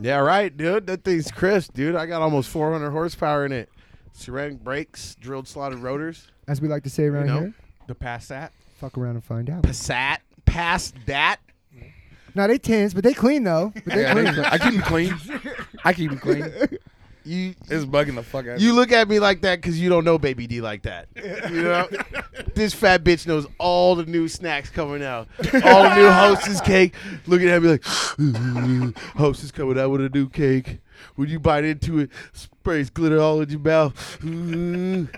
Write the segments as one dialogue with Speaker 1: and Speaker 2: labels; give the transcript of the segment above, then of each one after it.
Speaker 1: yeah, right, dude. That thing's crisp, dude. I got almost 400 horsepower in it. Ceramic brakes, drilled slotted rotors.
Speaker 2: As we like to say around
Speaker 1: know.
Speaker 2: here,
Speaker 3: The Passat.
Speaker 2: fuck around and find out.
Speaker 1: Passat, pass that.
Speaker 2: Now they tins, but they clean though. But they
Speaker 4: Yeah,
Speaker 2: clean.
Speaker 4: they clean. I keep them clean. I keep them clean.
Speaker 1: You
Speaker 4: It's bugging the fuck out of
Speaker 1: you
Speaker 4: me.
Speaker 1: look at me like that because you don't know Baby D like that. You know, this fat bitch knows all the new snacks coming out, all the new hostess cake. Looking at me like, hostess coming out with a new cake. When you bite into it, sprays glitter all in your mouth. Ooh.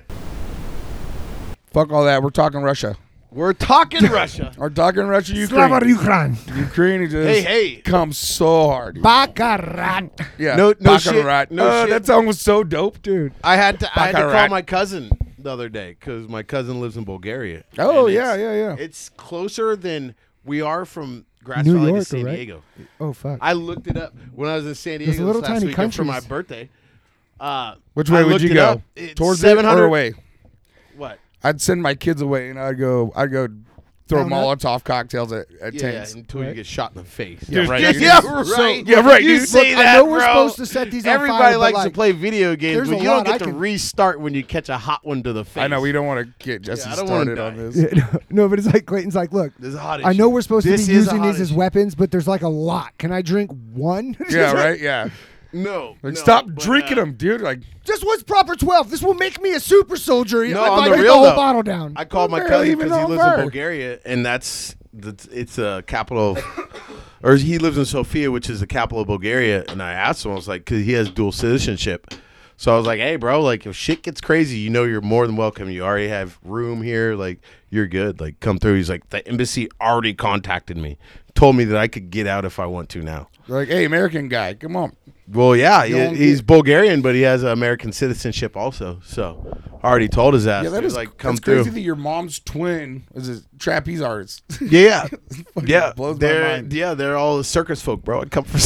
Speaker 4: Fuck all that. We're talking Russia.
Speaker 1: We're talking Russia.
Speaker 4: We're talking Russia,
Speaker 2: Slava
Speaker 4: Ukraine.
Speaker 2: Ukraine.
Speaker 4: Ukraine is just
Speaker 1: Hey, hey.
Speaker 4: comes so hard.
Speaker 2: Baccarat.
Speaker 4: Yeah.
Speaker 1: No- no shit.
Speaker 4: Baccarat.
Speaker 1: No
Speaker 4: Uh,
Speaker 1: shit.
Speaker 4: That song was so dope, dude.
Speaker 1: I had to I had to call
Speaker 4: Baccarat.
Speaker 1: my cousin the other day because my cousin lives in Bulgaria.
Speaker 4: Oh,
Speaker 1: And
Speaker 4: yeah,
Speaker 1: it's-
Speaker 4: yeah, yeah.
Speaker 1: It's closer than we are from Grass
Speaker 2: New
Speaker 1: Valley
Speaker 2: York,
Speaker 1: to San
Speaker 2: right?
Speaker 1: Diego.
Speaker 2: Oh fuck.
Speaker 1: I looked it up when I was in San Diego
Speaker 2: little
Speaker 1: this last
Speaker 2: tiny
Speaker 1: weekend for my
Speaker 2: countries.
Speaker 1: birthday. Uh,
Speaker 4: Which
Speaker 1: I
Speaker 4: way would
Speaker 1: looked
Speaker 4: you
Speaker 1: it up.
Speaker 4: go?
Speaker 1: It's
Speaker 4: Towards it or
Speaker 1: 700
Speaker 4: away?
Speaker 1: What?
Speaker 4: I'd send my kids away and I'd go I'd go throw
Speaker 2: Down up?
Speaker 4: Molotov cocktails at, at
Speaker 1: Yeah,
Speaker 4: tents.
Speaker 1: yeah, until you
Speaker 2: Right.
Speaker 1: get shot in the face.
Speaker 4: Yeah, right.
Speaker 1: Yeah,
Speaker 4: Dude,
Speaker 1: yeah,
Speaker 4: so-
Speaker 1: right.
Speaker 4: yeah, right,
Speaker 1: You
Speaker 4: dude.
Speaker 1: say
Speaker 2: Look, I
Speaker 1: that,
Speaker 2: know we're
Speaker 1: bro.
Speaker 2: supposed to set these on
Speaker 1: Everybody
Speaker 2: fire, but,
Speaker 1: likes to
Speaker 2: like,
Speaker 1: play video games,
Speaker 2: there's
Speaker 1: but
Speaker 2: a
Speaker 1: you don't
Speaker 2: lot
Speaker 1: get
Speaker 2: I
Speaker 1: to
Speaker 2: can-
Speaker 1: restart when you catch a hot one to the face.
Speaker 4: I know we don't want to get Jesse
Speaker 1: I don't wanna
Speaker 4: started on
Speaker 1: die.
Speaker 4: this.
Speaker 2: Yeah, no, no, but it's like Clayton's like, look,
Speaker 1: This is hot
Speaker 2: I know
Speaker 1: issue.
Speaker 2: we're supposed
Speaker 1: This
Speaker 2: to be
Speaker 1: is a
Speaker 2: using
Speaker 1: hot
Speaker 2: these as
Speaker 1: issue.
Speaker 2: weapons, but there's like a lot. Can I drink one?
Speaker 4: Yeah, right? Yeah.
Speaker 1: No,
Speaker 4: Like
Speaker 1: no,
Speaker 4: stop
Speaker 1: but,
Speaker 4: drinking
Speaker 1: uh,
Speaker 4: them, dude. Like
Speaker 2: Just what's proper twelve. This will make me a super soldier.
Speaker 1: No,
Speaker 2: I'd
Speaker 1: on
Speaker 2: like
Speaker 1: the
Speaker 2: to
Speaker 1: real
Speaker 2: the whole
Speaker 1: though,
Speaker 2: bottle down.
Speaker 1: I called my
Speaker 4: Barely
Speaker 1: cousin
Speaker 4: even
Speaker 1: because he
Speaker 4: on
Speaker 1: lives in
Speaker 4: Earth.
Speaker 1: Bulgaria, and that's that's- it's a capital, of, or he lives in Sofia, which is the capital of Bulgaria. And I asked him, I was like, because he has dual citizenship, so I was like, hey, bro, like if shit gets crazy, you know, you're more than welcome. You already have room here, like you're good. Like come through. He's like, the embassy already contacted me, told me that I could get out if I want to now.
Speaker 4: like, hey, American guy, come on.
Speaker 1: Well, yeah, he-
Speaker 4: Don't
Speaker 1: he's
Speaker 4: get-
Speaker 1: Bulgarian, but he has American citizenship also. So already told his ass,
Speaker 4: Yeah,
Speaker 1: dude,
Speaker 4: that is
Speaker 1: like come
Speaker 4: that's
Speaker 1: through.
Speaker 4: crazy that your mom's twin is a trapeze artist.
Speaker 1: Yeah,
Speaker 4: fucking
Speaker 1: yeah,
Speaker 4: blows my
Speaker 1: they're,
Speaker 4: mind.
Speaker 1: Yeah, they're all circus folk, bro. I come from.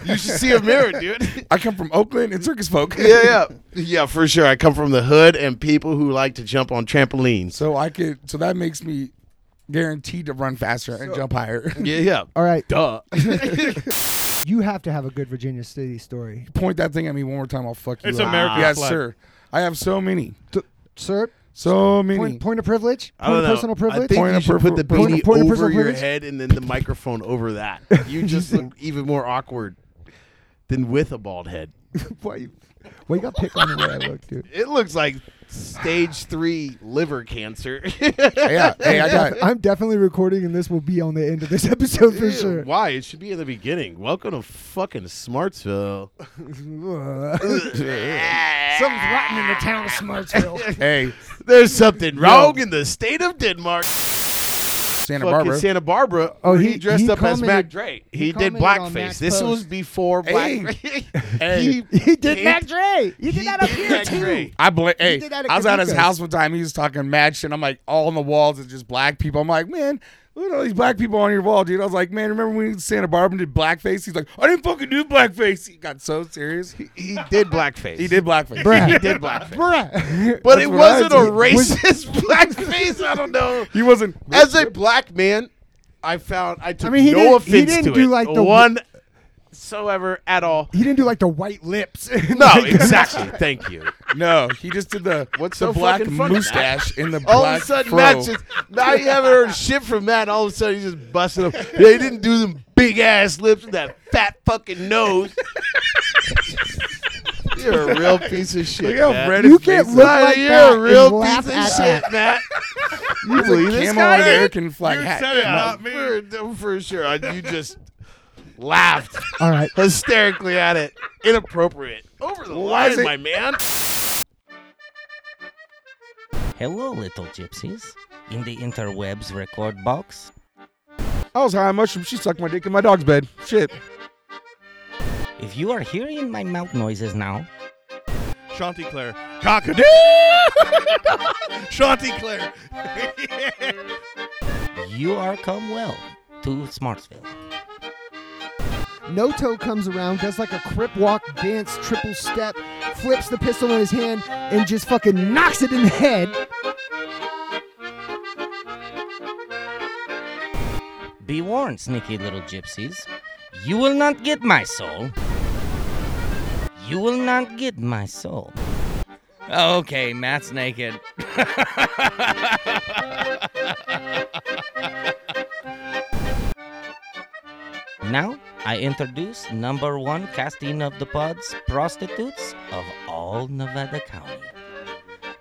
Speaker 1: you should see a mirror, dude.
Speaker 4: I come from Oakland and circus folk.
Speaker 1: yeah, yeah, yeah, for sure. I come from the hood and people who like to jump on trampolines.
Speaker 4: So I could. So that makes me guaranteed to run faster and jump higher.
Speaker 1: Yeah, yeah.
Speaker 2: All right,
Speaker 1: Duh.
Speaker 2: you have to have a good Virginia City story,
Speaker 4: Point that thing at me one more time. I'll fuck you.
Speaker 3: It's
Speaker 4: up.
Speaker 3: American
Speaker 4: Yes,
Speaker 3: flag.
Speaker 4: sir. I have so many,
Speaker 2: sir.
Speaker 4: so many.
Speaker 2: Point, point of privilege.
Speaker 1: I don't
Speaker 2: Point of
Speaker 1: know. I
Speaker 2: personal privilege.
Speaker 1: think
Speaker 4: Point
Speaker 1: you
Speaker 4: of
Speaker 1: should
Speaker 4: priv-
Speaker 1: put the
Speaker 4: point
Speaker 2: of-
Speaker 1: beanie
Speaker 2: point of
Speaker 1: over
Speaker 2: personal
Speaker 1: your
Speaker 2: privilege?
Speaker 1: head and then the microphone over that. You just look even more awkward than with a bald head.
Speaker 2: Why you, why you got pick on the way I look, dude?
Speaker 1: It looks like stage three liver cancer.
Speaker 4: yeah. Hey, I got.
Speaker 2: I'm definitely recording, and this will be on the end of this episode for
Speaker 1: Ew,
Speaker 2: sure.
Speaker 1: Why? It should be in the beginning. Welcome to fucking Smartsville.
Speaker 2: Something's rotten in the town of Smartsville.
Speaker 4: Hey,
Speaker 1: There's something wrong in the state of Denmark.
Speaker 4: Santa
Speaker 1: Fucking
Speaker 4: Barbara.
Speaker 1: Santa Barbara.
Speaker 2: Oh,
Speaker 1: Oh, he,
Speaker 2: he-
Speaker 1: dressed
Speaker 2: he
Speaker 1: up as Mac
Speaker 2: commented-
Speaker 1: Dre.
Speaker 2: he
Speaker 1: He, did
Speaker 2: commented on
Speaker 1: blackface.
Speaker 2: Mac's
Speaker 1: This
Speaker 2: post.
Speaker 1: was before
Speaker 4: Hey.
Speaker 1: black.
Speaker 4: Hey.
Speaker 2: he did Mac
Speaker 1: Dre.
Speaker 2: Dre. You did that up here
Speaker 1: Mac
Speaker 2: too.
Speaker 1: Dre.
Speaker 4: I bla- hey,
Speaker 2: did that at
Speaker 4: I was at his
Speaker 2: Kazuka's.
Speaker 4: house one time. He was talking mad shit. I'm like, all on the walls is just black people. I'm like, man, look at all these black people on your wall, dude. I was like, man, remember when we went to Santa Barbara and did blackface? He's like, I didn't fucking do blackface. He got so serious. He,
Speaker 1: He did blackface.
Speaker 4: he did blackface.
Speaker 1: He
Speaker 2: Bruh.
Speaker 1: did blackface.
Speaker 2: Bruh.
Speaker 1: But it
Speaker 4: what I
Speaker 1: wasn't a
Speaker 4: did.
Speaker 1: racist blackface. I don't know.
Speaker 4: He wasn't.
Speaker 1: As a black man, I found I took
Speaker 2: mean, he
Speaker 1: no
Speaker 2: didn't- he
Speaker 1: offense
Speaker 2: didn't
Speaker 1: to
Speaker 2: do
Speaker 1: it
Speaker 2: like the-
Speaker 1: one so ever at all.
Speaker 2: He didn't do like the white lips.
Speaker 1: No, exactly. Thank you.
Speaker 4: No, he just did the
Speaker 1: What's
Speaker 4: the
Speaker 1: so
Speaker 4: black
Speaker 1: fucking funny,
Speaker 4: mustache in the black
Speaker 1: All of a sudden,
Speaker 4: fro.
Speaker 1: Matt just now you haven't heard shit from Matt. All of a sudden, he's just busting up. They didn't do them big ass lips and that fat fucking nose. You're a real piece of shit.
Speaker 4: Look how
Speaker 1: Matt.
Speaker 4: red
Speaker 2: You
Speaker 4: his
Speaker 2: can't
Speaker 4: face
Speaker 2: look
Speaker 4: is.
Speaker 1: Nah,
Speaker 2: like
Speaker 1: you're
Speaker 2: that
Speaker 1: a real
Speaker 2: and laugh
Speaker 1: piece of
Speaker 2: at
Speaker 1: shit, Matt. You
Speaker 4: He's a camo American flag
Speaker 3: You
Speaker 4: hat.
Speaker 3: said it,
Speaker 4: Come on.
Speaker 3: not me.
Speaker 1: For, for sure. I- You just laughed
Speaker 2: All right.
Speaker 1: hysterically at it. Inappropriate. Over the line,
Speaker 4: is it-
Speaker 1: my man.
Speaker 5: Hello, little gypsies. In the interwebs record box,
Speaker 4: I was high on mushroom. She sucked my dick in my dog's bed. Shit.
Speaker 5: if you are hearing my mouth noises now,
Speaker 3: Chanticleer. Cockadoo! Chanticleer.
Speaker 5: you are come well to Smartsville.
Speaker 2: Noto comes around, does like a crip walk, dance, triple step, flips the pistol in his hand, and just fucking knocks it in the head.
Speaker 5: Be warned, sneaky little gypsies. You will not get my soul. You will not get my soul. Okay, Matt's naked. now, I introduce number one casting of the pods prostitutes of all Nevada County.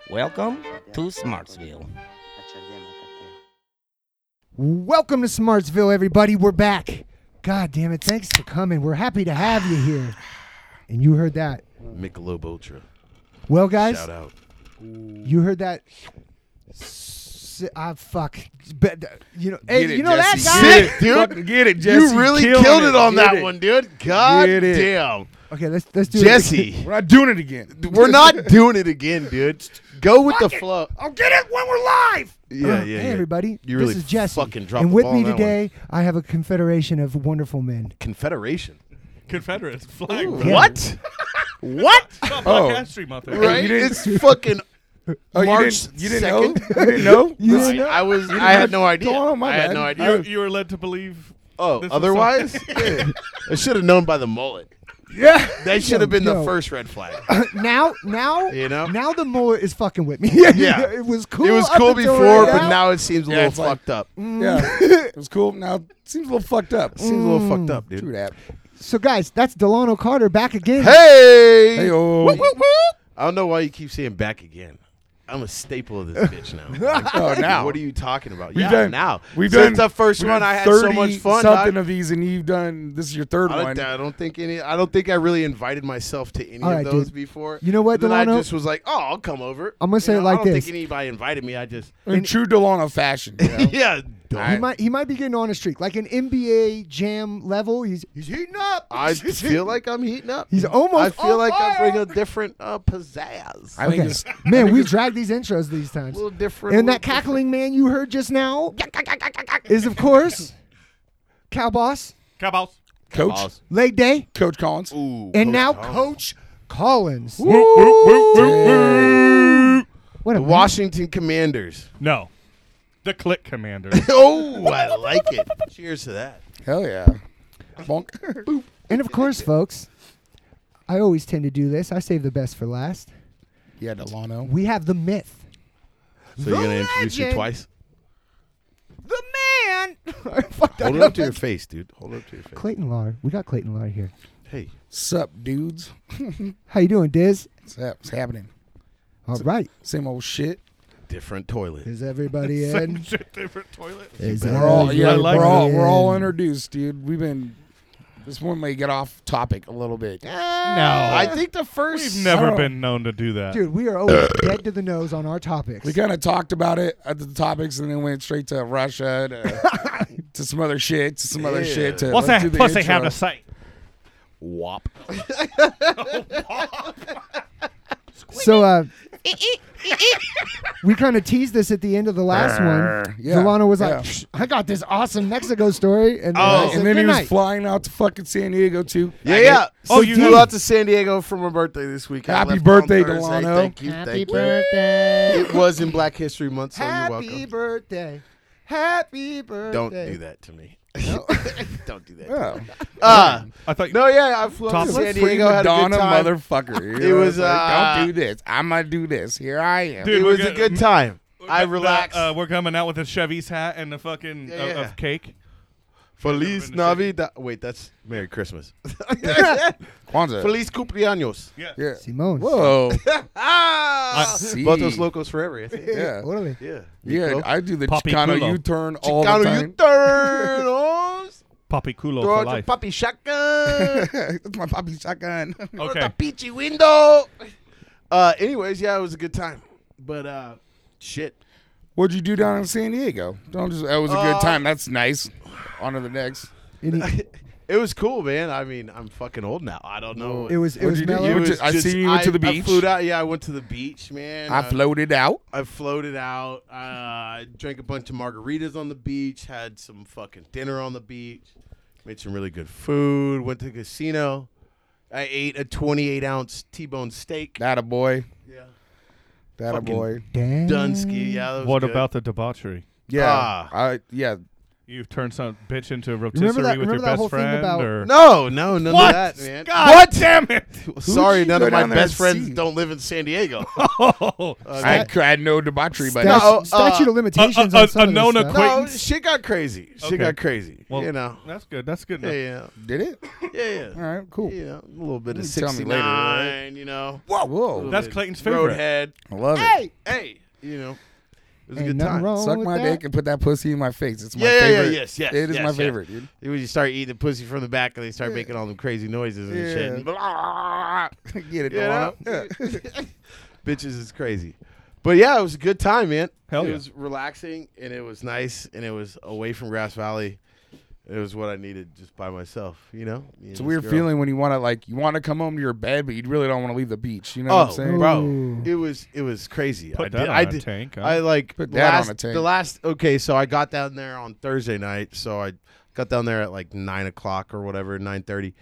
Speaker 5: Welcome to Smartsville.
Speaker 2: Welcome to Smartsville, everybody. We're back. God damn it. Thanks for coming. We're happy to have you here. And you heard that.
Speaker 1: Michelob Ultra.
Speaker 2: Well, guys,
Speaker 1: Shout out.
Speaker 2: you heard that. S- Ah, fuck. But, uh, you know, hey,
Speaker 4: Get it,
Speaker 2: you know
Speaker 4: Jesse.
Speaker 2: that guy.
Speaker 1: Get it, dude.
Speaker 4: Fucking get it, Jesse.
Speaker 1: you really
Speaker 4: Killing
Speaker 1: killed it on
Speaker 4: Get
Speaker 1: that
Speaker 4: it.
Speaker 1: one, dude. God
Speaker 4: Get it.
Speaker 1: damn.
Speaker 2: Okay, let's let's do it. Uh,
Speaker 1: Jesse,
Speaker 4: We're not doing it again.
Speaker 1: we're not doing it again, dude. Go with the flow.
Speaker 4: I'll get it when we're live.
Speaker 1: Yeah, yeah,
Speaker 2: hey,
Speaker 1: yeah.
Speaker 2: everybody.
Speaker 1: You
Speaker 2: this
Speaker 1: really
Speaker 2: is Jesse.
Speaker 1: fucking dropped
Speaker 2: and
Speaker 1: the
Speaker 2: with
Speaker 1: ball
Speaker 2: me
Speaker 1: on that one.
Speaker 2: today, I have a confederation of wonderful men.
Speaker 1: Confederation.
Speaker 3: Confederates flag. bro.
Speaker 2: Yeah.
Speaker 1: What? what?
Speaker 3: Fuck oh. history month. there.
Speaker 1: Right?
Speaker 4: didn't-
Speaker 1: It's fucking
Speaker 4: Oh,
Speaker 1: March
Speaker 4: you didn't, you
Speaker 1: 2nd.
Speaker 4: didn't know?
Speaker 2: You
Speaker 4: You didn't know?
Speaker 1: Right.
Speaker 2: know-
Speaker 1: I was. I had no idea.
Speaker 4: Oh, my
Speaker 1: I had
Speaker 4: bad.
Speaker 1: no idea.
Speaker 3: You, you were led to believe.
Speaker 1: oh,
Speaker 3: this was
Speaker 1: otherwise, Yeah. I should have known by the mullet.
Speaker 4: Yeah.
Speaker 1: That should have been
Speaker 2: yo.
Speaker 1: the first red flag.
Speaker 2: now, now,
Speaker 1: You know?
Speaker 2: now the mullet is fucking with me.
Speaker 1: Yeah.
Speaker 2: it was cool.
Speaker 1: it was
Speaker 2: up
Speaker 1: cool
Speaker 2: until
Speaker 1: before,
Speaker 2: right
Speaker 1: but now it seems a
Speaker 4: Yeah,
Speaker 1: little
Speaker 4: it's like-
Speaker 1: fucked up.
Speaker 4: yeah. It was cool. Now it seems a little fucked up.
Speaker 1: Seems a little fucked up, dude.
Speaker 4: Mm, True that.
Speaker 2: So, guys, that's Delano Carter back again.
Speaker 1: Hey!
Speaker 4: Hey-o.
Speaker 1: Whoop, whoop, whoop. I don't know why you keep saying back again. I'm a staple of this bitch now. Like,
Speaker 4: Oh, now.
Speaker 1: What are you talking about?
Speaker 4: We've
Speaker 1: yeah,
Speaker 4: done
Speaker 1: now.
Speaker 4: We've
Speaker 1: Since
Speaker 4: done
Speaker 1: the first
Speaker 4: we've
Speaker 1: one,
Speaker 4: done
Speaker 1: I had so
Speaker 4: 30
Speaker 1: much fun.
Speaker 4: Something
Speaker 1: I,
Speaker 4: of these, and you've done this is your third
Speaker 1: I
Speaker 4: one.
Speaker 1: don't, I don't think any. I don't think I really invited myself to any
Speaker 2: All right,
Speaker 1: of those
Speaker 2: dude.
Speaker 1: before.
Speaker 2: You know what,
Speaker 1: And then I
Speaker 2: Delano?
Speaker 1: just was like, oh, I'll come over.
Speaker 2: I'm gonna say
Speaker 1: You
Speaker 2: it
Speaker 1: know,
Speaker 2: like
Speaker 1: I don't
Speaker 2: this.
Speaker 1: think anybody invited me. I just
Speaker 4: In true Delano fashion. You know?
Speaker 1: yeah.
Speaker 2: He
Speaker 1: dumb.
Speaker 2: might he might be getting on a streak, like an NBA jam level. He's he's heating up.
Speaker 1: I feel like I'm heating up.
Speaker 2: He's almost
Speaker 1: I feel
Speaker 2: on
Speaker 1: like I
Speaker 2: fire.
Speaker 1: bring a different uh, pizzazz.
Speaker 4: I think
Speaker 2: Okay.
Speaker 4: it's
Speaker 2: man, we drag these intros these
Speaker 1: a
Speaker 2: times.
Speaker 1: little different.
Speaker 2: And that
Speaker 1: little different.
Speaker 2: cackling man you heard just now is of course Cow Boss,
Speaker 3: Cowboys.
Speaker 4: Coach
Speaker 1: Awesome.
Speaker 2: Leg Day,
Speaker 4: Coach Collins.
Speaker 1: Ooh, Coach
Speaker 2: and now
Speaker 1: Tom.
Speaker 2: Coach Collins. What a
Speaker 1: the Washington Commanders.
Speaker 3: No. The Click Commander.
Speaker 1: Oh, I like it. Cheers to that.
Speaker 4: Hell yeah. Bonk.
Speaker 2: And of course, folks, I always tend to do this. I save the best for last.
Speaker 4: yeah, Delano.
Speaker 2: We have the myth.
Speaker 1: So you're gonna introduce
Speaker 2: introduce her
Speaker 1: her
Speaker 2: legend.
Speaker 1: twice?
Speaker 2: The man. Fuck that
Speaker 1: Hold it
Speaker 2: up.
Speaker 1: up to your face, dude. Hold it up to your face.
Speaker 2: Clayton Lauder. We got Clayton Lauder here.
Speaker 1: Hey,
Speaker 4: Sup, dudes.
Speaker 2: How you doing, Diz?
Speaker 4: What's up? What's happening?
Speaker 2: All right.
Speaker 4: Same old shit.
Speaker 1: different toilet.
Speaker 2: Is everybody in?
Speaker 3: Different toilet.
Speaker 2: Is
Speaker 4: We're all yeah,
Speaker 3: I like
Speaker 4: we're all
Speaker 2: everybody
Speaker 4: we're all
Speaker 2: in?
Speaker 4: introduced, dude. We've been this one may get off topic a little bit.
Speaker 3: No.
Speaker 1: I think the first.
Speaker 3: We've never
Speaker 4: Oh.
Speaker 3: been known to do that.
Speaker 2: Dude, we are always dead to the nose on our topics.
Speaker 4: We kind of talked about it at the topics, and then went straight to Russia to, to some other shit, to some other
Speaker 1: Yeah.
Speaker 4: shit. To
Speaker 3: What's
Speaker 4: let's do
Speaker 3: that
Speaker 4: the
Speaker 3: pussy
Speaker 4: intro.
Speaker 3: have to say?
Speaker 1: Wop.
Speaker 2: so, uh, we kind of teased this at the end of the last one.
Speaker 4: yeah,
Speaker 2: Delano was like,
Speaker 4: yeah.
Speaker 2: "Psh, "I got this awesome Mexico story," and then, I
Speaker 1: Oh.
Speaker 2: said,
Speaker 4: And then
Speaker 2: "Good
Speaker 4: he was
Speaker 2: night."
Speaker 4: flew out to fucking San Diego too.
Speaker 1: Yeah, yeah.
Speaker 3: Oh, you
Speaker 1: flew
Speaker 3: have-
Speaker 1: out to San Diego for my birthday this week. I
Speaker 4: Happy
Speaker 1: left on
Speaker 4: birthday,
Speaker 1: Thursday.
Speaker 4: Delano.
Speaker 1: Thank you. Thank you. It was in Black History Month, so you're
Speaker 2: Happy
Speaker 1: welcome.
Speaker 2: birthday. Happy birthday.
Speaker 1: Don't do that to me. Don't do that. to me.
Speaker 4: Oh,
Speaker 1: Uh,
Speaker 3: I thought
Speaker 1: no, yeah, I flew out to
Speaker 3: Topless?
Speaker 1: San Diego, had a good
Speaker 4: Madonna
Speaker 1: time.
Speaker 4: motherfucker.
Speaker 1: It
Speaker 4: You know,
Speaker 1: was,
Speaker 4: it's like,
Speaker 1: uh,
Speaker 4: don't do this. I'm gonna do this. Here I am.
Speaker 3: Dude,
Speaker 1: it
Speaker 3: we're
Speaker 1: was a
Speaker 3: gonna-
Speaker 1: good time. I
Speaker 3: That-
Speaker 1: relaxed.
Speaker 3: Uh, we're coming out with a Chevy's hat and a fucking uh,
Speaker 1: Yeah,
Speaker 3: of-
Speaker 1: yeah.
Speaker 3: of cake.
Speaker 1: Feliz
Speaker 3: never
Speaker 1: Navidad. Wait, that's Merry Christmas.
Speaker 4: Uh, Kwanzaa.
Speaker 1: Feliz cumpleaños.
Speaker 3: Yeah.
Speaker 4: yeah.
Speaker 2: Simone.
Speaker 4: Whoa.
Speaker 1: Ah,
Speaker 4: See.
Speaker 1: Votos locos forever. I think.
Speaker 4: Yeah.
Speaker 2: Orale.
Speaker 1: Yeah.
Speaker 4: Yeah,
Speaker 1: Nico.
Speaker 4: I do the
Speaker 3: Papi
Speaker 4: Chicano
Speaker 3: culo.
Speaker 4: U-turn all the
Speaker 1: Chicano
Speaker 4: time.
Speaker 1: U-turns.
Speaker 3: Papi
Speaker 1: Throw
Speaker 3: culo for
Speaker 1: out your
Speaker 3: life.
Speaker 1: puppy shotgun.
Speaker 4: That's my poppy shotgun.
Speaker 3: okay.
Speaker 1: Peachy window. Uh, anyways, yeah, it was a good time. But uh, shit.
Speaker 4: What'd you do down in San Diego? Don't just. That was a good
Speaker 1: Uh,
Speaker 4: time. That's nice. On to the next.
Speaker 2: Any-
Speaker 1: It was cool, man. I mean, I'm fucking old now. I don't know.
Speaker 2: it was it
Speaker 4: What'd
Speaker 2: was
Speaker 4: you do?
Speaker 2: mellow.
Speaker 4: You were just- I seen you went
Speaker 1: I-
Speaker 4: to the
Speaker 1: I
Speaker 4: beach.
Speaker 1: flew out. Yeah, I went to the beach, man.
Speaker 4: I floated out.
Speaker 1: I floated out. I drank a bunch of margaritas on the beach. Had some fucking dinner on the beach. Made some really good food. Went to the casino. I ate a 28 ounce T-bone steak.
Speaker 4: That a boy.
Speaker 1: Yeah.
Speaker 4: That a
Speaker 1: Fucking
Speaker 4: boy.
Speaker 2: Damn.
Speaker 1: Dunsky. Yeah. That was
Speaker 3: What
Speaker 1: good.
Speaker 3: about the debauchery?
Speaker 4: Yeah.
Speaker 1: Ah.
Speaker 4: I yeah.
Speaker 3: You've turned some bitch into a rotisserie
Speaker 2: Remember that-
Speaker 3: with your
Speaker 2: remember that
Speaker 3: best
Speaker 2: whole thing
Speaker 3: friend,
Speaker 2: about-
Speaker 3: or
Speaker 1: No, no, none
Speaker 3: what?
Speaker 1: of that, man.
Speaker 3: God damn it!
Speaker 1: Sorry,
Speaker 4: you
Speaker 1: none
Speaker 4: go
Speaker 1: of my
Speaker 4: down there and
Speaker 1: best friends
Speaker 4: see?
Speaker 1: don't live in San Diego. Uh,
Speaker 3: Oh,
Speaker 4: I, had- I had no debauchery, but
Speaker 2: Statu-
Speaker 1: No, uh,
Speaker 2: statute of limitations.
Speaker 3: a- a-
Speaker 2: on some
Speaker 3: a
Speaker 2: of this
Speaker 3: known
Speaker 2: stuff.
Speaker 3: acquaint-
Speaker 1: no,
Speaker 3: Acquaintance?
Speaker 1: shit got crazy. Shit
Speaker 3: Okay.
Speaker 1: got crazy.
Speaker 3: Well-
Speaker 1: you know.
Speaker 3: that's good. That's good.
Speaker 1: Yeah,
Speaker 3: enough.
Speaker 1: yeah,
Speaker 4: did it?
Speaker 1: yeah,
Speaker 4: All
Speaker 1: yeah.
Speaker 4: right, cool.
Speaker 1: You know, a little bit of
Speaker 4: You tell me later,
Speaker 1: 69,
Speaker 4: right?
Speaker 1: you know.
Speaker 4: Whoa,
Speaker 1: a
Speaker 4: whoa,
Speaker 3: That's
Speaker 1: little
Speaker 3: Clayton's
Speaker 1: bit
Speaker 3: favorite.
Speaker 1: Roadhead.
Speaker 4: I love it.
Speaker 2: Hey,
Speaker 1: Hey, you know, it was a
Speaker 2: Ain't
Speaker 1: good
Speaker 2: nothing
Speaker 1: time.
Speaker 2: wrong.
Speaker 4: Suck
Speaker 2: with
Speaker 4: my
Speaker 2: that?
Speaker 4: dick and put that pussy in my face. It's my
Speaker 1: Yeah, yeah, yeah,
Speaker 4: favorite.
Speaker 1: yes, yes,
Speaker 4: It is
Speaker 1: yes,
Speaker 4: my
Speaker 1: yes.
Speaker 4: favorite, dude.
Speaker 1: When you start eating pussy from the back and they start making all them crazy noises and
Speaker 4: Yeah.
Speaker 1: shit. And blah,
Speaker 4: Get it,
Speaker 1: you know?
Speaker 4: Delano? Yeah.
Speaker 1: Bitches is crazy. But yeah, it was a good time, man.
Speaker 3: Hell
Speaker 1: it
Speaker 3: yeah.
Speaker 1: was relaxing and it was nice and it was away from Grass Valley. It was what I needed just by myself, you know? Me and
Speaker 4: It's
Speaker 1: this
Speaker 4: a weird
Speaker 1: girl.
Speaker 4: feeling when you want to like you want to come home to your bed, but you really don't want to leave the beach. You know what I'm
Speaker 1: Oh,
Speaker 4: saying?
Speaker 1: bro,
Speaker 2: Ooh.
Speaker 1: it was it was crazy.
Speaker 3: Put
Speaker 1: I
Speaker 3: that
Speaker 1: did,
Speaker 3: on
Speaker 1: I
Speaker 3: a
Speaker 1: did,
Speaker 3: tank, huh?
Speaker 1: I like
Speaker 4: Put
Speaker 1: the
Speaker 4: that on
Speaker 1: last,
Speaker 4: a tank.
Speaker 1: The last okay, so I got down there on Thursday night. So I got down there at like nine o'clock or whatever, nine thirty.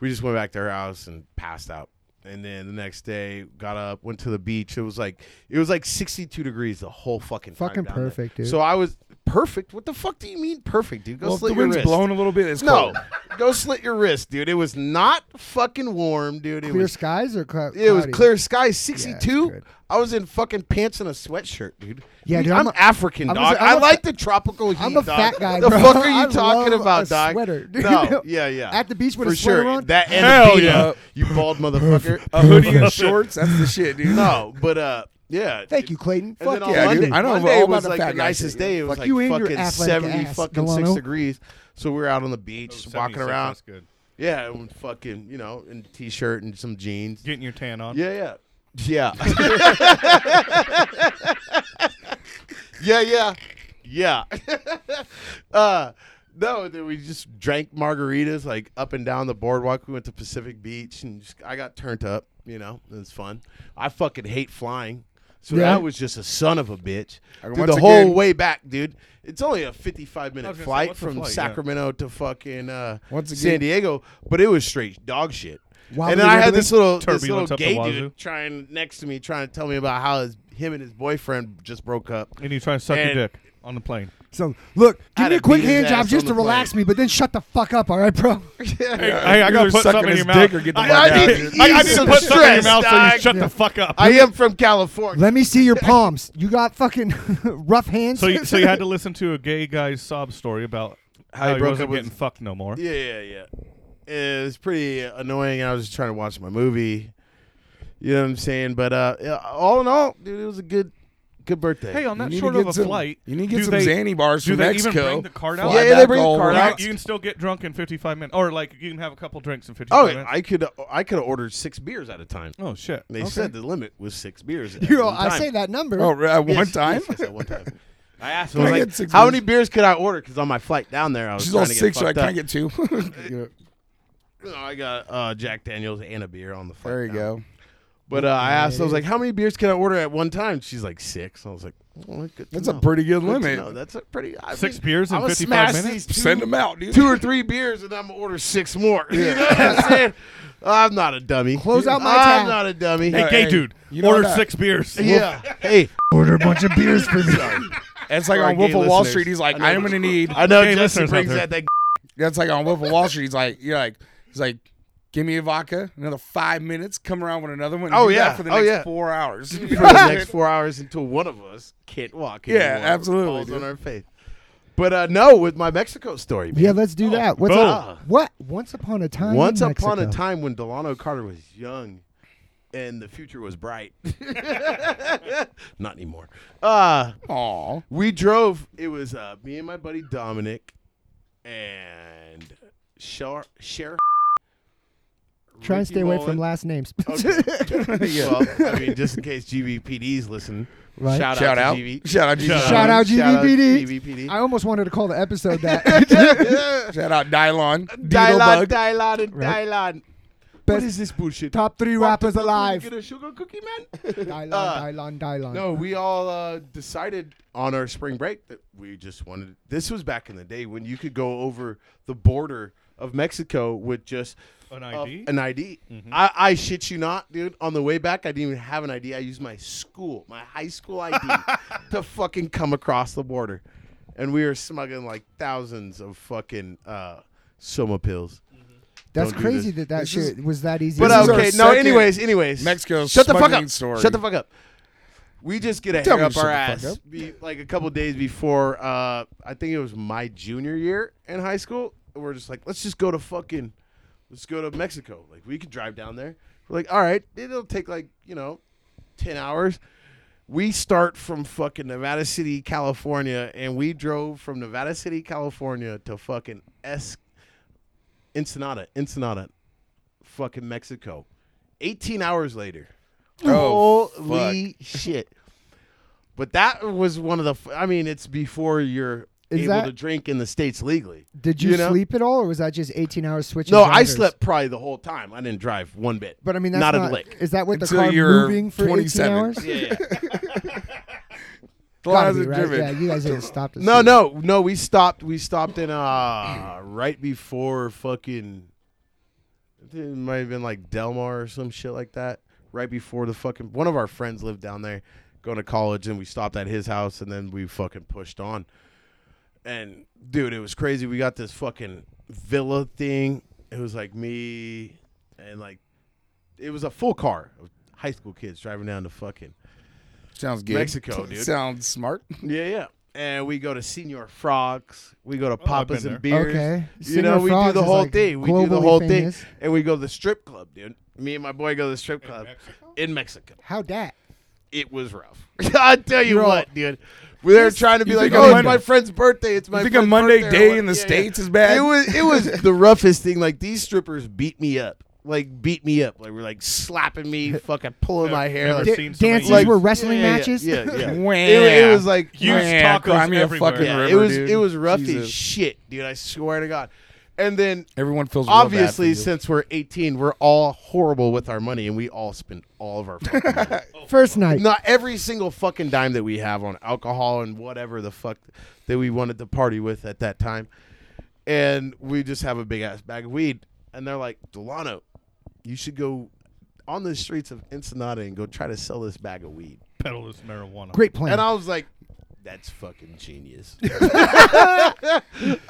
Speaker 1: We just went back to her house and passed out. And then the next day, got up, went to the beach. It was like it was like sixty two degrees the whole fucking time
Speaker 2: Fucking
Speaker 1: down there.
Speaker 2: perfect, dude.
Speaker 1: So I was perfect. What the fuck do you mean perfect, dude? Go
Speaker 4: Well, if
Speaker 1: slit
Speaker 4: the
Speaker 1: your
Speaker 4: wind's
Speaker 1: wrist.
Speaker 4: blowing a little bit. It's
Speaker 1: no,
Speaker 4: cold.
Speaker 1: go slit your wrist, dude. It was not fucking warm, dude. It
Speaker 2: Clear
Speaker 1: was
Speaker 2: skies or cloud?
Speaker 1: it was clear sky. Sixty
Speaker 2: Yeah,
Speaker 1: two.
Speaker 2: that's good.
Speaker 1: I was in fucking pants and a sweatshirt, dude.
Speaker 2: Yeah,
Speaker 1: Dude,
Speaker 2: dude,
Speaker 1: I'm,
Speaker 2: I'm a-
Speaker 1: African,
Speaker 2: I'm a-
Speaker 1: dog.
Speaker 2: I'm
Speaker 1: I
Speaker 2: a
Speaker 1: like the
Speaker 2: fa-
Speaker 1: tropical heat.
Speaker 2: I'm a
Speaker 1: dog.
Speaker 2: fat guy,
Speaker 1: The
Speaker 2: bro.
Speaker 1: fuck are you
Speaker 2: I
Speaker 1: talking
Speaker 2: love
Speaker 1: about,
Speaker 2: a
Speaker 1: dog?
Speaker 2: sweater, dude.
Speaker 1: No, yeah, yeah.
Speaker 2: At the beach with
Speaker 1: For
Speaker 2: a sweater
Speaker 1: sure.
Speaker 2: on?
Speaker 1: That and
Speaker 3: Hell
Speaker 1: a beanie,
Speaker 3: yeah.
Speaker 1: you bald motherfucker.
Speaker 4: A hoodie and shorts. That's the shit, dude.
Speaker 1: no, but uh, yeah.
Speaker 2: Thank you, Clayton.
Speaker 1: And then
Speaker 2: Fuck
Speaker 1: on
Speaker 4: yeah,
Speaker 1: Monday,
Speaker 4: dude. I know
Speaker 1: Monday
Speaker 4: all about
Speaker 1: was
Speaker 4: the
Speaker 1: like
Speaker 4: fat
Speaker 1: the
Speaker 4: guy
Speaker 1: nicest
Speaker 4: shit.
Speaker 1: day. It was
Speaker 2: Fuck
Speaker 1: like
Speaker 2: you and your
Speaker 1: fucking
Speaker 2: athletic
Speaker 1: seventy
Speaker 2: ass,
Speaker 1: fucking six
Speaker 2: Delano.
Speaker 1: degrees. So we were out on the beach, walking around.
Speaker 3: That's good.
Speaker 1: Yeah, and fucking, you know, in a t-shirt and some jeans.
Speaker 3: Getting your tan on.
Speaker 1: Yeah, yeah. Yeah. yeah, yeah. Yeah. uh no, then we just drank margaritas like up and down the boardwalk. We went to Pacific Beach and just, I got turned up, you know. It was fun. I fucking hate flying. So
Speaker 2: Yeah.
Speaker 1: that was just a son of a bitch.
Speaker 4: And
Speaker 1: Dude,
Speaker 4: once
Speaker 1: the whole
Speaker 4: again-
Speaker 1: way back, dude. It's only a 55 minute
Speaker 3: gonna say,
Speaker 1: flight
Speaker 3: what's the
Speaker 1: from
Speaker 3: flight? Yeah.
Speaker 1: Sacramento to fucking uh,
Speaker 4: Once
Speaker 1: San
Speaker 4: again-
Speaker 1: Diego, but it was straight dog shit.
Speaker 2: Wobbly
Speaker 1: and then I had
Speaker 2: wibbly?
Speaker 1: this little this little
Speaker 3: Turbulence up the
Speaker 1: gay
Speaker 3: wazoo.
Speaker 1: dude trying next to me trying to tell me about how his him and his boyfriend just broke up.
Speaker 3: And you try to suck
Speaker 1: And-
Speaker 3: your dick on the plane.
Speaker 2: So look, give
Speaker 1: I'd
Speaker 2: me a
Speaker 1: have
Speaker 2: quick
Speaker 1: beat his
Speaker 2: hand
Speaker 1: ass
Speaker 2: job
Speaker 1: on
Speaker 2: just
Speaker 1: the
Speaker 2: to relax
Speaker 1: plane.
Speaker 2: me, but then shut the fuck up, all right, bro?
Speaker 3: Hey, I, I gotta
Speaker 4: Either
Speaker 3: put
Speaker 4: suck in
Speaker 3: something in
Speaker 4: his
Speaker 3: your mouth.
Speaker 4: dick or get the
Speaker 1: I-
Speaker 4: fuck
Speaker 1: I
Speaker 4: out.
Speaker 1: need-
Speaker 4: dude.
Speaker 3: I, I need
Speaker 1: Ease
Speaker 3: to
Speaker 1: some
Speaker 3: put something in your
Speaker 1: stress,
Speaker 3: mouth so you
Speaker 1: dog.
Speaker 3: shut the fuck up.
Speaker 1: I am from California.
Speaker 2: Let me see your palms. You got fucking rough hands.
Speaker 3: So you, so you had to listen to a gay guy's sob story about
Speaker 1: How
Speaker 3: how,
Speaker 1: he
Speaker 3: he,
Speaker 1: broke up
Speaker 3: wasn't
Speaker 1: with-
Speaker 3: getting fucked no more.
Speaker 1: yeah, yeah, yeah. It was pretty annoying. I was just trying to watch my movie. You know what I'm saying? But uh, yeah, all in all, dude, it was a good good birthday.
Speaker 3: Hey, on
Speaker 4: You
Speaker 3: that
Speaker 4: need to
Speaker 3: short
Speaker 4: get
Speaker 3: of a
Speaker 4: some-
Speaker 3: flight,
Speaker 4: you need to
Speaker 3: do
Speaker 4: get some
Speaker 3: they-
Speaker 4: Zanny bars
Speaker 3: do
Speaker 4: from
Speaker 3: they even
Speaker 4: Mexico.
Speaker 3: bring the card out?
Speaker 4: fly
Speaker 1: Yeah, they
Speaker 4: back
Speaker 1: bring the
Speaker 4: all
Speaker 1: card
Speaker 3: You-
Speaker 1: out.
Speaker 4: around.
Speaker 3: You, can still get drunk in 55 minutes, or like you can have a couple drinks in 55
Speaker 1: oh,
Speaker 3: minutes.
Speaker 1: I could I could have ordered six beers at a time.
Speaker 3: oh shit!
Speaker 1: They
Speaker 3: Okay.
Speaker 1: said the limit was six beers. at
Speaker 2: You know,
Speaker 1: one
Speaker 2: I
Speaker 1: time.
Speaker 2: say that number.
Speaker 4: Oh, at one
Speaker 1: Yes,
Speaker 4: time?
Speaker 1: yes, yes, at one time. I asked
Speaker 4: Can
Speaker 1: him,
Speaker 4: I
Speaker 1: like,
Speaker 4: get six
Speaker 1: how
Speaker 4: beers?
Speaker 1: many beers could I order? Because on my flight down there, I was
Speaker 4: She's
Speaker 1: trying
Speaker 4: all
Speaker 1: to get
Speaker 4: sick, so I
Speaker 1: fucked
Speaker 4: can't
Speaker 1: up.
Speaker 4: get two. Yeah,
Speaker 1: No, I got uh, Jack Daniels and a beer on the flight.
Speaker 4: There you
Speaker 1: down.
Speaker 4: go.
Speaker 1: But uh, I asked, I was like, how many beers can I order at one time? She's like, six. I was like, well, good to
Speaker 4: That's a
Speaker 1: know.
Speaker 4: pretty good
Speaker 1: Good to
Speaker 4: limit.
Speaker 1: know. That's a pretty. I
Speaker 3: Six
Speaker 1: mean,
Speaker 3: beers in
Speaker 1: I'ma
Speaker 3: 55
Speaker 1: smash
Speaker 3: minutes?
Speaker 1: these two-
Speaker 4: Send them out, dude.
Speaker 1: Two or three beers, and I'm gonna order six more. you know what I'm saying? I'm not a dummy.
Speaker 2: Close out my
Speaker 1: I'm
Speaker 2: tab.
Speaker 1: not a dummy.
Speaker 3: Hey,
Speaker 4: No,
Speaker 3: gay
Speaker 4: hey,
Speaker 3: dude,
Speaker 4: you know
Speaker 3: order
Speaker 4: what I-
Speaker 3: six beers.
Speaker 1: yeah. Hey,
Speaker 2: Order a bunch of beers for me.
Speaker 4: That's like
Speaker 1: For our
Speaker 4: on Wolf
Speaker 1: gay
Speaker 4: of Wall
Speaker 1: listeners.
Speaker 4: Street. He's like,
Speaker 1: I know
Speaker 4: I'm
Speaker 1: what
Speaker 4: gonna need.
Speaker 1: I know
Speaker 3: Hey,
Speaker 1: Justin
Speaker 3: listeners out
Speaker 1: brings
Speaker 3: there.
Speaker 1: out that
Speaker 4: That's like on Wolf of Wall Street. He's like, you're like, he's like, give me a vodka, another five minutes, come around with another one. and
Speaker 1: Oh,
Speaker 4: do that
Speaker 1: yeah.
Speaker 4: for the
Speaker 1: Oh,
Speaker 4: next
Speaker 1: yeah.
Speaker 4: four hours.
Speaker 1: for the next four hours until one of us can't walk.
Speaker 4: Yeah,
Speaker 1: anymore with
Speaker 4: absolutely,
Speaker 1: Balls
Speaker 4: dude.
Speaker 1: on our face. But uh, no, with my Mexico story, man.
Speaker 2: Yeah, let's do that. What's
Speaker 3: Oh.
Speaker 1: boom.
Speaker 2: up? What? Once upon a time. in
Speaker 1: Once upon a
Speaker 2: Mexico.
Speaker 1: time when Delano Carter was young and the future was bright. Not anymore. Uh,
Speaker 4: Aw,
Speaker 1: we drove. It was uh, me and my buddy Dominic and Cher. Cher
Speaker 2: Try and
Speaker 1: Ricky
Speaker 2: stay away
Speaker 1: Mullen.
Speaker 2: from last names.
Speaker 1: well, I mean, just in case GVPD's listen,
Speaker 2: Right.
Speaker 1: shout, out
Speaker 4: shout out,
Speaker 1: to GV.
Speaker 4: shout out, Jesus.
Speaker 2: Shout out GVPD.
Speaker 1: GVPD.
Speaker 2: I almost wanted to call the episode that.
Speaker 4: shout out, Dylon,
Speaker 1: Uh, Dylon,
Speaker 4: Dylon.
Speaker 1: Dylon, and
Speaker 2: Right.
Speaker 1: Dylon.
Speaker 2: Best
Speaker 1: this bullshit?
Speaker 2: top three rappers alive.
Speaker 1: Get a sugar cookie, man.
Speaker 2: Dylon,
Speaker 1: Uh,
Speaker 2: Dylon, Dylon.
Speaker 1: no, we all uh, decided on our spring break that we just wanted. This was back in the day when you could go over the border of Mexico with just
Speaker 3: An
Speaker 1: uh,
Speaker 3: ID?
Speaker 1: an ID. I, I shit you not, dude. On the way back, I didn't even have an ID. I used my school, my high school ID, to fucking come across the border. and we were smuggling like thousands of fucking uh, soma pills.
Speaker 2: That's
Speaker 1: Don't do
Speaker 2: crazy
Speaker 1: this.
Speaker 2: that that
Speaker 4: This is-
Speaker 2: shit was that easy.
Speaker 1: But uh,
Speaker 4: This is
Speaker 2: to
Speaker 4: our
Speaker 1: okay, no.
Speaker 4: second
Speaker 1: Anyways, anyways,
Speaker 4: Mexico
Speaker 1: Shut the fuck
Speaker 4: smuggling
Speaker 1: up.
Speaker 4: story.
Speaker 1: Shut the fuck up. We just get a
Speaker 4: Tell
Speaker 1: hair
Speaker 4: me
Speaker 1: up
Speaker 4: to
Speaker 1: our
Speaker 4: shut the fuck
Speaker 1: ass be, like a couple days before. Uh, I think it was my junior year in high school. We're just like, let's just go to fucking, let's go to Mexico. Like we could drive down there. We're like, all right, it'll take like you know, ten hours. We start from fucking Nevada City, California, and we drove from Nevada City, California to fucking Es Ensenada, Ensenada, fucking Mexico. 18 hours later.
Speaker 4: Oh,
Speaker 1: Holy shit. But that was one of the. f- I mean, it's before you're
Speaker 2: Is
Speaker 1: able
Speaker 2: that-
Speaker 1: to drink in the States legally.
Speaker 2: Did you,
Speaker 1: you know?
Speaker 2: sleep at all, or was that just 18 hours switching?
Speaker 1: No, I
Speaker 2: drivers?
Speaker 1: slept probably the whole time. I didn't drive one bit.
Speaker 2: But I mean, that's
Speaker 1: not,
Speaker 2: not,
Speaker 1: a lick.
Speaker 2: Is that with the
Speaker 4: Until
Speaker 2: car
Speaker 4: you're
Speaker 2: moving for 18
Speaker 4: 27.
Speaker 2: hours?
Speaker 1: Yeah, yeah.
Speaker 2: Gotta
Speaker 4: Glad
Speaker 2: be,
Speaker 4: it
Speaker 2: right?
Speaker 4: driven.
Speaker 2: Yeah, you guys didn't stop to
Speaker 1: No,
Speaker 2: sleep.
Speaker 1: no, no. We stopped. We stopped in uh right before fucking. It might have been like Delmar or some shit like that. Right before the fucking one of our friends lived down there, going to college, and we stopped at his house, and then we fucking pushed on. And dude, it was crazy. We got this fucking villa thing. It was like me and like it was a full car of high school kids driving down to fucking
Speaker 4: Sounds good.
Speaker 1: Mexico, dude.
Speaker 4: Sounds smart.
Speaker 1: yeah, yeah. And we go to Senior Frogs. We go to Papas
Speaker 3: been
Speaker 1: and
Speaker 3: there.
Speaker 1: Beers.
Speaker 2: Okay.
Speaker 1: You
Speaker 2: Senior
Speaker 1: know, we
Speaker 2: Frogs
Speaker 1: do the
Speaker 2: is,
Speaker 1: whole
Speaker 2: like,
Speaker 1: thing. We do the
Speaker 2: globally
Speaker 1: whole
Speaker 2: famous.
Speaker 1: thing. And we go to the strip club, dude. Me and my boy go to the strip club in Mexico.
Speaker 2: How that?
Speaker 1: It was rough. I tell you
Speaker 2: You're all-
Speaker 1: what, dude. We were trying to be
Speaker 4: you
Speaker 1: like,
Speaker 4: think a
Speaker 1: oh, it's
Speaker 4: Monday-
Speaker 1: my friend's birthday. It's my
Speaker 4: You think a
Speaker 1: friend's
Speaker 4: Monday
Speaker 1: birthday or
Speaker 4: day
Speaker 1: what-
Speaker 4: in the
Speaker 1: Yeah, yeah.
Speaker 4: States is bad?
Speaker 1: It was it was the roughest thing. Like these strippers beat me up. Like beat me up. Like were like slapping me, fucking pulling my hair.
Speaker 3: Never
Speaker 1: Like,
Speaker 2: Da-
Speaker 3: seen so many
Speaker 2: dances
Speaker 3: youths-
Speaker 2: were wrestling
Speaker 1: yeah, yeah,
Speaker 2: matches.
Speaker 1: Yeah, yeah.
Speaker 4: Wow.
Speaker 1: It- it was like
Speaker 3: Huge
Speaker 4: Man,
Speaker 3: tacos
Speaker 4: cry me a
Speaker 3: everywhere.
Speaker 4: fucking
Speaker 3: Yeah,
Speaker 1: Yeah,
Speaker 4: river,
Speaker 1: it was
Speaker 4: dude.
Speaker 1: it was rough as
Speaker 4: Jesus.
Speaker 1: shit, dude. I swear to God. And then
Speaker 4: Everyone feels real bad
Speaker 1: obviously,
Speaker 4: for you.
Speaker 1: since we're 18, we're all horrible with our money, and we all spend all of our fucking money.
Speaker 2: First night.
Speaker 1: not every single fucking dime that we have on alcohol and whatever the fuck that we wanted to party with at that time, and we just have a big ass bag of weed, and they're like, Delano, you should go on the streets of Ensenada and go try to sell this bag of weed.
Speaker 3: peddle this marijuana.
Speaker 2: Great plan.
Speaker 1: And I was like, that's fucking genius.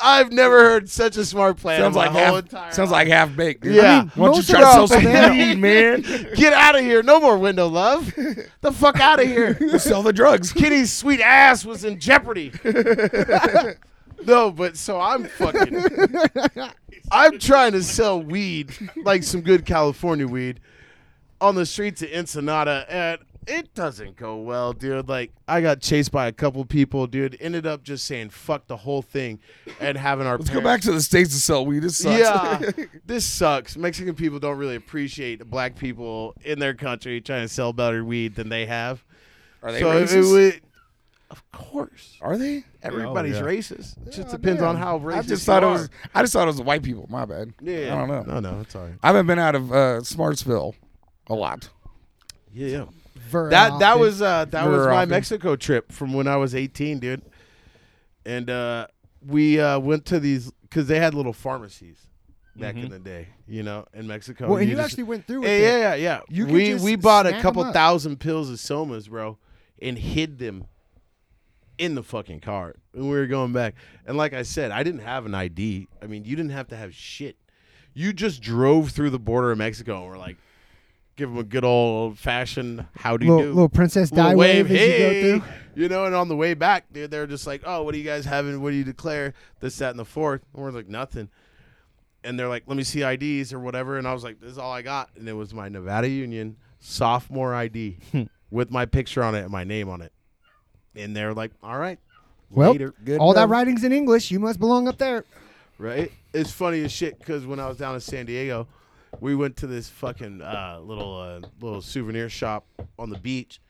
Speaker 1: I've never heard such a smart plan.
Speaker 4: sounds
Speaker 1: in my
Speaker 4: like
Speaker 1: whole
Speaker 4: half
Speaker 1: entire
Speaker 4: sounds
Speaker 1: life.
Speaker 4: like half baked. dude.
Speaker 1: Yeah. I mean,
Speaker 4: why don't you
Speaker 2: most
Speaker 4: try
Speaker 2: of
Speaker 4: to
Speaker 2: our
Speaker 4: sell some
Speaker 2: plan-
Speaker 4: weed, man?
Speaker 1: get out of here. No more window love. the fuck out of here.
Speaker 4: sell the drugs.
Speaker 1: Kitty's sweet ass was in jeopardy. no, but so I'm fucking. I'm trying to sell weed, like some good California weed, on the streets of Ensenada, and it doesn't go well, dude. Like I got chased by a couple people, dude. Ended up just saying fuck the whole thing, and having our
Speaker 4: Let's go back to the states to sell weed. It sucks.
Speaker 1: yeah, this sucks. Mexican people don't really appreciate black people in their country trying to sell better weed than they have.
Speaker 4: Are they
Speaker 1: so it-
Speaker 4: racist? Oh,
Speaker 1: It, would, of course,
Speaker 4: Are they?
Speaker 1: everybody's
Speaker 3: yeah.
Speaker 1: racist. It just depends on how racist.
Speaker 4: I just thought it
Speaker 1: you
Speaker 4: was.
Speaker 1: are.
Speaker 4: I just thought it was the white people. My bad.
Speaker 1: Yeah,
Speaker 4: I don't know.
Speaker 1: No, no, it's all right.
Speaker 4: I haven't been out of uh, Smartsville a lot.
Speaker 1: Yeah, yeah.
Speaker 2: Very
Speaker 1: That that
Speaker 2: often.
Speaker 1: was uh, that was
Speaker 4: Very
Speaker 1: my
Speaker 4: often.
Speaker 1: Mexico trip from when I was 18, dude. And uh, we uh, went to these because they had little pharmacies back
Speaker 4: Mm-hmm.
Speaker 1: in the day, you know, in Mexico.
Speaker 2: Well, and you
Speaker 1: just-
Speaker 2: actually went through with
Speaker 1: Yeah,
Speaker 2: it.
Speaker 1: yeah, yeah, yeah.
Speaker 2: You could
Speaker 1: we
Speaker 2: just
Speaker 1: we bought
Speaker 2: snag
Speaker 1: a
Speaker 2: 'em
Speaker 1: couple
Speaker 2: up.
Speaker 1: thousand pills of somas, bro, and hid them in the fucking car. And we were going back. And like I said, I didn't have an ID. I mean, you didn't have to have shit. You just drove through the border of Mexico and we're like, give them a good old fashioned howdy
Speaker 2: little,
Speaker 1: do.
Speaker 2: little Princess
Speaker 1: Little
Speaker 2: Di wave, as
Speaker 1: hey!
Speaker 2: you go through.
Speaker 1: You know, and on the way back, dude, they're just like, "Oh, what do you guys having? What do you declare? This, that, and the fourth. And we're like, "Nothing." And they're like, "Let me see IDs or whatever." And I was like, "This is all I got," and it was my Nevada Union sophomore ID
Speaker 2: Hmm.
Speaker 1: with my picture on it and my name on it. And they're like, "All right,
Speaker 2: Well,
Speaker 1: later, good
Speaker 2: all that
Speaker 1: enough."
Speaker 2: writing's in English. You must belong up there.
Speaker 1: right?" It's funny as shit because when I was down in San Diego, we went to this fucking uh, little uh, little souvenir shop on the beach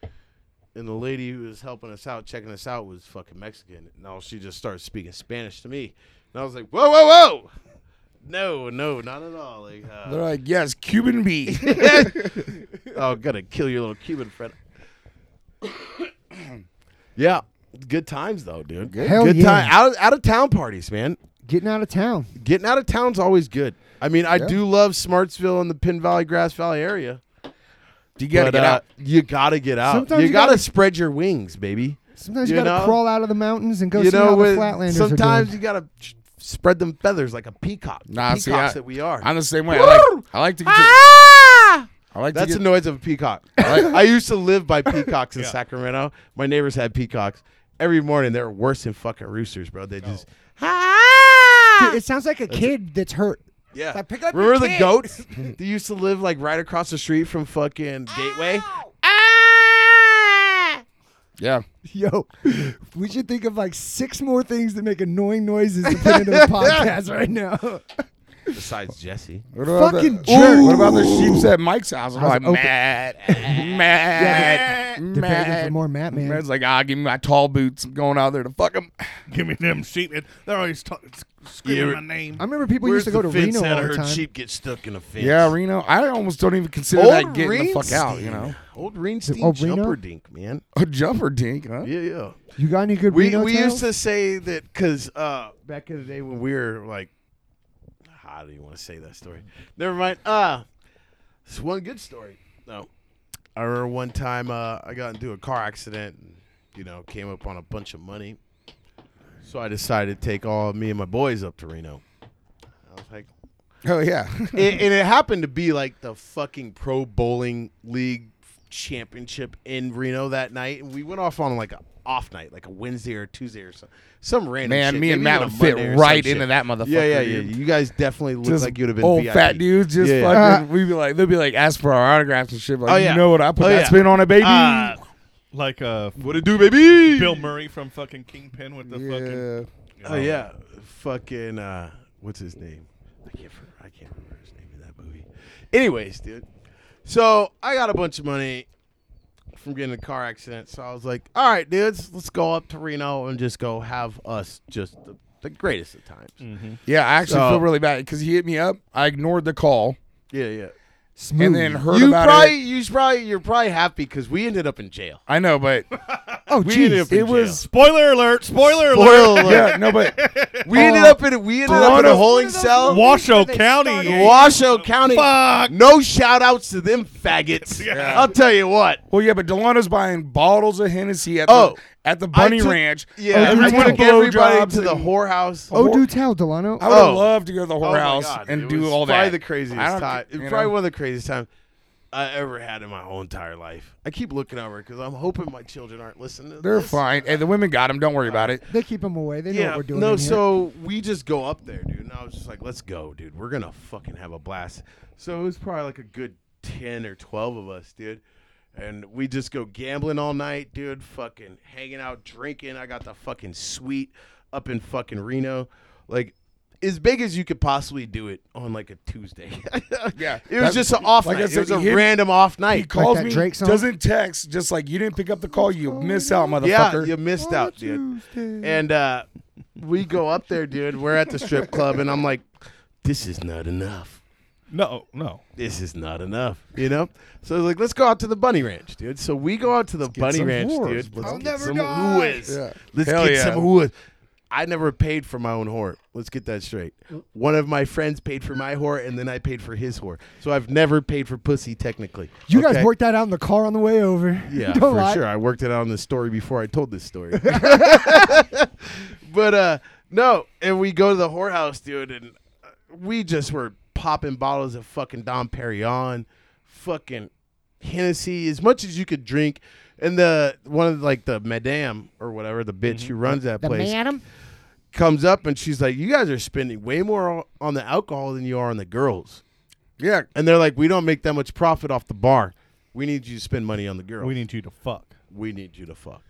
Speaker 1: and the lady who was helping us out, checking us out, was fucking Mexican. And all she just started speaking Spanish to me, and I was like, "Whoa, whoa, whoa! No, no, not at all." Like,
Speaker 4: They're
Speaker 1: uh,
Speaker 4: like, yes, Cuban B.
Speaker 1: oh, gotta kill your little Cuban friend. yeah, good times though, dude. Good,
Speaker 2: Hell
Speaker 1: good
Speaker 2: yeah.
Speaker 1: time out of, out of town parties, man.
Speaker 2: Getting out of town.
Speaker 1: Getting out of town's always good. I mean, I
Speaker 4: Yeah.
Speaker 1: do love Smartsville and the Pin Valley, Grass Valley area.
Speaker 4: you gotta
Speaker 1: but,
Speaker 4: get
Speaker 1: uh,
Speaker 4: out.
Speaker 1: You gotta get out.
Speaker 2: Sometimes
Speaker 1: you,
Speaker 2: you
Speaker 1: gotta,
Speaker 2: gotta-
Speaker 1: spread your wings, baby.
Speaker 2: Sometimes you,
Speaker 1: You
Speaker 2: gotta
Speaker 1: know?
Speaker 2: crawl out of the mountains and go
Speaker 1: you
Speaker 2: see
Speaker 1: know,
Speaker 2: how the
Speaker 1: when-
Speaker 2: flatlanders are
Speaker 1: sometimes
Speaker 2: doing.
Speaker 1: you gotta sh- spread them feathers like a peacock.
Speaker 4: Nah,
Speaker 1: peacocks
Speaker 4: see, I-
Speaker 1: that we are.
Speaker 4: I'm the same way. I like, I like to. Get to I like
Speaker 1: Ah! That's
Speaker 4: to
Speaker 1: the
Speaker 4: get,
Speaker 1: noise of a peacock. I used to live by peacocks in Sacramento. My neighbors had peacocks. Every morning they were worse than fucking roosters, bro. They just
Speaker 2: Dude, it sounds like a kid that's hurt.
Speaker 1: yeah.
Speaker 2: Like, pick up your
Speaker 1: Remember the
Speaker 2: kids.
Speaker 1: goats? they used to live like right across the street from fucking
Speaker 2: Ah!
Speaker 1: Gateway.
Speaker 4: yeah.
Speaker 2: Yo, we should think of like six more things that make annoying noises to put into the podcast right now.
Speaker 1: Besides Jesse,
Speaker 4: What about
Speaker 2: Fucking
Speaker 4: the,
Speaker 2: jerk.
Speaker 4: What about the sheeps at Mike's house? I'm like,
Speaker 2: open.
Speaker 4: mad, mad,
Speaker 2: Depending for
Speaker 4: mad.
Speaker 2: more Matt man.
Speaker 4: Man's like, ah, give me my tall boots. I'm going out there to fuck him.
Speaker 3: Give me them sheep. and They're always ta- sc- screaming my name.
Speaker 2: I remember people used to go to Reno all the time.
Speaker 1: get stuck in a fence.
Speaker 4: Yeah, Reno. I almost don't even consider that getting the fuck out. You know,
Speaker 1: Old Reinstein
Speaker 2: Oh, Reno?
Speaker 1: jumper dink, man.
Speaker 4: a jumper dink, huh?
Speaker 1: Yeah, yeah.
Speaker 2: You got any good
Speaker 1: We
Speaker 2: Reno
Speaker 1: we
Speaker 2: tales?
Speaker 1: used to say that because uh, back in the day when we were like, how do you want to say that story? Never mind. Uh, it's one good story. No, I remember one time uh, I got into a car accident. And, you know, came up on a bunch of money, so I decided to take all me and my boys up to Reno. I was like,
Speaker 4: Oh yeah.
Speaker 1: and, and it happened to be like the fucking pro bowling league championship in Reno that night, and we went off on like a off night, like a Wednesday or Tuesday or some some random.
Speaker 4: Man,
Speaker 1: shit.
Speaker 4: me and
Speaker 1: Maybe
Speaker 4: Matt
Speaker 1: even a
Speaker 4: would fit
Speaker 1: Monday or
Speaker 4: right
Speaker 1: some
Speaker 4: into
Speaker 1: shit.
Speaker 4: that motherfucker.
Speaker 1: Yeah, yeah, yeah.
Speaker 4: dude.
Speaker 1: You guys definitely look
Speaker 4: Just
Speaker 1: like you'd have been
Speaker 4: old
Speaker 1: VIP.
Speaker 4: fat dudes. Just
Speaker 1: Yeah, yeah.
Speaker 4: fucking. we'd be like, they'd be like, ask for our autographs and shit. Like,
Speaker 1: Oh,
Speaker 4: you
Speaker 1: yeah.
Speaker 4: know what? I put
Speaker 1: Oh,
Speaker 4: that
Speaker 1: yeah. Ah.
Speaker 4: spin on it, baby.
Speaker 3: Uh, like uh,
Speaker 1: What it do, baby?
Speaker 3: Bill Murray from fucking Kingpin with the fucking.
Speaker 4: yeah.
Speaker 1: Oh yeah, fucking uh, what's his name? I can't for- I can't remember his name in that movie. Anyways, dude, so I got a bunch of money from getting in a car accident, so I was like, all right, dudes, let's go up to Reno and just go have us just the, the greatest of times.
Speaker 4: Yeah, I actually
Speaker 1: So-
Speaker 4: feel really bad because he hit me up. I ignored the call
Speaker 1: Yeah, yeah.
Speaker 2: Smooth.
Speaker 4: and then heard
Speaker 1: you
Speaker 4: about
Speaker 1: probably,
Speaker 4: it.
Speaker 1: you probably, you're probably happy because we ended up in jail.
Speaker 4: I know, but
Speaker 2: oh,
Speaker 1: We ended
Speaker 2: jeez.
Speaker 1: up in
Speaker 4: it was-
Speaker 1: jail.
Speaker 3: Spoiler alert! Spoiler alert!
Speaker 1: Spoiler alert. Oh.
Speaker 4: yeah, no, but
Speaker 1: We ended up in a- we ended up in a holding cell,
Speaker 3: Washoe County.
Speaker 1: Washoe County.
Speaker 3: Fuck.
Speaker 1: No shout outs to them faggots.
Speaker 3: Yeah.
Speaker 1: I'll tell you what.
Speaker 4: well, yeah, but Delano's buying bottles of Hennessy at
Speaker 1: Oh.
Speaker 4: the at the
Speaker 1: I
Speaker 4: Bunny
Speaker 1: took-
Speaker 4: Ranch.
Speaker 1: Yeah,
Speaker 2: Oh,
Speaker 1: I
Speaker 2: dude, I
Speaker 1: took
Speaker 2: know.
Speaker 1: everybody
Speaker 4: Blowjobs
Speaker 1: to the
Speaker 4: and-
Speaker 1: whorehouse.
Speaker 2: Oh, do tell, Delano.
Speaker 4: I would
Speaker 1: Oh.
Speaker 4: have loved to go to the
Speaker 1: Oh my
Speaker 4: whorehouse
Speaker 1: God,
Speaker 4: and
Speaker 1: it
Speaker 4: do
Speaker 1: was
Speaker 4: all that.
Speaker 1: Probably the
Speaker 4: I don't
Speaker 1: craziest time.
Speaker 4: think-
Speaker 1: It
Speaker 4: you
Speaker 1: was
Speaker 4: know?
Speaker 1: probably one of the craziest times I ever had in my whole entire life. I keep looking over because I'm hoping my children aren't listening. To
Speaker 4: They're
Speaker 1: this.
Speaker 4: fine. Hey, the women got him. Don't worry about it.
Speaker 2: They keep him away. They know
Speaker 1: Yeah.
Speaker 2: what we're doing.
Speaker 1: no,
Speaker 2: in here.
Speaker 1: so we just go up there, dude. And I was just like, let's go, dude. We're gonna fucking have a blast. So it was probably like a good ten or twelve of us, dude. And we just go gambling all night, dude. Fucking hanging out, drinking. I got the fucking suite up in fucking Reno, like as big as you could possibly do it on like a Tuesday.
Speaker 4: Yeah,
Speaker 1: it was
Speaker 4: that-
Speaker 1: just an off
Speaker 4: like I
Speaker 1: night.
Speaker 4: said,
Speaker 1: it was a
Speaker 4: he hit-
Speaker 1: random off
Speaker 4: He
Speaker 1: night.
Speaker 4: calls
Speaker 2: that
Speaker 4: me,
Speaker 2: Drake song?
Speaker 4: doesn't text, just like you didn't pick up the call. You miss out,
Speaker 1: Oh, Yeah,
Speaker 4: motherfucker.
Speaker 1: you missed out, dude.
Speaker 2: Tuesday.
Speaker 1: And uh, we go up there, dude. We're at the strip club, and I'm like, this is not enough.
Speaker 3: No, no.
Speaker 1: This is not enough, you know? So I was like, let's go out to the bunny ranch, dude. So we go out to the bunny
Speaker 4: some
Speaker 1: ranch,
Speaker 4: whores,
Speaker 1: dude.
Speaker 4: bro.
Speaker 1: Let's
Speaker 4: I'll
Speaker 1: get
Speaker 4: never
Speaker 1: some
Speaker 4: die.
Speaker 1: whores.
Speaker 4: Yeah.
Speaker 1: Let's
Speaker 4: Hell
Speaker 1: get
Speaker 4: yeah.
Speaker 1: some whores. I never paid for my own whore. Let's get that straight. One of my friends paid for my whore, and then I paid for his whore. So I've never paid for pussy, technically.
Speaker 2: You guys
Speaker 1: okay?
Speaker 2: worked that out in the car on the way over.
Speaker 1: Yeah,
Speaker 2: Don't
Speaker 1: for
Speaker 2: lie.
Speaker 1: sure. I worked it out on the story before I told this story. but uh no, and we go to the whorehouse, dude, and uh, we just were popping bottles of fucking Dom Perignon, fucking Hennessy, as much as you could drink. And the one of like the madame or whatever the bitch who runs that
Speaker 2: Mm-hmm. The
Speaker 1: place
Speaker 2: madam.
Speaker 1: comes up and she's like, "You guys are spending way more on the alcohol than you are on the girls."
Speaker 4: yeah.
Speaker 1: And they're like, "We don't make that much profit off the bar. We need you to spend money on the girls.
Speaker 3: We need you to fuck.
Speaker 1: we need you to fuck."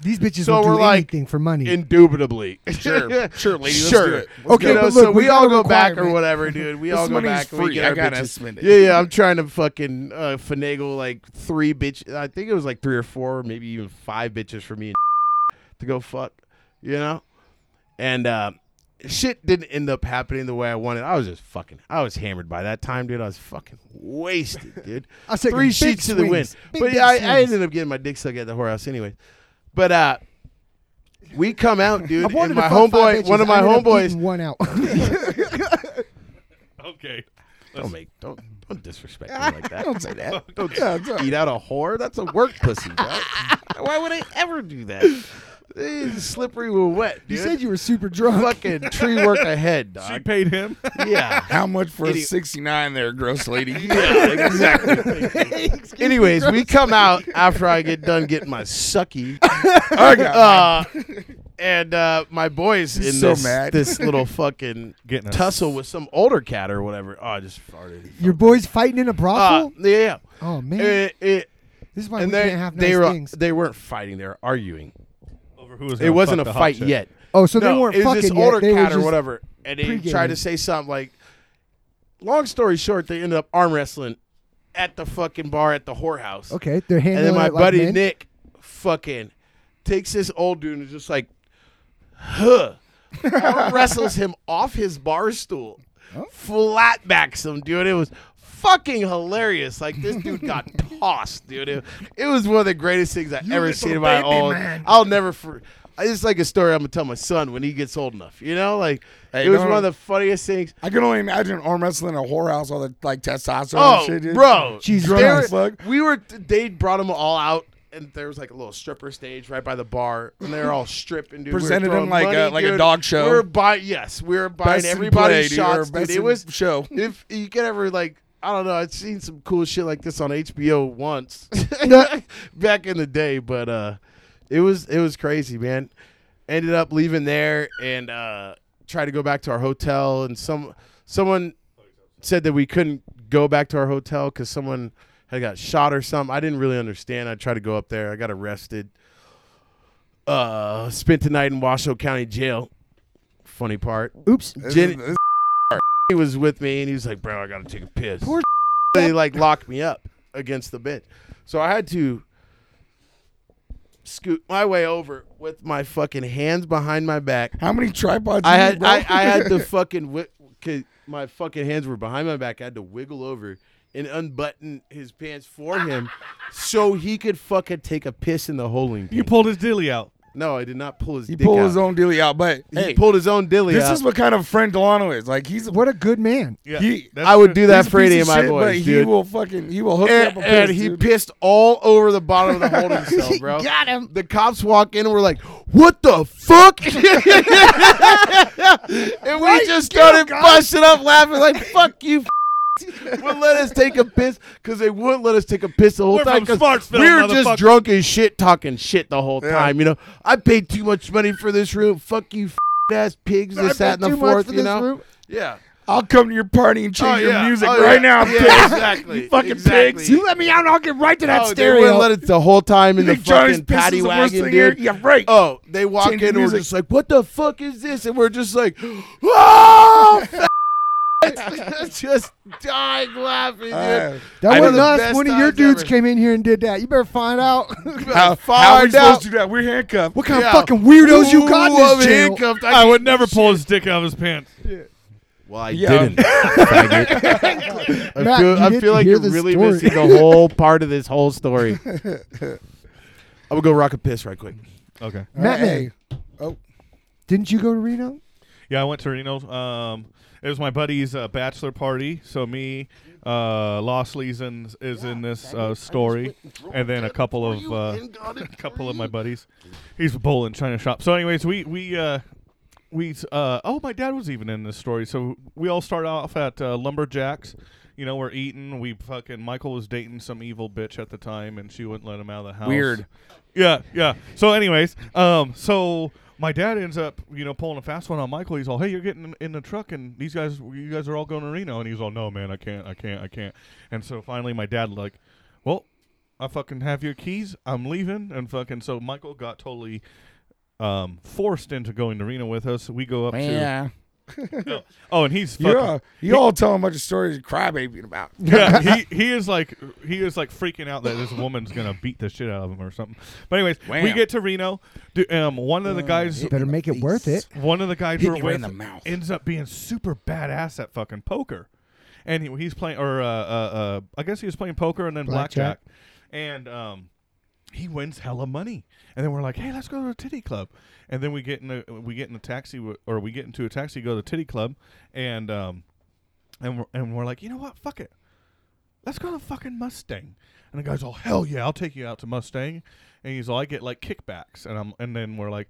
Speaker 2: These bitches
Speaker 1: So
Speaker 2: will
Speaker 1: we're
Speaker 2: do
Speaker 1: like
Speaker 2: anything for money.
Speaker 1: Indubitably.
Speaker 4: Sure. Sure, lady, let's
Speaker 1: Sure.
Speaker 4: do it. Let's
Speaker 1: okay,
Speaker 2: go.
Speaker 1: you know,
Speaker 2: but
Speaker 1: so
Speaker 2: look, we
Speaker 1: we
Speaker 2: got
Speaker 1: all
Speaker 2: a
Speaker 1: go back or
Speaker 2: requirement.
Speaker 1: whatever, dude. We
Speaker 4: This
Speaker 1: all go
Speaker 4: money's
Speaker 1: back. and We
Speaker 4: free.
Speaker 1: get
Speaker 4: I
Speaker 1: our
Speaker 4: gotta
Speaker 1: bitches.
Speaker 4: spend it.
Speaker 1: Yeah, yeah. I'm trying to fucking uh, finagle like three bitches. I think it was like three or four, maybe even five bitches for me and to go fuck, you know? And uh, shit didn't end up happening the way I wanted. I was just fucking, I was hammered by that time, dude. I was fucking wasted, dude.
Speaker 2: I was taking
Speaker 1: three
Speaker 2: big
Speaker 1: sheets to the wind.
Speaker 2: swings. Big,
Speaker 1: but
Speaker 2: big
Speaker 1: yeah, I, I
Speaker 2: swings.
Speaker 1: ended up getting my dick sucked at the whorehouse anyway. But uh, we come out,
Speaker 2: I
Speaker 1: dude,
Speaker 2: wanted
Speaker 1: and
Speaker 2: to
Speaker 1: my
Speaker 2: fuck
Speaker 1: homeboy,
Speaker 2: five bitches.
Speaker 1: one of my
Speaker 2: I ended up
Speaker 1: homeboys,
Speaker 2: eating One out.
Speaker 3: Okay.
Speaker 1: Don't make don't don't disrespect me like that.
Speaker 4: Don't say that.
Speaker 1: Don't
Speaker 4: Yeah, it's not-
Speaker 1: eat out a whore. That's a work pussy. Bro. Why would I ever do that? It's slippery with wet.
Speaker 2: You
Speaker 1: Dude.
Speaker 2: said you were super drunk.
Speaker 1: fucking tree work ahead,
Speaker 3: She
Speaker 1: dog.
Speaker 3: paid him.
Speaker 1: Yeah.
Speaker 4: How much for a
Speaker 1: Idiot.
Speaker 4: 69 there, gross lady?
Speaker 1: Yeah, exactly. Anyways, we come out after I get done getting my sucky,
Speaker 4: I got
Speaker 1: uh, and uh, my boys in
Speaker 4: He's so
Speaker 1: this
Speaker 4: mad.
Speaker 1: this little fucking
Speaker 3: Getting us.
Speaker 1: tussle with some older cat or whatever. Oh, I just farted.
Speaker 2: Your boys fighting in a
Speaker 1: Uh,
Speaker 2: brothel?
Speaker 1: yeah,
Speaker 2: oh man,
Speaker 1: it, it,
Speaker 2: this is why we
Speaker 1: Eh, and they
Speaker 2: can't have nice
Speaker 1: they were
Speaker 2: things.
Speaker 1: they weren't fighting. They were arguing.
Speaker 3: Over who was
Speaker 1: it
Speaker 3: gonna
Speaker 1: wasn't
Speaker 3: fuck
Speaker 1: a
Speaker 3: the hot
Speaker 1: fight
Speaker 3: chick.
Speaker 1: yet.
Speaker 2: oh, so
Speaker 1: no,
Speaker 2: they weren't
Speaker 1: it was
Speaker 2: fucking
Speaker 1: this
Speaker 2: yet.
Speaker 1: older
Speaker 2: they were
Speaker 1: cat or
Speaker 2: just-
Speaker 1: whatever, and he
Speaker 2: pre-gaming.
Speaker 1: tried to say something like. Long story short, they ended up arm wrestling at the fucking bar at the whorehouse.
Speaker 2: Okay, they're
Speaker 1: And then
Speaker 2: handling
Speaker 1: my
Speaker 2: it like
Speaker 1: buddy
Speaker 2: men.
Speaker 1: Nick fucking takes this old dude and is just like, huh, arm wrestles him off his bar stool, flat backs him, dude. It was fucking hilarious. Like this dude got tossed, dude. It, it was one of the greatest things I've ever seen in my
Speaker 4: baby
Speaker 1: whole.
Speaker 4: man.
Speaker 1: I'll never. For, it's like a story I'm gonna tell my son when he gets old enough. You know, like
Speaker 4: Hey,
Speaker 1: it was
Speaker 4: no,
Speaker 1: one of the funniest things.
Speaker 4: I can only imagine arm wrestling in a whorehouse, all the like testosterone
Speaker 1: Oh,
Speaker 4: and shit, dude.
Speaker 1: bro,
Speaker 2: Jesus
Speaker 1: they were-
Speaker 2: Christ.
Speaker 4: Fuck.
Speaker 1: we were. They brought them all out, and there was like a little stripper stage right by the bar, and they were all stripping. Dude, We were
Speaker 4: Presented 'em
Speaker 1: throwing
Speaker 4: like
Speaker 1: money,
Speaker 4: a- like a
Speaker 1: dude.
Speaker 4: dog show.
Speaker 1: We were buying. Yes, we were buying
Speaker 4: Best in
Speaker 1: everybody
Speaker 4: play, dude, or
Speaker 1: shots. Dude,
Speaker 4: best
Speaker 1: it
Speaker 4: in
Speaker 1: was
Speaker 4: show.
Speaker 1: If you could ever like. I don't know. I'd seen some cool shit like this on HBO once back in the day, but uh, it was it was crazy, man. Ended up leaving there and uh, tried to go back to our hotel, and some someone said that we couldn't go back to our hotel because someone had got shot or something. I didn't really understand. I tried to go up there. I got arrested. Uh, spent the night in Washoe County Jail. Funny part.
Speaker 2: Oops.
Speaker 4: This is-
Speaker 1: Jenny-
Speaker 4: this is-
Speaker 1: He was with me and he was like, "Bro, I gotta take a piss." they like locked me up against the bench, so I had to scoot my way over with my fucking hands behind my back
Speaker 4: how many tripods?
Speaker 1: I
Speaker 4: you
Speaker 1: had
Speaker 4: need, bro?
Speaker 1: I, I had to fucking wi- cause my fucking hands were behind my back. I had to wiggle over and unbutton his pants for him so he could fucking take a piss in the holding.
Speaker 3: You
Speaker 1: tank.
Speaker 3: pulled his dilly out.
Speaker 1: no, I did not pull his
Speaker 4: He
Speaker 1: dick
Speaker 4: pulled
Speaker 1: out.
Speaker 4: his own dealie out, but
Speaker 1: he
Speaker 4: hey,
Speaker 1: pulled his own dilly
Speaker 4: this
Speaker 1: out.
Speaker 4: is what kind of friend Delano is. Like he's a
Speaker 2: What a good man.
Speaker 3: Yeah,
Speaker 4: He-
Speaker 3: that's
Speaker 1: I would
Speaker 3: true.
Speaker 1: do that
Speaker 4: he's a
Speaker 1: for any
Speaker 4: piece
Speaker 1: of my
Speaker 4: shit, but
Speaker 1: boys,
Speaker 4: He
Speaker 1: dude.
Speaker 4: will fucking he will hook you up
Speaker 1: and,
Speaker 4: a
Speaker 1: and
Speaker 4: piss,
Speaker 1: he
Speaker 4: dude.
Speaker 1: pissed all over the bottom of the holding cell, bro. Got him. The cops walk in and we're like, "What the fuck?" and we just started busting up laughing, like, "Fuck you." f- would let us take a piss because they wouldn't let us take a piss the whole
Speaker 3: We're
Speaker 1: time.
Speaker 3: from
Speaker 1: 'cause
Speaker 3: Smartsville,
Speaker 1: we were just
Speaker 3: motherfucker.
Speaker 1: drunk as shit, talking shit the whole
Speaker 4: Yeah.
Speaker 1: time. You know, I paid too much money for this room. Fuck you, f- ass pigs. This,
Speaker 2: I
Speaker 1: that,
Speaker 2: paid
Speaker 1: and the
Speaker 2: too much
Speaker 1: fourth.
Speaker 2: for
Speaker 1: You
Speaker 2: this
Speaker 1: know,
Speaker 2: room.
Speaker 1: yeah.
Speaker 4: I'll come to your party and change
Speaker 1: Oh,
Speaker 4: your
Speaker 1: yeah.
Speaker 4: music
Speaker 1: Oh,
Speaker 4: right
Speaker 1: yeah.
Speaker 4: now.
Speaker 1: Yeah,
Speaker 4: piss.
Speaker 1: exactly.
Speaker 4: You fucking
Speaker 1: Exactly.
Speaker 4: pigs. You let me out, and I'll get right to that
Speaker 1: Oh,
Speaker 4: stereo.
Speaker 1: They wouldn't let it the whole time in
Speaker 4: You
Speaker 1: the
Speaker 4: think Johnny's
Speaker 1: fucking
Speaker 4: piss is
Speaker 1: paddy
Speaker 4: the worst
Speaker 1: wagon,
Speaker 4: thing here?
Speaker 1: dude.
Speaker 4: Yeah, right.
Speaker 1: Oh, they walk
Speaker 4: Change
Speaker 1: in
Speaker 4: the
Speaker 1: and we're
Speaker 4: music.
Speaker 1: just like, "What the fuck is this?" And we're just like, "Oh!" just dying laughing, dude.
Speaker 4: Uh,
Speaker 1: I
Speaker 2: That
Speaker 1: know
Speaker 2: wasn't
Speaker 1: the
Speaker 2: us.
Speaker 1: best
Speaker 2: One of your
Speaker 1: times
Speaker 2: dudes
Speaker 1: ever.
Speaker 2: came in here and did that. You better find out.
Speaker 4: how, how are we
Speaker 1: Find
Speaker 4: supposed
Speaker 1: out.
Speaker 4: to do that? We're handcuffed.
Speaker 2: what kind
Speaker 1: Yeah.
Speaker 2: of fucking weirdos you got
Speaker 1: Ooh,
Speaker 2: in
Speaker 1: I'm
Speaker 2: this jail?
Speaker 1: handcuffed. I,
Speaker 3: I
Speaker 1: can't-
Speaker 3: would never pull his dick out of his pants.
Speaker 1: Well, I
Speaker 4: Yeah.
Speaker 1: didn't. faggot. I
Speaker 2: Matt,
Speaker 1: feel,
Speaker 2: you
Speaker 1: I
Speaker 2: didn't
Speaker 1: feel like
Speaker 2: hear
Speaker 1: you're
Speaker 2: this
Speaker 1: really
Speaker 2: story.
Speaker 1: missing the whole part of this whole story. I would go rock a piss right quick.
Speaker 3: Okay.
Speaker 2: Matt,
Speaker 4: Hey.
Speaker 2: Oh,
Speaker 4: Oh.
Speaker 2: didn't you go to Reno?
Speaker 3: Yeah, I went to Reno. Um, it was my buddy's uh, bachelor party, so me, uh, Lost Leeson is in this uh, story, and then a couple of uh, a couple of my buddies. He's a bull in China shop. So, anyways, we we uh, we uh, oh, my dad was even in this story. So we all start off at uh, lumberjacks. You know, we're eating. We fucking Michael was dating some evil bitch at the time, and she wouldn't let him out of the house.
Speaker 4: Weird.
Speaker 3: Yeah, yeah. So, anyways, um, so my dad ends up, you know, pulling a fast one on Michael. He's all, "Hey, you're getting in the truck, and these guys, you guys are all going to Reno." And he's all, "No, man, I can't, I can't, I can't." And so finally, my dad like, "Well, I fucking have your keys. I'm leaving." And fucking so Michael got totally um forced into going to Reno with us. We go up
Speaker 4: Yeah.
Speaker 3: to oh, and he's fucking,
Speaker 4: You're a, you all telling a bunch of stories you're crybabying about.
Speaker 3: yeah, he, he is like he is like freaking out that this woman's gonna beat the shit out of him or something. But anyways, we
Speaker 4: Wham.
Speaker 3: get to Reno. Do, um, one of the guys,
Speaker 2: Better make it worth it.
Speaker 3: one of the guys
Speaker 4: Hit
Speaker 3: we're
Speaker 4: me right in
Speaker 3: with
Speaker 4: the mouth.
Speaker 3: ends up being super badass at fucking poker, and he, he's playing or uh, uh, uh, I guess he was playing poker and then blackjack,
Speaker 2: Blackjack.
Speaker 3: and um, he wins hella money. And then we're like, hey, let's go to the titty club. And then we get in a we get in a taxi w- or we get into a taxi, go to the titty club, and um, and we're, and we're like, you know what? Fuck it. Let's go to fucking Mustang. And the guy's all, hell yeah, I'll take you out to Mustang. And he's all, I get like kickbacks. And I'm and then we're like,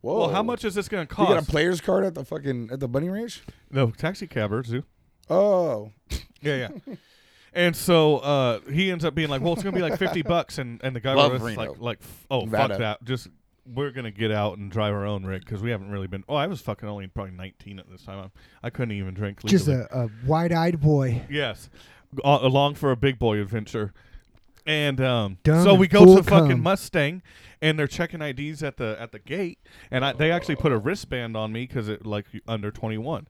Speaker 4: Whoa.
Speaker 3: well, how much is this going to
Speaker 4: You
Speaker 3: cost?
Speaker 4: got a player's card at the fucking at the bunny ranch?
Speaker 3: no, taxi cabbers do.
Speaker 4: Oh.
Speaker 3: Yeah, yeah. and so uh, he ends up being like, well, it's going to be like 50 bucks. And, and the guy
Speaker 4: Love
Speaker 3: was just
Speaker 4: Reno.
Speaker 3: like, like, f- oh,
Speaker 4: Nevada.
Speaker 3: fuck that. Just, we're going to get out and drive our own rig because we haven't really been. Oh, I was fucking only probably 19 at this time. I, I couldn't even drink legally.
Speaker 2: Just a, a wide-eyed boy.
Speaker 3: Yes, A- along for a big boy adventure. And um,
Speaker 2: Dumb
Speaker 3: so we
Speaker 2: and
Speaker 3: go to
Speaker 2: full
Speaker 3: the fucking
Speaker 2: cum.
Speaker 3: Mustang, and they're checking IDs at the at the gate, and I, they actually put a wristband on me because it like you- under twenty one,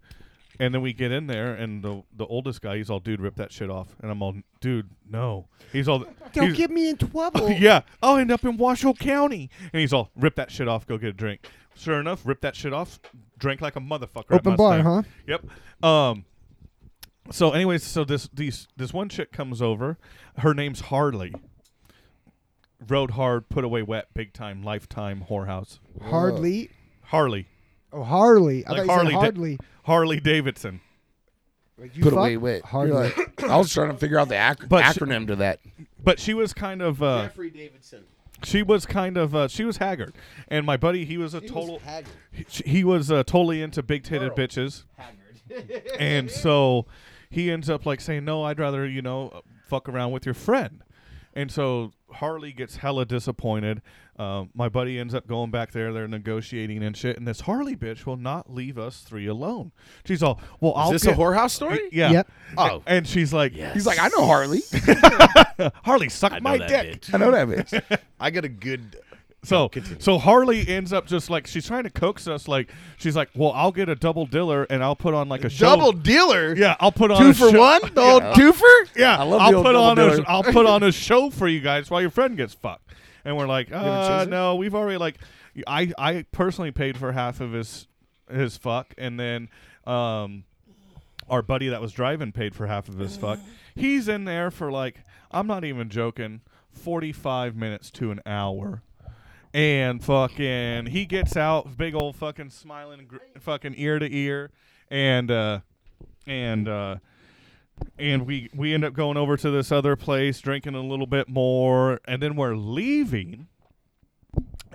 Speaker 3: and then we get in there, and the the oldest guy, he's all, dude, rip that shit off, and I'm all, dude, no, he's all,
Speaker 2: Don't
Speaker 3: he's-
Speaker 2: get me in
Speaker 1: Oh,
Speaker 2: trouble.
Speaker 3: yeah, I'll end up in Washoe County, and he's all, rip that shit off, go get a drink. Sure enough, rip that shit off, drank like a motherfucker. at
Speaker 2: Open bar,
Speaker 3: Mustang.
Speaker 2: huh?
Speaker 3: Yep. Um. So, anyways, so this these this one chick comes over. Her name's Harley. Rode hard, put away wet, big time, lifetime whorehouse.
Speaker 2: Hardly.
Speaker 3: Harley,
Speaker 2: Oh, Harley. I
Speaker 3: Like
Speaker 2: thought you
Speaker 3: Harley
Speaker 2: said
Speaker 3: Da-
Speaker 2: hardly.
Speaker 3: Harley Davidson.
Speaker 2: Like, you
Speaker 4: Put
Speaker 2: fuck?
Speaker 4: away wait.
Speaker 2: Hardly.
Speaker 4: I was trying to figure out the ac-
Speaker 3: But sh-
Speaker 4: acronym to that.
Speaker 3: But she was kind of uh,
Speaker 1: Jeffrey Davidson.
Speaker 3: she was kind of uh, she was haggard, and my buddy he was a total
Speaker 1: haggard.
Speaker 3: he, he was uh, totally into big titted bitches. and so he ends up like saying, "No, I'd rather you know fuck around with your friend." And so Harley gets hella disappointed. Um, my buddy ends up going back there. They're negotiating and shit. And this Harley bitch will not leave us three alone. She's all, "Well, I'll
Speaker 1: Is this
Speaker 3: get-
Speaker 1: a whorehouse story?
Speaker 3: Yeah.
Speaker 2: Yep.
Speaker 1: Oh.
Speaker 3: And she's like,
Speaker 4: He's like, I know Harley.
Speaker 3: Harley, suck my
Speaker 1: that
Speaker 3: dick.
Speaker 1: bitch.
Speaker 4: I know that bitch.
Speaker 1: I got a good.
Speaker 3: So
Speaker 1: Continue.
Speaker 3: so Harley ends up just like she's trying to coax us. Like she's like, "Well, I'll get a double diller and I'll put on like a show."
Speaker 1: Double dealer?
Speaker 3: Yeah, I'll put on
Speaker 1: Two
Speaker 3: a
Speaker 1: for
Speaker 3: show-
Speaker 1: one? Oh, The old twofer?
Speaker 3: Yeah,
Speaker 4: I love the
Speaker 3: will
Speaker 4: old
Speaker 3: put
Speaker 4: double
Speaker 3: on
Speaker 4: diller.
Speaker 3: a I'll put on a show for you guys while your friend gets fucked. And we're like, uh,
Speaker 4: chase it?
Speaker 3: no, we've already like, I I personally paid for half of his his fuck, and then um, our buddy that was driving paid for half of his fuck. He's in there for like, I'm not even joking, 45 minutes to an hour. And fucking, he gets out, big old fucking smiling, gr- fucking ear to ear, and uh, and uh, and we we end up going over to this other place, drinking a little bit more, and then we're leaving.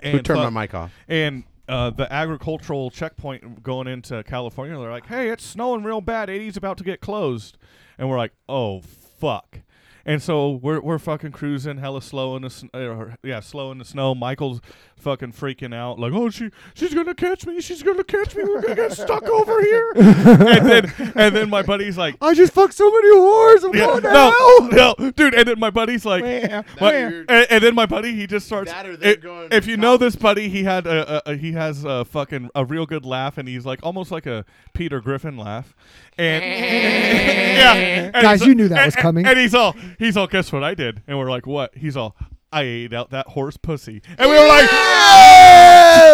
Speaker 3: And
Speaker 1: Who turned
Speaker 3: fuck-
Speaker 1: my mic off?
Speaker 3: and uh, the agricultural checkpoint going into California, they're like, "Hey, it's snowing real bad. 80's about to get closed," and we're like, "Oh fuck!" And so we're we're fucking cruising hella slow in the sn- uh, yeah slow in the snow. Michael's fucking freaking out like, "Oh she she's gonna catch me. She's gonna catch me. We're gonna get stuck over here." and then and then my buddy's like.
Speaker 2: I just fucked so many whores. I'm
Speaker 3: Yeah,
Speaker 2: going to hell.
Speaker 3: no, no, dude. And then my buddy's like,
Speaker 4: Wham,
Speaker 3: my-
Speaker 4: wham.
Speaker 3: and, and then my buddy he just starts.
Speaker 1: That or they're
Speaker 3: if-
Speaker 1: going
Speaker 3: if you
Speaker 1: to
Speaker 3: know this buddy, he had a, a, a he has a fucking a real good laugh, and he's like almost like a Peter Griffin laugh. And yeah, and
Speaker 2: Guys,
Speaker 3: he's-
Speaker 2: you knew that was
Speaker 3: and-
Speaker 2: coming.
Speaker 3: And he's all he's all, guess what I did? And we're like, what? He's all. I ate out that horse pussy, and we were like,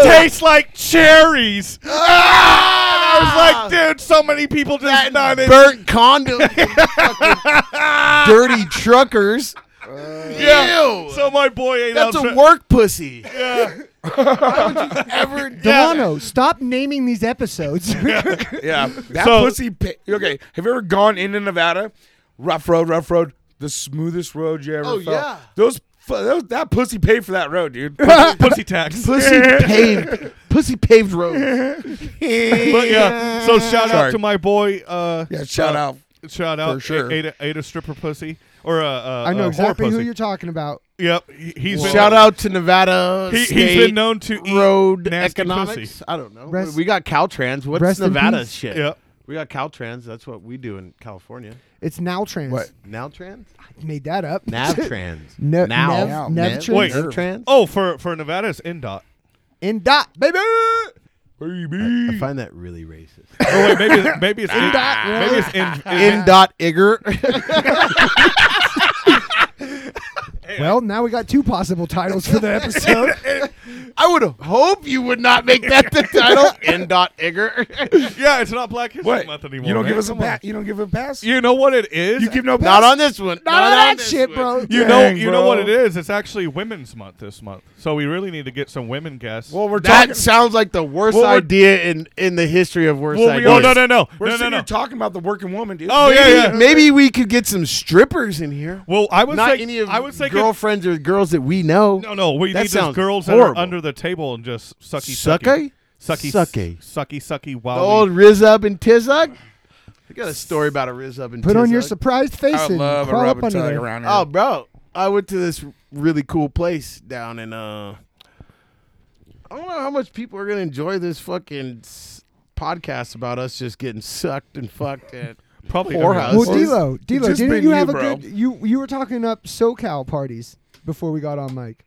Speaker 3: "Tastes like cherries."
Speaker 2: Ah!
Speaker 3: I was like, "Dude, so many people just know this
Speaker 1: Burnt condom. dirty truckers.
Speaker 3: Yeah.
Speaker 1: Ew.
Speaker 3: So my boy ate
Speaker 1: That's
Speaker 3: out.
Speaker 1: a work pussy.
Speaker 3: yeah.
Speaker 1: Ever
Speaker 2: Delano, stop naming these episodes.
Speaker 4: Yeah. That
Speaker 3: So-
Speaker 4: pussy pit. Okay. Have you ever gone into Nevada? Rough road, rough road. The smoothest road you ever
Speaker 1: Oh,
Speaker 4: felt.
Speaker 1: yeah.
Speaker 4: Those, fu- those that pussy paid for that road, dude.
Speaker 3: pussy tax.
Speaker 1: pussy paved pussy paved road.
Speaker 3: but yeah. So shout out
Speaker 4: Sorry.
Speaker 3: to my boy. Uh,
Speaker 4: yeah, shout
Speaker 3: uh,
Speaker 4: out.
Speaker 3: Shout out.
Speaker 4: For sure.
Speaker 3: Ate, a- ate a stripper pussy or uh, a. a
Speaker 2: I know
Speaker 4: uh,
Speaker 3: a whore
Speaker 2: exactly who
Speaker 3: pussy.
Speaker 2: you're talking about.
Speaker 3: Yep. He, he's been,
Speaker 1: Shout out to Nevada.
Speaker 3: He,
Speaker 1: State
Speaker 3: he's been known to eat
Speaker 1: road
Speaker 3: nasty
Speaker 1: economics.
Speaker 3: pussy.
Speaker 1: I don't know.
Speaker 2: Rest-
Speaker 1: we got Caltrans. What's
Speaker 2: rest in
Speaker 1: Nevada
Speaker 2: peace.
Speaker 1: shit?
Speaker 3: Yep.
Speaker 1: We got Caltrans. That's what we do in California.
Speaker 2: It's now trans.
Speaker 4: What?
Speaker 1: Now trans?
Speaker 2: I made that up.
Speaker 1: Navtrans.
Speaker 2: Ne-
Speaker 1: now.
Speaker 2: Nav- Nav-
Speaker 3: Wait.
Speaker 1: Navtrans?
Speaker 3: Oh, for for Nevada, it's NDOT.
Speaker 2: In dot, baby.
Speaker 1: I find that really racist.
Speaker 3: Oh wait, maybe it's- maybe it's NDOT. Maybe it's in, in,
Speaker 1: In dot igger.
Speaker 2: Well, now we got two possible titles for the episode.
Speaker 1: I
Speaker 4: I would hope you would not make that the title.
Speaker 1: N. Dot Igger.
Speaker 3: yeah, it's not Black History
Speaker 4: What?
Speaker 3: Month anymore.
Speaker 4: You don't
Speaker 3: man.
Speaker 4: give us a
Speaker 3: Come on.
Speaker 4: pass. You don't give a pass.
Speaker 3: You know what it is?
Speaker 4: You give no pass.
Speaker 1: Not on this one.
Speaker 2: None of
Speaker 1: on
Speaker 2: that
Speaker 1: this
Speaker 2: shit,
Speaker 1: one.
Speaker 2: bro.
Speaker 3: You know,
Speaker 4: Dang,
Speaker 3: you know what
Speaker 4: bro.
Speaker 3: it is. It's actually Women's Month this month, so we really need to get some women guests.
Speaker 4: Well, we're
Speaker 1: That
Speaker 4: talking.
Speaker 1: sounds like the worst
Speaker 4: Well, we're-
Speaker 1: idea in, in the history of worst
Speaker 3: Well, we-
Speaker 1: ideas.
Speaker 3: oh no no no
Speaker 4: We're
Speaker 3: no no
Speaker 4: sitting
Speaker 3: no.
Speaker 4: here talking about the working woman, dude.
Speaker 3: Oh yeah
Speaker 1: Maybe,
Speaker 3: yeah.
Speaker 1: maybe we could get some strippers in here.
Speaker 3: Well, I was
Speaker 1: Not
Speaker 3: think-
Speaker 1: any of
Speaker 3: I was thinking.
Speaker 1: girlfriends or girls that we know.
Speaker 3: no no. We
Speaker 1: That
Speaker 3: need those
Speaker 1: sounds
Speaker 3: girls that
Speaker 1: horrible.
Speaker 3: are under the table and just sucky
Speaker 1: Sucky?
Speaker 3: sucky
Speaker 1: Sucky.
Speaker 3: sucky sucky
Speaker 1: The
Speaker 3: while
Speaker 1: old
Speaker 3: we,
Speaker 1: Riz Up and Tizzuck. I got a story about a Riz Up and
Speaker 2: Put on your
Speaker 1: Tizzuck.
Speaker 2: surprised face
Speaker 4: I would
Speaker 2: and
Speaker 4: love a
Speaker 2: crawl
Speaker 4: rub
Speaker 2: up
Speaker 4: and
Speaker 2: under
Speaker 4: tug
Speaker 2: there.
Speaker 4: around here.
Speaker 1: Oh, bro, I went to this really cool place down in. uh I don't know how much people are gonna enjoy this fucking s- podcast about us just getting sucked and fucked at
Speaker 3: probably
Speaker 1: Whorehouse.
Speaker 2: Well,
Speaker 1: Well, it's-
Speaker 2: D'Lo, D'Lo,
Speaker 4: just
Speaker 2: didn't
Speaker 4: been
Speaker 2: you
Speaker 4: you,
Speaker 2: have a
Speaker 4: bro.
Speaker 2: good? You you were talking up SoCal parties before we got on mic,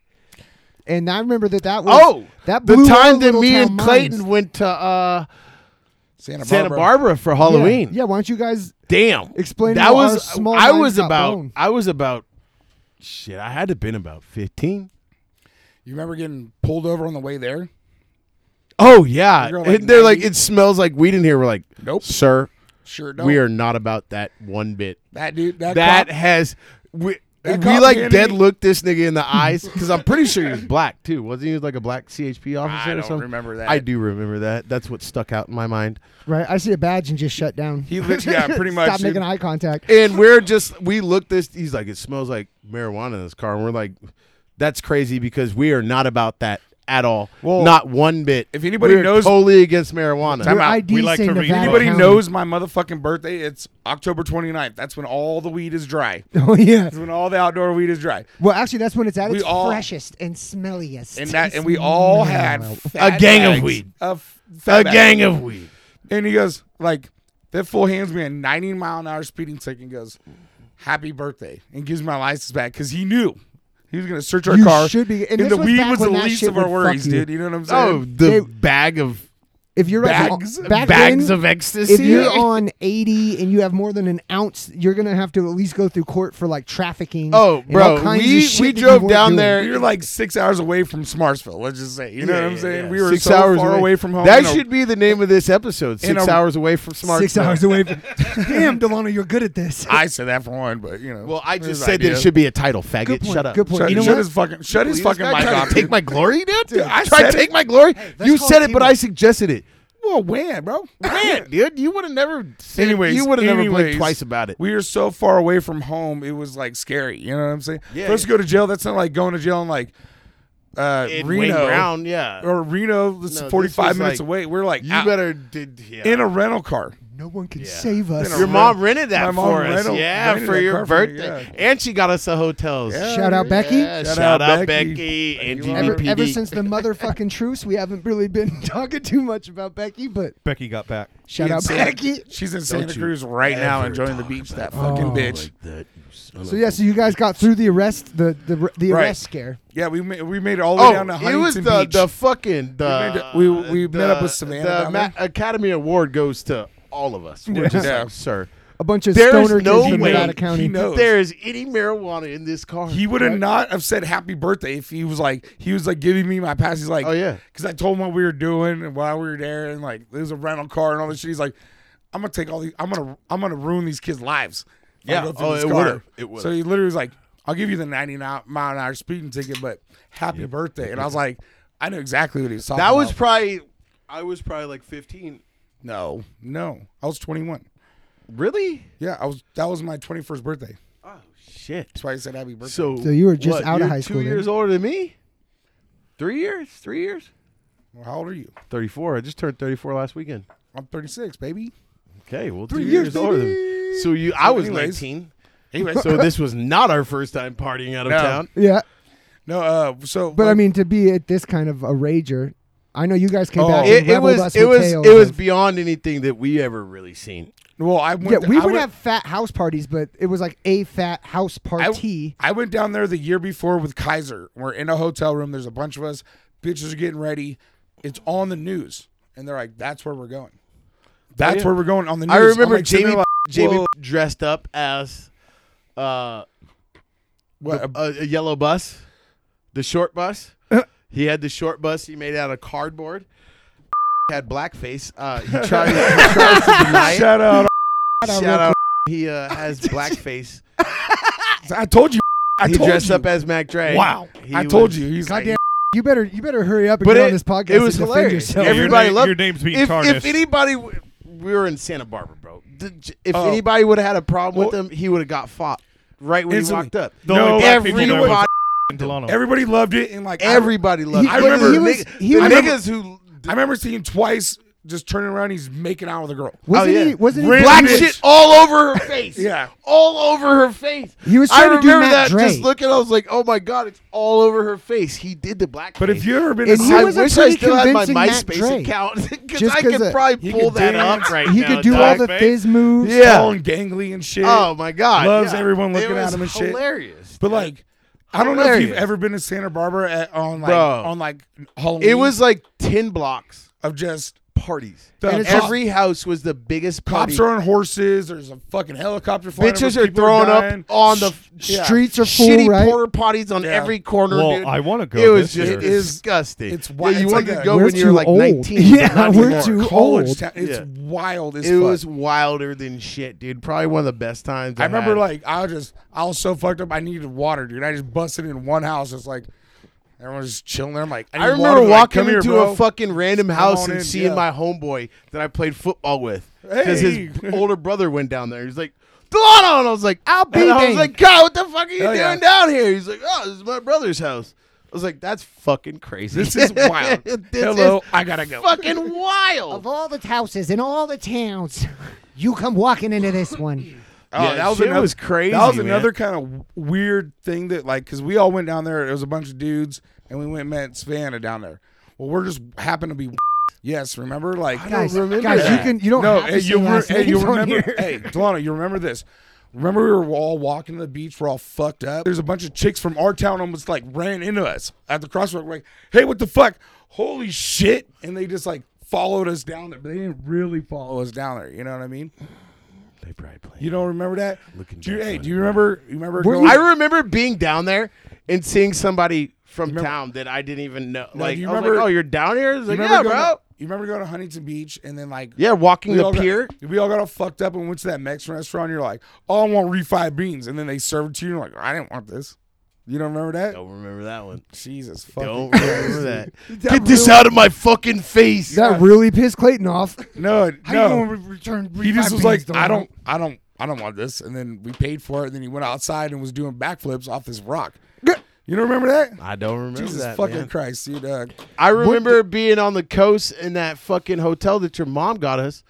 Speaker 2: and I remember that that was
Speaker 1: Oh,
Speaker 2: that
Speaker 1: the
Speaker 2: blew
Speaker 1: time
Speaker 2: our
Speaker 1: that
Speaker 2: little
Speaker 1: me
Speaker 2: town
Speaker 1: and Clayton
Speaker 2: minds.
Speaker 1: went to uh,
Speaker 4: Santa Barbara.
Speaker 1: Santa Barbara for
Speaker 2: Yeah,
Speaker 1: Halloween.
Speaker 2: Yeah, why don't you guys?
Speaker 1: Damn.
Speaker 2: Explain
Speaker 1: that
Speaker 2: how
Speaker 1: was
Speaker 2: our small
Speaker 1: I
Speaker 2: minds
Speaker 1: was
Speaker 2: got
Speaker 1: about
Speaker 2: blown.
Speaker 1: I was about shit. I had to been about fifteen.
Speaker 4: You remember getting pulled over on the way there?
Speaker 1: Oh yeah,
Speaker 4: You're like
Speaker 1: And they're like
Speaker 4: 90?
Speaker 1: it smells like weed in here. We're like,
Speaker 4: Nope.
Speaker 1: sir,
Speaker 4: Sure don't.
Speaker 1: we are not about that one bit.
Speaker 4: That dude. That,
Speaker 1: that
Speaker 4: cop-
Speaker 1: has we,
Speaker 4: That
Speaker 1: we
Speaker 4: cop
Speaker 1: like
Speaker 4: handed
Speaker 1: dead
Speaker 4: me-
Speaker 1: looked this nigga in the eyes because I'm pretty sure he was black too. Wasn't he like a black CHP officer
Speaker 4: I
Speaker 1: or
Speaker 4: don't
Speaker 1: something?
Speaker 4: remember that.
Speaker 1: I do remember that. That's what stuck out in my mind.
Speaker 2: Right, I see a badge and just shut down.
Speaker 4: He lit- yeah, pretty much,
Speaker 2: Stop
Speaker 4: dude.
Speaker 2: making eye contact.
Speaker 1: And we're just we looked this. He's like, it smells like marijuana in this car, and we're like, that's crazy because we are not about that at all.
Speaker 4: Well,
Speaker 1: not one bit.
Speaker 4: if anybody
Speaker 1: We're
Speaker 4: knows-
Speaker 1: totally against marijuana.
Speaker 4: Time
Speaker 2: Your
Speaker 4: out.
Speaker 2: ID
Speaker 3: We like
Speaker 2: say
Speaker 3: to read.
Speaker 2: Nevada
Speaker 4: Anybody
Speaker 2: County.
Speaker 4: knows my motherfucking birthday? It's October 29th. That's when all the weed is dry.
Speaker 2: Oh yeah.
Speaker 4: That's when all the outdoor weed is dry.
Speaker 2: Well, actually, that's when it's at
Speaker 4: We
Speaker 2: its
Speaker 4: all-
Speaker 2: freshest and smelliest.
Speaker 4: And that and we all had
Speaker 2: Smell.
Speaker 4: fat
Speaker 1: A gang of
Speaker 4: bags
Speaker 1: weed.
Speaker 4: Of fat
Speaker 1: A
Speaker 4: bags.
Speaker 1: gang of weed.
Speaker 4: And he goes, like, that fool hands me a 90 mile an hour speeding ticket and goes, Happy birthday. And gives me my license back because he knew he was going to search our
Speaker 2: You
Speaker 4: car.
Speaker 2: should be- and this
Speaker 4: And, the
Speaker 2: was
Speaker 4: weed
Speaker 2: back
Speaker 4: was
Speaker 2: when
Speaker 4: the
Speaker 2: that
Speaker 4: least
Speaker 2: shit
Speaker 4: of our
Speaker 2: would
Speaker 4: worries,
Speaker 2: fuck you.
Speaker 4: dude. You know what I'm
Speaker 1: Oh,
Speaker 4: saying?
Speaker 1: the
Speaker 2: They-
Speaker 1: bag of
Speaker 2: if you're
Speaker 4: Bags-
Speaker 2: back
Speaker 1: bags
Speaker 2: then,
Speaker 1: of ecstasy.
Speaker 2: if you're on 80 and you have more than an ounce, you're gonna have to at least go through court for like trafficking.
Speaker 1: Oh,
Speaker 2: and all
Speaker 1: bro,
Speaker 2: kinds of
Speaker 1: we
Speaker 2: shit
Speaker 1: we
Speaker 2: that you
Speaker 1: drove
Speaker 2: weren't
Speaker 1: down
Speaker 2: doing.
Speaker 1: there.
Speaker 4: We were like six hours away from Smartsville, let's just say. You know
Speaker 1: Yeah,
Speaker 4: what I'm
Speaker 1: yeah,
Speaker 4: saying?
Speaker 1: yeah.
Speaker 4: We were
Speaker 1: six
Speaker 4: so
Speaker 1: hours
Speaker 4: far
Speaker 1: away.
Speaker 4: away from home.
Speaker 1: That
Speaker 4: in a-
Speaker 1: should be the name of this episode. Six
Speaker 4: a-
Speaker 1: hours away from smart.
Speaker 2: Six hours away. From, Damn, Delano, you're good at this.
Speaker 4: I said that for one, but you know.
Speaker 1: Well, I just
Speaker 4: his
Speaker 1: said that
Speaker 4: idea.
Speaker 1: it should be a title. Faggot.
Speaker 2: good point.
Speaker 1: Shut up.
Speaker 2: Good point.
Speaker 4: Shut,
Speaker 2: you know
Speaker 4: shut
Speaker 2: what?
Speaker 4: his fucking shut his
Speaker 1: This guy
Speaker 4: fucking mic
Speaker 1: tried to
Speaker 4: off.
Speaker 1: Take
Speaker 4: dude.
Speaker 1: my glory, dude.
Speaker 4: Dude, I
Speaker 1: Try to
Speaker 4: said
Speaker 1: take
Speaker 4: it.
Speaker 1: my glory. you
Speaker 2: call
Speaker 1: said
Speaker 2: it
Speaker 1: it, but
Speaker 2: teamwork.
Speaker 1: I suggested it.
Speaker 4: well, when, bro?
Speaker 1: Man, dude, you would have never. Said,
Speaker 4: Anyways,
Speaker 1: you would have never
Speaker 4: anyways,
Speaker 1: blinked twice about it.
Speaker 4: We were so far away from home, it was like scary. You know what I'm saying?
Speaker 1: Yeah,
Speaker 4: For us to
Speaker 1: yeah.
Speaker 4: go to jail, that's not like going to jail in like uh,
Speaker 1: In Wayne
Speaker 4: Reno
Speaker 1: Brown, yeah.
Speaker 4: or Reno. That's
Speaker 1: No, this
Speaker 4: 45
Speaker 1: was
Speaker 4: minutes
Speaker 1: like-
Speaker 4: away. We're like
Speaker 1: you
Speaker 4: out-
Speaker 1: better did. Yeah.
Speaker 4: in a rental car.
Speaker 2: No one can
Speaker 1: Yeah.
Speaker 2: save us.
Speaker 4: Been
Speaker 1: your
Speaker 4: a-
Speaker 1: mom rented
Speaker 4: My
Speaker 1: that
Speaker 4: mom
Speaker 1: for us.
Speaker 4: rented-
Speaker 1: yeah,
Speaker 4: rented
Speaker 1: for
Speaker 4: that
Speaker 1: your
Speaker 4: car for me,
Speaker 1: birthday,
Speaker 4: yeah.
Speaker 1: and she got us the hotels.
Speaker 4: Yeah.
Speaker 2: Shout out Becky.
Speaker 1: Yeah,
Speaker 4: Shout
Speaker 1: shout,
Speaker 4: out
Speaker 1: out
Speaker 4: Becky.
Speaker 1: Becky,
Speaker 4: Thank
Speaker 1: and
Speaker 4: you.
Speaker 2: Ever,
Speaker 1: GDPD.
Speaker 2: ever since the motherfucking truce, we haven't really been talking too much about Becky, but
Speaker 3: Becky got back.
Speaker 2: shout out
Speaker 4: Insane.
Speaker 2: Becky.
Speaker 4: She's in
Speaker 1: Don't
Speaker 4: Santa
Speaker 1: you
Speaker 4: Cruz right now
Speaker 1: ever
Speaker 4: enjoying the
Speaker 1: talk
Speaker 4: beach. That
Speaker 1: about
Speaker 4: fucking
Speaker 2: Oh.
Speaker 4: bitch.
Speaker 1: that, you son
Speaker 2: So
Speaker 1: of
Speaker 2: yeah,
Speaker 1: a-
Speaker 2: so you guys got through the arrest, the the, the
Speaker 4: Right.
Speaker 2: arrest scare.
Speaker 4: Yeah, we made, we made it all the way
Speaker 1: Oh,
Speaker 4: down to
Speaker 1: it
Speaker 4: Huntington
Speaker 1: was the,
Speaker 4: Beach.
Speaker 1: the fucking the uh,
Speaker 4: We made it- we- we met up with
Speaker 1: the-
Speaker 4: Savannah
Speaker 1: The
Speaker 4: down there.
Speaker 1: Academy Award goes to all of us. We're just
Speaker 4: Yeah.
Speaker 1: like, sir,
Speaker 2: A bunch of
Speaker 1: There is
Speaker 2: stoner
Speaker 1: no
Speaker 2: kids in
Speaker 1: way
Speaker 2: Nevada
Speaker 1: he
Speaker 2: County.
Speaker 4: knows. Those.
Speaker 1: there is any marijuana in this car.
Speaker 4: He would have not have said happy birthday if he was like he was like giving me my pass. He's like,
Speaker 1: Oh, yeah.
Speaker 4: because I told him what we were doing and why we were there and like there was a rental car and all this shit. He's like, I'm gonna take all these. I'm gonna I'm gonna ruin these kids' lives. if I
Speaker 1: Yeah.
Speaker 4: go through
Speaker 1: Oh,
Speaker 4: this
Speaker 1: it
Speaker 4: car."
Speaker 1: would've. It would've.
Speaker 4: So he literally was like, I'll give you the 90 mile mile an hour speeding ticket, but happy birthday. And I was like, I knew exactly what he was talking
Speaker 1: that
Speaker 4: about.
Speaker 1: was probably I was probably like 15.
Speaker 4: no, no. I was 21.
Speaker 1: Really?
Speaker 4: Yeah, I was. That was my 21st birthday.
Speaker 1: Oh shit.
Speaker 4: That's why I said happy birthday.
Speaker 1: So
Speaker 2: So you were just
Speaker 1: what,
Speaker 2: out of
Speaker 1: you're
Speaker 2: high school
Speaker 1: Two
Speaker 2: then?
Speaker 1: years older than me. Three years. Three years.
Speaker 4: Well, how old are you?
Speaker 1: 34. I just turned 34 last weekend.
Speaker 4: I'm 36, baby.
Speaker 1: Okay, well,
Speaker 2: Three
Speaker 1: two
Speaker 2: years,
Speaker 1: years, older. Than me. So you, I was
Speaker 4: anyways.
Speaker 1: 19.
Speaker 4: Anyway,
Speaker 1: So this was not our first time partying out of
Speaker 4: No.
Speaker 1: town.
Speaker 2: Yeah,
Speaker 4: no. Uh, so
Speaker 2: but I
Speaker 4: like-
Speaker 2: mean to be at this kind of a rager, I know you guys came
Speaker 4: Oh.
Speaker 2: back.
Speaker 4: It-
Speaker 2: And
Speaker 1: it, it
Speaker 2: reveled
Speaker 1: was
Speaker 2: us
Speaker 1: it
Speaker 2: with
Speaker 1: was
Speaker 2: tales
Speaker 1: it was
Speaker 2: of-
Speaker 1: beyond anything that we ever really seen.
Speaker 4: Well, I went.
Speaker 2: Yeah, we
Speaker 4: I
Speaker 2: would
Speaker 4: went-
Speaker 2: have fat house parties, but it was like a fat house party.
Speaker 4: I went down there the year before with Kaiser. We're in a hotel room. There's a bunch of us. Bitches are getting ready. It's on the news, and they're like, "That's where we're going. That's
Speaker 1: yeah.
Speaker 4: where we're going on the news."
Speaker 1: I
Speaker 4: I'm
Speaker 1: remember
Speaker 4: like, sitting
Speaker 1: Jamie
Speaker 4: there
Speaker 1: Jamie
Speaker 4: oh whoa.
Speaker 1: dressed up as uh,
Speaker 4: like, what, uh,
Speaker 1: a, a yellow bus, the short bus. He had the short bus he made out of cardboard. had blackface. Uh, he tried, he tries to deny it.
Speaker 4: Shout out.
Speaker 1: Shout out. He uh, has blackface.
Speaker 4: I told you. I
Speaker 1: he
Speaker 4: told
Speaker 1: dressed
Speaker 4: you.
Speaker 1: up as Mac Dre.
Speaker 4: Wow.
Speaker 1: He
Speaker 4: I told
Speaker 1: was-
Speaker 4: you. He's like,
Speaker 2: Goddamn, you better you better hurry up and
Speaker 1: But
Speaker 2: get
Speaker 1: it-
Speaker 2: on this podcast.
Speaker 1: it was
Speaker 2: and defend
Speaker 1: hilarious.
Speaker 2: yourself.
Speaker 1: Every- Everybody
Speaker 3: your,
Speaker 1: loved-
Speaker 3: your name's being
Speaker 1: If,
Speaker 3: tarnished.
Speaker 1: if anybody, w- we were in Santa Barbara, bro. Did- If
Speaker 4: Oh.
Speaker 1: anybody would have had a problem with him, he would have got fought right when
Speaker 4: Instantly.
Speaker 1: he walked up.
Speaker 3: the
Speaker 4: No,
Speaker 3: only black people there was
Speaker 1: everybody,
Speaker 3: in Delano.
Speaker 4: everybody loved it. And like, every,
Speaker 1: everybody loved.
Speaker 2: He-
Speaker 1: him.
Speaker 4: I remember-
Speaker 1: the
Speaker 4: he
Speaker 2: was-
Speaker 1: nigg-
Speaker 2: he
Speaker 1: the
Speaker 2: was-
Speaker 1: niggas who
Speaker 4: I remember seeing twice just turning around. He's making out with a girl.
Speaker 2: wasn't
Speaker 1: oh, yeah.
Speaker 2: he? Wasn't he?
Speaker 4: Random
Speaker 1: black
Speaker 4: bitch.
Speaker 1: shit all over her face.
Speaker 4: Yeah.
Speaker 1: all over her face.
Speaker 2: He was
Speaker 1: I
Speaker 2: trying to
Speaker 1: remember
Speaker 2: do Mac
Speaker 1: that.
Speaker 2: Dre.
Speaker 1: Just looking, I was like, oh my god, it's all over her face. He did the black.
Speaker 4: But if you've ever been
Speaker 2: And
Speaker 4: to
Speaker 2: he
Speaker 1: I
Speaker 2: was a
Speaker 1: wish I
Speaker 2: pretty
Speaker 1: still had my
Speaker 2: convincing Mac Dre.
Speaker 1: MySpace account because
Speaker 2: Just
Speaker 1: I
Speaker 2: 'cause
Speaker 1: could
Speaker 2: of-
Speaker 1: probably
Speaker 4: He
Speaker 1: pull
Speaker 4: could
Speaker 1: that
Speaker 4: dance.
Speaker 1: up right
Speaker 2: He
Speaker 1: now.
Speaker 2: could do
Speaker 1: dog.
Speaker 2: all the fizz moves.
Speaker 1: Yeah.
Speaker 4: all gangly and shit.
Speaker 1: Oh my god!
Speaker 4: Loves
Speaker 1: yeah.
Speaker 4: everyone
Speaker 1: It
Speaker 4: looking at
Speaker 1: was
Speaker 4: him and shit.
Speaker 1: Hilarious.
Speaker 4: But like, I don't know if you've
Speaker 1: Hilarious.
Speaker 4: ever been to Santa Barbara at, on like
Speaker 1: Bro.
Speaker 4: on like Halloween.
Speaker 1: It was like ten blocks
Speaker 4: of just
Speaker 1: parties.
Speaker 4: The
Speaker 1: and
Speaker 4: cops-
Speaker 1: every house was the biggest party.
Speaker 4: cops are on horses. There's a fucking helicopter flying.
Speaker 1: Bitches
Speaker 4: over,
Speaker 1: are
Speaker 4: people
Speaker 1: throwing
Speaker 4: dying.
Speaker 1: up on the
Speaker 4: Yeah.
Speaker 2: Streets are
Speaker 1: shitty
Speaker 2: full, right?
Speaker 1: porter potties on
Speaker 4: Yeah.
Speaker 1: every corner.
Speaker 3: Well,
Speaker 1: dude.
Speaker 3: I wanna go
Speaker 1: It was
Speaker 3: this year.
Speaker 1: just
Speaker 4: It is-
Speaker 1: disgusting.
Speaker 4: it's wi-
Speaker 1: wild. yeah, you
Speaker 4: it's
Speaker 1: wanted
Speaker 4: like
Speaker 1: to
Speaker 4: a-
Speaker 1: go
Speaker 2: We're
Speaker 1: when you were
Speaker 2: too
Speaker 1: like
Speaker 2: old.
Speaker 1: nineteen.
Speaker 2: Yeah,
Speaker 1: but not
Speaker 2: we're
Speaker 1: anymore.
Speaker 2: too
Speaker 4: college
Speaker 2: old.
Speaker 4: town. It's
Speaker 1: Yeah.
Speaker 4: wild as
Speaker 1: It
Speaker 4: fuck.
Speaker 1: was wilder than shit, dude. Probably one of the best times.
Speaker 4: I remember
Speaker 1: had.
Speaker 4: like I was just I was so fucked up. I needed water, dude. I just busted in one house. It's like everyone was just chilling there. I'm like, I, need
Speaker 1: I
Speaker 4: water.
Speaker 1: remember
Speaker 4: They're
Speaker 1: walking
Speaker 4: like, "Come
Speaker 1: into
Speaker 4: here, bro."
Speaker 1: a fucking random house
Speaker 4: on
Speaker 1: and
Speaker 4: in,
Speaker 1: seeing
Speaker 4: yeah.
Speaker 1: my homeboy that I played football with because
Speaker 4: Hey.
Speaker 1: his older brother went down there. He's like, Delano, and I was like, I'll be. Oh,
Speaker 2: And
Speaker 1: I was
Speaker 2: dang.
Speaker 1: like, God, what the fuck are you
Speaker 4: Hell
Speaker 1: doing
Speaker 4: yeah.
Speaker 1: down here? He's like, Oh, this is my brother's house. I was like, That's fucking crazy.
Speaker 4: This is wild.
Speaker 1: This
Speaker 4: Hello,
Speaker 1: is
Speaker 4: I gotta go.
Speaker 1: Fucking wild.
Speaker 2: Of all the houses in all the towns, you come walking into this one.
Speaker 4: Oh,
Speaker 1: Yeah, shit was crazy,
Speaker 4: That was
Speaker 1: man.
Speaker 4: another kind of weird thing that like because we all went down there. It was a bunch of dudes, and we went and met Savannah down there. Well, we're just happened to be. Yes, remember like
Speaker 2: Guys,
Speaker 1: remember
Speaker 2: guys, you
Speaker 1: that.
Speaker 2: can you don't
Speaker 4: no,
Speaker 2: have
Speaker 4: hey,
Speaker 2: to
Speaker 4: you,
Speaker 2: sing
Speaker 4: re-
Speaker 2: last
Speaker 4: hey, you
Speaker 2: names on
Speaker 4: remember?
Speaker 2: here.
Speaker 4: Hey, Delano, you remember this? Remember we were all walking to the beach, we're all fucked up. There's a bunch of chicks from our town almost like ran into us at the crossroad. We're like, hey, what the fuck? Holy shit! And they just like followed us down there, but they didn't really follow us down there. You know what I mean?
Speaker 1: They probably played.
Speaker 4: You don't remember that?
Speaker 1: Looking
Speaker 4: do you,
Speaker 1: back
Speaker 4: hey,
Speaker 1: on
Speaker 4: do you remember? You remember?
Speaker 2: Were
Speaker 4: going-
Speaker 2: you-
Speaker 1: I remember being down there and seeing somebody from town that I didn't even know.
Speaker 4: No,
Speaker 1: like,
Speaker 4: do you
Speaker 1: I was like,
Speaker 4: remember-
Speaker 1: oh, you're down here? I was
Speaker 4: you
Speaker 1: like,
Speaker 4: remember
Speaker 1: yeah,
Speaker 4: going
Speaker 1: bro.
Speaker 4: to- you remember going to Huntington Beach and then like
Speaker 1: yeah, walking
Speaker 4: we
Speaker 1: the
Speaker 4: all got-
Speaker 1: pier.
Speaker 4: we all got all fucked up and went to that Mexican restaurant. and You're like, oh, I want refried beans, and then they serve it to you. And you're like, I didn't want this. You don't remember that?
Speaker 1: Don't remember that one.
Speaker 4: Jesus fucking
Speaker 1: Don't
Speaker 4: Christ.
Speaker 1: remember that. Get this out of my fucking face.
Speaker 2: That really pissed Clayton off.
Speaker 4: No, no.
Speaker 2: return?
Speaker 4: He just was like, I don't, I don't, I don't want this. And then we paid for it. And then he went outside and was doing backflips off this rock. You don't remember that?
Speaker 1: I don't remember
Speaker 4: Jesus
Speaker 1: that.
Speaker 4: fucking
Speaker 1: man.
Speaker 4: Christ, dude. Uh,
Speaker 1: I remember being on the coast in that fucking hotel that your mom got us.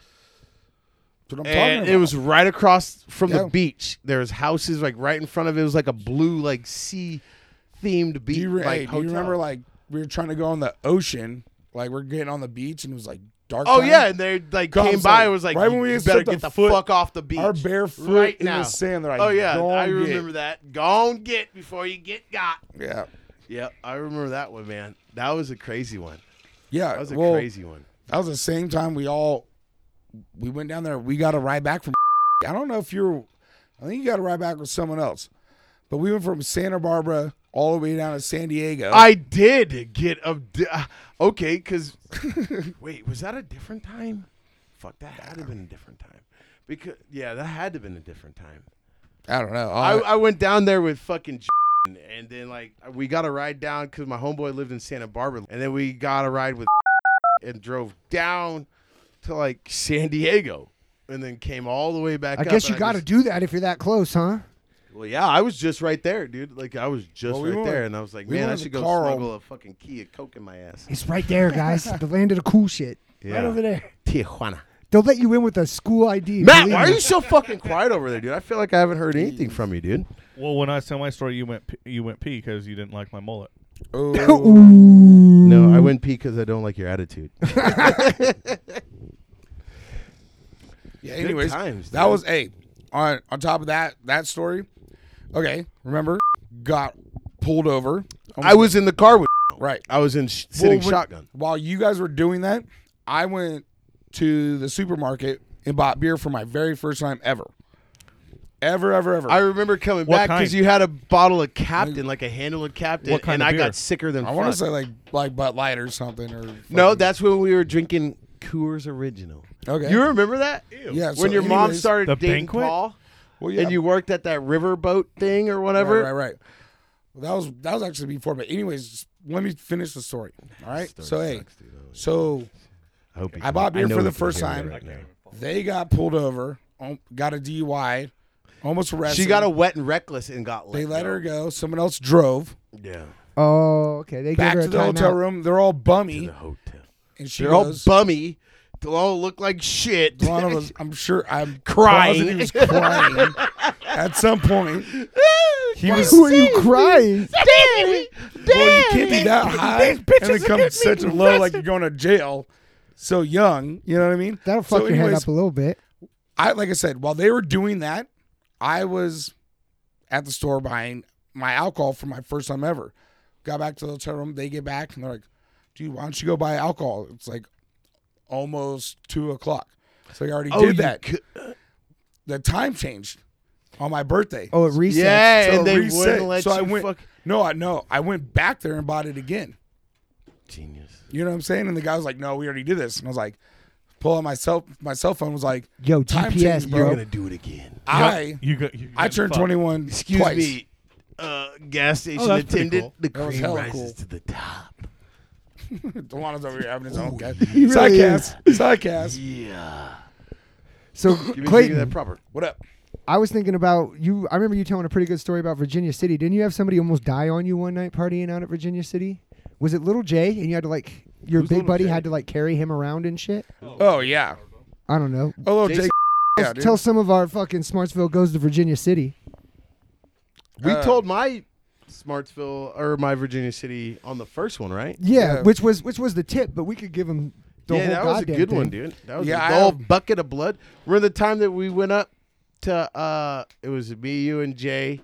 Speaker 4: that's what I'm talking
Speaker 1: And
Speaker 4: about.
Speaker 1: it was right across from
Speaker 4: Yeah.
Speaker 1: the beach. There was houses like right in front of it. It was like a blue like sea themed beach.
Speaker 4: do you, re-
Speaker 1: like,
Speaker 4: hey, do you
Speaker 1: hotel.
Speaker 4: remember like we were trying to go on the ocean, like we're getting on the beach and it was like dark.
Speaker 1: Oh
Speaker 4: time.
Speaker 1: yeah, and they like
Speaker 4: Comes
Speaker 1: came by
Speaker 4: like-
Speaker 1: and was like,
Speaker 4: right
Speaker 1: right
Speaker 4: when we
Speaker 1: "You better
Speaker 4: stepped
Speaker 1: get
Speaker 4: the
Speaker 1: the
Speaker 4: foot,
Speaker 1: fuck off the beach."
Speaker 4: our bare foot
Speaker 1: right
Speaker 4: in the
Speaker 1: now.
Speaker 4: sand. They're like,
Speaker 1: oh yeah,
Speaker 4: "Don't
Speaker 1: I
Speaker 4: get."
Speaker 1: remember that. Go on, get before you get got.
Speaker 4: Yeah,
Speaker 1: Yep, I remember that one, man. That was a crazy one.
Speaker 4: yeah.
Speaker 1: That was a
Speaker 4: well,
Speaker 1: crazy one.
Speaker 4: That was the same time we all we went down there. We got a ride back from. I don't know if you're. I think you got a ride back with someone else, but we went from Santa Barbara all the way down to San Diego.
Speaker 1: I did get a d- uh, okay because wait was that a different time? Fuck that had to have been a different time because yeah that had to have been a different time.
Speaker 4: I don't know.
Speaker 1: I,
Speaker 4: I,
Speaker 1: I went down there with fucking and then like we got a ride down because my homeboy lived in Santa Barbara and then we got a ride with and drove down to like San Diego and then came all the way back.
Speaker 2: I
Speaker 1: up,
Speaker 2: guess
Speaker 1: and
Speaker 2: you got to
Speaker 1: just-
Speaker 2: do that if you're that close, huh?
Speaker 1: Well, yeah, I was just right there, dude. Like I was just
Speaker 4: Well, we
Speaker 1: right
Speaker 4: went-
Speaker 1: there, and I was like,
Speaker 4: we
Speaker 1: man,
Speaker 4: went
Speaker 1: I
Speaker 4: in the
Speaker 1: should go
Speaker 4: car all-
Speaker 1: smuggle a fucking key of coke in my ass.
Speaker 2: It's right there, guys. the land of the cool shit. Right
Speaker 1: Yeah.
Speaker 2: over there.
Speaker 1: Tijuana.
Speaker 2: They'll let you in with a school ID.
Speaker 1: Matt,
Speaker 2: believe
Speaker 1: why are
Speaker 2: me.
Speaker 1: you so fucking quiet over there, dude? I feel like I haven't heard anything from you, dude.
Speaker 3: well, when I tell my story, you went p- you went pee because you didn't like my mullet.
Speaker 4: oh,
Speaker 1: No, I wouldn't pee because I don't like your attitude.
Speaker 4: yeah. Anyways,
Speaker 1: times,
Speaker 4: that
Speaker 1: dude.
Speaker 4: was hey. On on top of that that story, okay. Remember, got pulled over.
Speaker 1: I was in the car with.
Speaker 4: right.
Speaker 1: I was in sh- sitting
Speaker 4: Well, when-
Speaker 1: shotgun.
Speaker 4: While you guys were doing that, I went to the supermarket and bought beer for my very first time ever. Ever, ever, ever.
Speaker 1: I remember coming
Speaker 3: What
Speaker 1: back because
Speaker 3: kind?
Speaker 1: you had a bottle of Captain, like a handle of Captain,
Speaker 3: What kind
Speaker 1: and
Speaker 3: of
Speaker 1: I
Speaker 3: beer?
Speaker 1: got sicker than.
Speaker 4: I want
Speaker 1: fuck.
Speaker 4: to say like like Bud Light or something or
Speaker 1: no,
Speaker 4: fucking-
Speaker 1: that's when we were drinking Coors Original.
Speaker 4: Okay.
Speaker 1: you remember that?
Speaker 4: Yeah,
Speaker 1: when
Speaker 4: so
Speaker 1: your mom
Speaker 4: anyways-
Speaker 1: started
Speaker 3: The
Speaker 1: dating
Speaker 3: banquet?
Speaker 1: Paul,
Speaker 4: well, yeah,
Speaker 1: and you worked at that riverboat thing or
Speaker 4: right,
Speaker 1: whatever.
Speaker 4: right, right. Well, that was that was actually before, but anyways, just let me finish the story. All right. so hey,
Speaker 1: Oh,
Speaker 4: so
Speaker 1: I, hope you
Speaker 4: I
Speaker 1: can-
Speaker 4: bought beer
Speaker 1: know
Speaker 4: for
Speaker 1: you
Speaker 4: the
Speaker 1: can
Speaker 4: first
Speaker 1: hear me
Speaker 4: time.
Speaker 1: right now.
Speaker 4: they got pulled over, um, got a DUI, almost arrested.
Speaker 1: She got a wet and reckless and got.
Speaker 4: They let
Speaker 1: go.
Speaker 4: her go. Someone else drove
Speaker 1: Yeah,
Speaker 2: Oh, okay. They
Speaker 4: back
Speaker 2: gave her
Speaker 4: to
Speaker 2: a
Speaker 4: the hotel
Speaker 2: timeout.
Speaker 4: room. They're all
Speaker 1: to
Speaker 4: bummy,
Speaker 1: the hotel.
Speaker 4: and she
Speaker 1: They're all
Speaker 4: goes.
Speaker 1: bummy. They all look like shit.
Speaker 4: Delano was, I'm sure, I'm
Speaker 1: Crying.
Speaker 4: positive he was crying at some point. He was.
Speaker 2: Who are you crying?
Speaker 1: Daddy,
Speaker 4: Well, you can't be that high and then come to such a low, like you're going to jail. So young, you know what I mean?
Speaker 2: That'll fuck
Speaker 4: so
Speaker 2: your head
Speaker 4: anyways,
Speaker 2: up a little bit.
Speaker 4: I like I said, while they were doing that, I was at the store buying my alcohol for my first time ever. Got back to the hotel room. They get back and they're like, "Dude, why don't you go buy alcohol?" It's like almost two o'clock. So I already
Speaker 1: Oh,
Speaker 4: did
Speaker 1: you
Speaker 4: that.
Speaker 1: cou-
Speaker 4: the time changed on my birthday.
Speaker 2: Oh, it resets.
Speaker 1: yeah,
Speaker 4: So
Speaker 1: and they
Speaker 4: reset.
Speaker 1: wouldn't let
Speaker 4: So I
Speaker 1: you
Speaker 4: went-
Speaker 1: fuck.
Speaker 4: No, I no, I went back there and bought it again.
Speaker 1: Genius.
Speaker 4: You know what I'm saying? And the guy was like, "No, we already did this." And I was like, pull out my cell my cell phone. Was like,
Speaker 2: Yo,
Speaker 4: Time
Speaker 2: GPS,
Speaker 4: change,
Speaker 1: You're
Speaker 2: bro.
Speaker 1: gonna do it again.
Speaker 4: I
Speaker 3: You got. You got
Speaker 4: I turned
Speaker 3: fucked.
Speaker 4: 21.
Speaker 1: Excuse
Speaker 4: twice.
Speaker 1: me, uh,
Speaker 4: Oh,
Speaker 1: gas station
Speaker 3: that's pretty
Speaker 1: attendant.
Speaker 3: cool.
Speaker 1: The
Speaker 4: That was
Speaker 1: cream
Speaker 4: hella
Speaker 1: rises
Speaker 4: cool.
Speaker 1: to the top.
Speaker 4: Delano's over here having his own cat.
Speaker 2: He really is.
Speaker 4: Sidecast. Sidecast.
Speaker 1: Yeah.
Speaker 2: So,
Speaker 1: that
Speaker 2: Clayton,
Speaker 1: proper.
Speaker 4: What up?
Speaker 2: I was thinking about you. I remember you telling a pretty good story about Virginia City. Didn't you have somebody almost die on you one night partying out at Virginia City? Was it little Jay? And you had to like your
Speaker 1: Who's
Speaker 2: big
Speaker 1: Little
Speaker 2: buddy
Speaker 1: Jay?
Speaker 2: had to like carry him around and shit.
Speaker 4: Oh yeah.
Speaker 2: I don't know.
Speaker 4: Oh, little
Speaker 1: Jason-
Speaker 4: Jake. Yeah, dude.
Speaker 2: Tell some of our fucking Smartsville goes to Virginia City.
Speaker 1: We
Speaker 4: Uh,
Speaker 1: told my Smartsville or my Virginia City on the first one, right?
Speaker 2: Yeah,
Speaker 4: Yeah.
Speaker 2: which was which was the tip, but we could give him the
Speaker 1: yeah,
Speaker 2: whole
Speaker 1: that was a
Speaker 2: goddamn
Speaker 1: good one,
Speaker 2: thing.
Speaker 1: dude. That was
Speaker 4: Yeah,
Speaker 1: a
Speaker 4: I
Speaker 1: whole
Speaker 4: have-
Speaker 1: bucket of blood. Remember the time that we went up to uh it was me, you and Jay,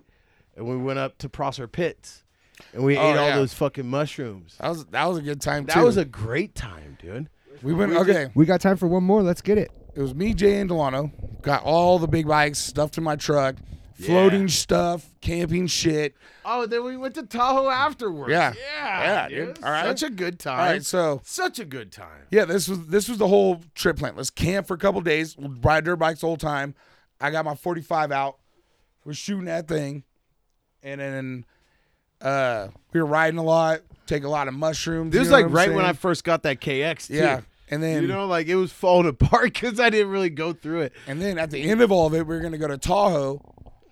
Speaker 1: and we went up to Prosser Pits and we
Speaker 4: Oh,
Speaker 1: ate all
Speaker 4: yeah.
Speaker 1: those fucking mushrooms.
Speaker 4: That was that was a good time
Speaker 1: That
Speaker 4: too.
Speaker 1: was a great time, dude.
Speaker 4: we went okay.
Speaker 2: We got time for one more. Let's get it.
Speaker 4: It was me, Jay, and Delano. Got all the big bikes stuffed in my truck, floating stuff, camping shit.
Speaker 1: Oh, then we went to Tahoe afterwards.
Speaker 4: Yeah.
Speaker 1: Yeah,
Speaker 4: Yeah, dude. All right.
Speaker 1: Such a good time.
Speaker 4: All right, so
Speaker 1: Such a good time.
Speaker 4: yeah, this was this was the whole trip plan. Let's camp for a couple days. We'll ride dirt bikes the whole time. I got my 45 out. We're shooting that thing, and then uh, we were riding a lot. Take a lot of mushrooms.
Speaker 1: This
Speaker 4: you
Speaker 1: was
Speaker 4: know
Speaker 1: like
Speaker 4: what I'm
Speaker 1: right when I
Speaker 4: saying?
Speaker 1: first got that KX too.
Speaker 4: yeah. And then
Speaker 1: you know, like it was falling apart because I didn't really go through it.
Speaker 4: And then at the end of all of it, we were gonna go to Tahoe,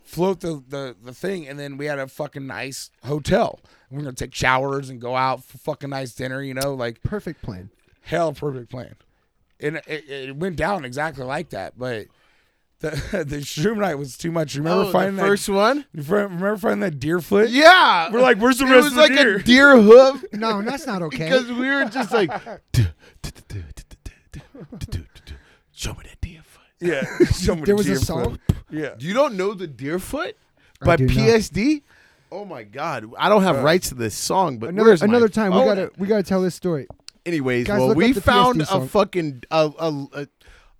Speaker 4: float the the, the thing, and then we had a fucking nice hotel. We are gonna take showers and go out for fucking nice dinner. You know, like
Speaker 2: Perfect plan.
Speaker 4: hell, perfect plan. And it, it went down exactly like that, but. The, the shroom night was too much. Remember
Speaker 1: Oh, the
Speaker 4: finding
Speaker 1: first one?
Speaker 4: that? you fir- Remember finding that deer foot?
Speaker 1: Yeah,
Speaker 4: We're like, where's the
Speaker 1: it
Speaker 4: rest
Speaker 1: was
Speaker 4: of the
Speaker 1: like
Speaker 4: deer?
Speaker 1: a deer hoof
Speaker 2: No, that's not okay.
Speaker 1: because we were just like, "Duh, duh, duh, duh, duh, duh, duh, duh, duh, duh. show me that deer foot.
Speaker 4: yeah.
Speaker 2: there was a song.
Speaker 4: Yeah,
Speaker 1: You don't know the deer foot
Speaker 2: I
Speaker 1: by
Speaker 2: do not.
Speaker 1: PSD? Oh my God, I don't have rights to this song, but
Speaker 2: Another
Speaker 1: where's my
Speaker 2: another time we
Speaker 1: phone?
Speaker 2: gotta we gotta tell this story.
Speaker 1: Anyways,
Speaker 2: Guys,
Speaker 1: well,
Speaker 2: look
Speaker 1: we
Speaker 2: up the
Speaker 1: found
Speaker 2: PSD
Speaker 1: a
Speaker 2: song.
Speaker 1: fucking a a, a,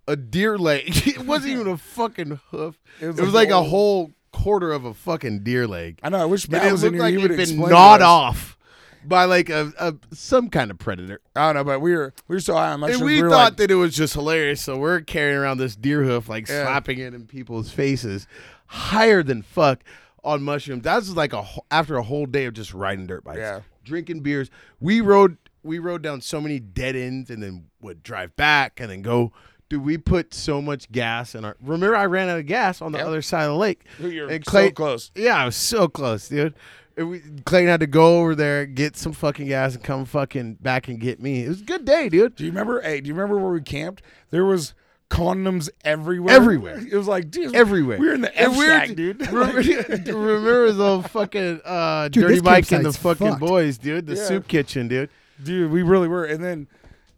Speaker 1: a deer leg. it wasn't even a fucking hoof. It was,
Speaker 4: was
Speaker 1: like,
Speaker 4: like
Speaker 1: a
Speaker 4: old.
Speaker 1: whole quarter of a fucking deer leg.
Speaker 4: I know. I wish
Speaker 1: And
Speaker 4: Matt
Speaker 1: it
Speaker 4: was
Speaker 1: looked
Speaker 4: in here.
Speaker 1: like
Speaker 4: he
Speaker 1: it'd
Speaker 4: would
Speaker 1: been
Speaker 4: explain to
Speaker 1: gnawed
Speaker 4: us.
Speaker 1: off by like a, a some kind of predator.
Speaker 4: I don't know, but we were we were so high on mushrooms.
Speaker 1: and we
Speaker 4: were
Speaker 1: thought
Speaker 4: like,
Speaker 1: that it was just hilarious, so we're carrying around this deer hoof, like
Speaker 4: Yeah.
Speaker 1: slapping it in people's faces, higher than fuck on mushrooms. That was like a wh- after a whole day of just riding dirt bikes,
Speaker 4: Yeah.
Speaker 1: drinking beers. We rode we rode down so many dead ends, and then would drive back, and then go. Dude, we put so much gas in our. Remember, I ran out of gas on the
Speaker 4: Yep.
Speaker 1: other side of the lake.
Speaker 4: Dude, you're
Speaker 1: And
Speaker 4: so
Speaker 1: Clay-
Speaker 4: close.
Speaker 1: Yeah, I was so close, dude. And we, Clayton had to go over there, get some fucking gas, and come fucking back and get me. It was a good day, dude.
Speaker 4: Do you remember? Hey, do you remember where we camped? There was condoms everywhere.
Speaker 1: Everywhere.
Speaker 4: It was like dude,
Speaker 1: everywhere.
Speaker 4: We were in the
Speaker 1: And
Speaker 4: F
Speaker 1: we're-
Speaker 4: shack, dude.
Speaker 1: Remember, remember the fucking uh,
Speaker 2: Dude,
Speaker 1: Dirty
Speaker 2: this
Speaker 1: Mike and the
Speaker 2: campsite's
Speaker 1: fucking
Speaker 2: fucked.
Speaker 1: boys, dude. The
Speaker 4: Yeah.
Speaker 1: soup kitchen, dude.
Speaker 4: dude, we really were. And then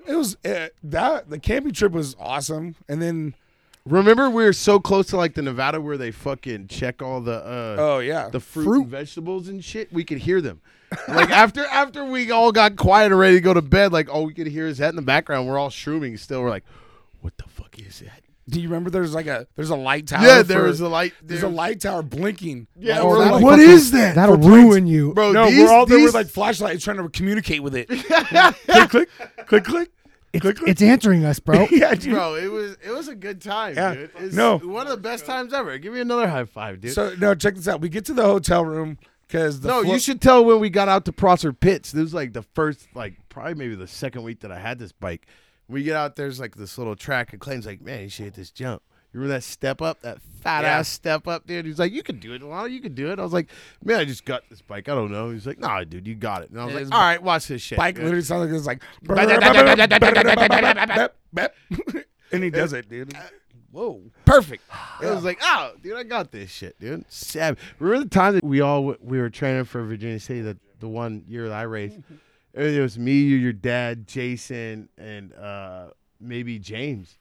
Speaker 4: it was uh, that the camping trip was awesome. And then
Speaker 1: Remember, we were so close to like the Nevada where they fucking check all the uh,
Speaker 4: oh yeah,
Speaker 1: the fruit, and vegetables and shit. We could hear them. like after after we all got quiet and ready to go to bed, like all we could hear is that in the background. We're all shrooming still. We're like, what the fuck is that?
Speaker 4: Do you remember there's like a there's a light tower?
Speaker 1: Yeah, there
Speaker 4: for-
Speaker 1: was a light.
Speaker 4: there's a light tower blinking.
Speaker 1: Yeah,
Speaker 4: Like,
Speaker 1: we're
Speaker 4: for
Speaker 1: like,
Speaker 4: like-
Speaker 1: what is that?
Speaker 2: Oh, That'll
Speaker 4: for planes.
Speaker 2: ruin you.
Speaker 1: Bro,
Speaker 4: no,
Speaker 1: these,
Speaker 4: we're all there
Speaker 1: these,
Speaker 4: with like flashlights trying to communicate with it. click, click, click, click, click, click.
Speaker 2: It's answering us, bro.
Speaker 4: yeah, dude.
Speaker 1: Bro, it was it was a good time,
Speaker 4: Yeah.
Speaker 1: dude. It's
Speaker 4: No.
Speaker 1: one of the best times ever. Give me another high five, dude.
Speaker 4: So no, check this out. We get to the hotel room because the
Speaker 1: no,
Speaker 4: flo-
Speaker 1: you should tell when we got out to Prosser Pits. This was like the first, like probably maybe the second week that I had this bike. We get out there's like this little track, and Clayton's like, "Man, you should hit this jump." You remember that step up, that fat
Speaker 4: Yeah.
Speaker 1: ass step up, dude? He's like, "You can do it, Lana. You can do it." I was like, "Man, I just got this bike. I don't know." He's like, "Nah, dude, you got it." And I was
Speaker 4: Yeah,
Speaker 1: like,
Speaker 4: his
Speaker 1: "All right, watch this shit."
Speaker 4: bike
Speaker 1: dude."
Speaker 4: literally sounds like it's like, and he does it, dude. Whoa, perfect.
Speaker 1: I was like, "Oh, dude, I got this shit, dude." Sab. Remember the time that we all w- we were training for Virginia City, the the one year that I raced.
Speaker 2: Mm-hmm.
Speaker 1: And it was me, you, your dad, Jason, and uh maybe James,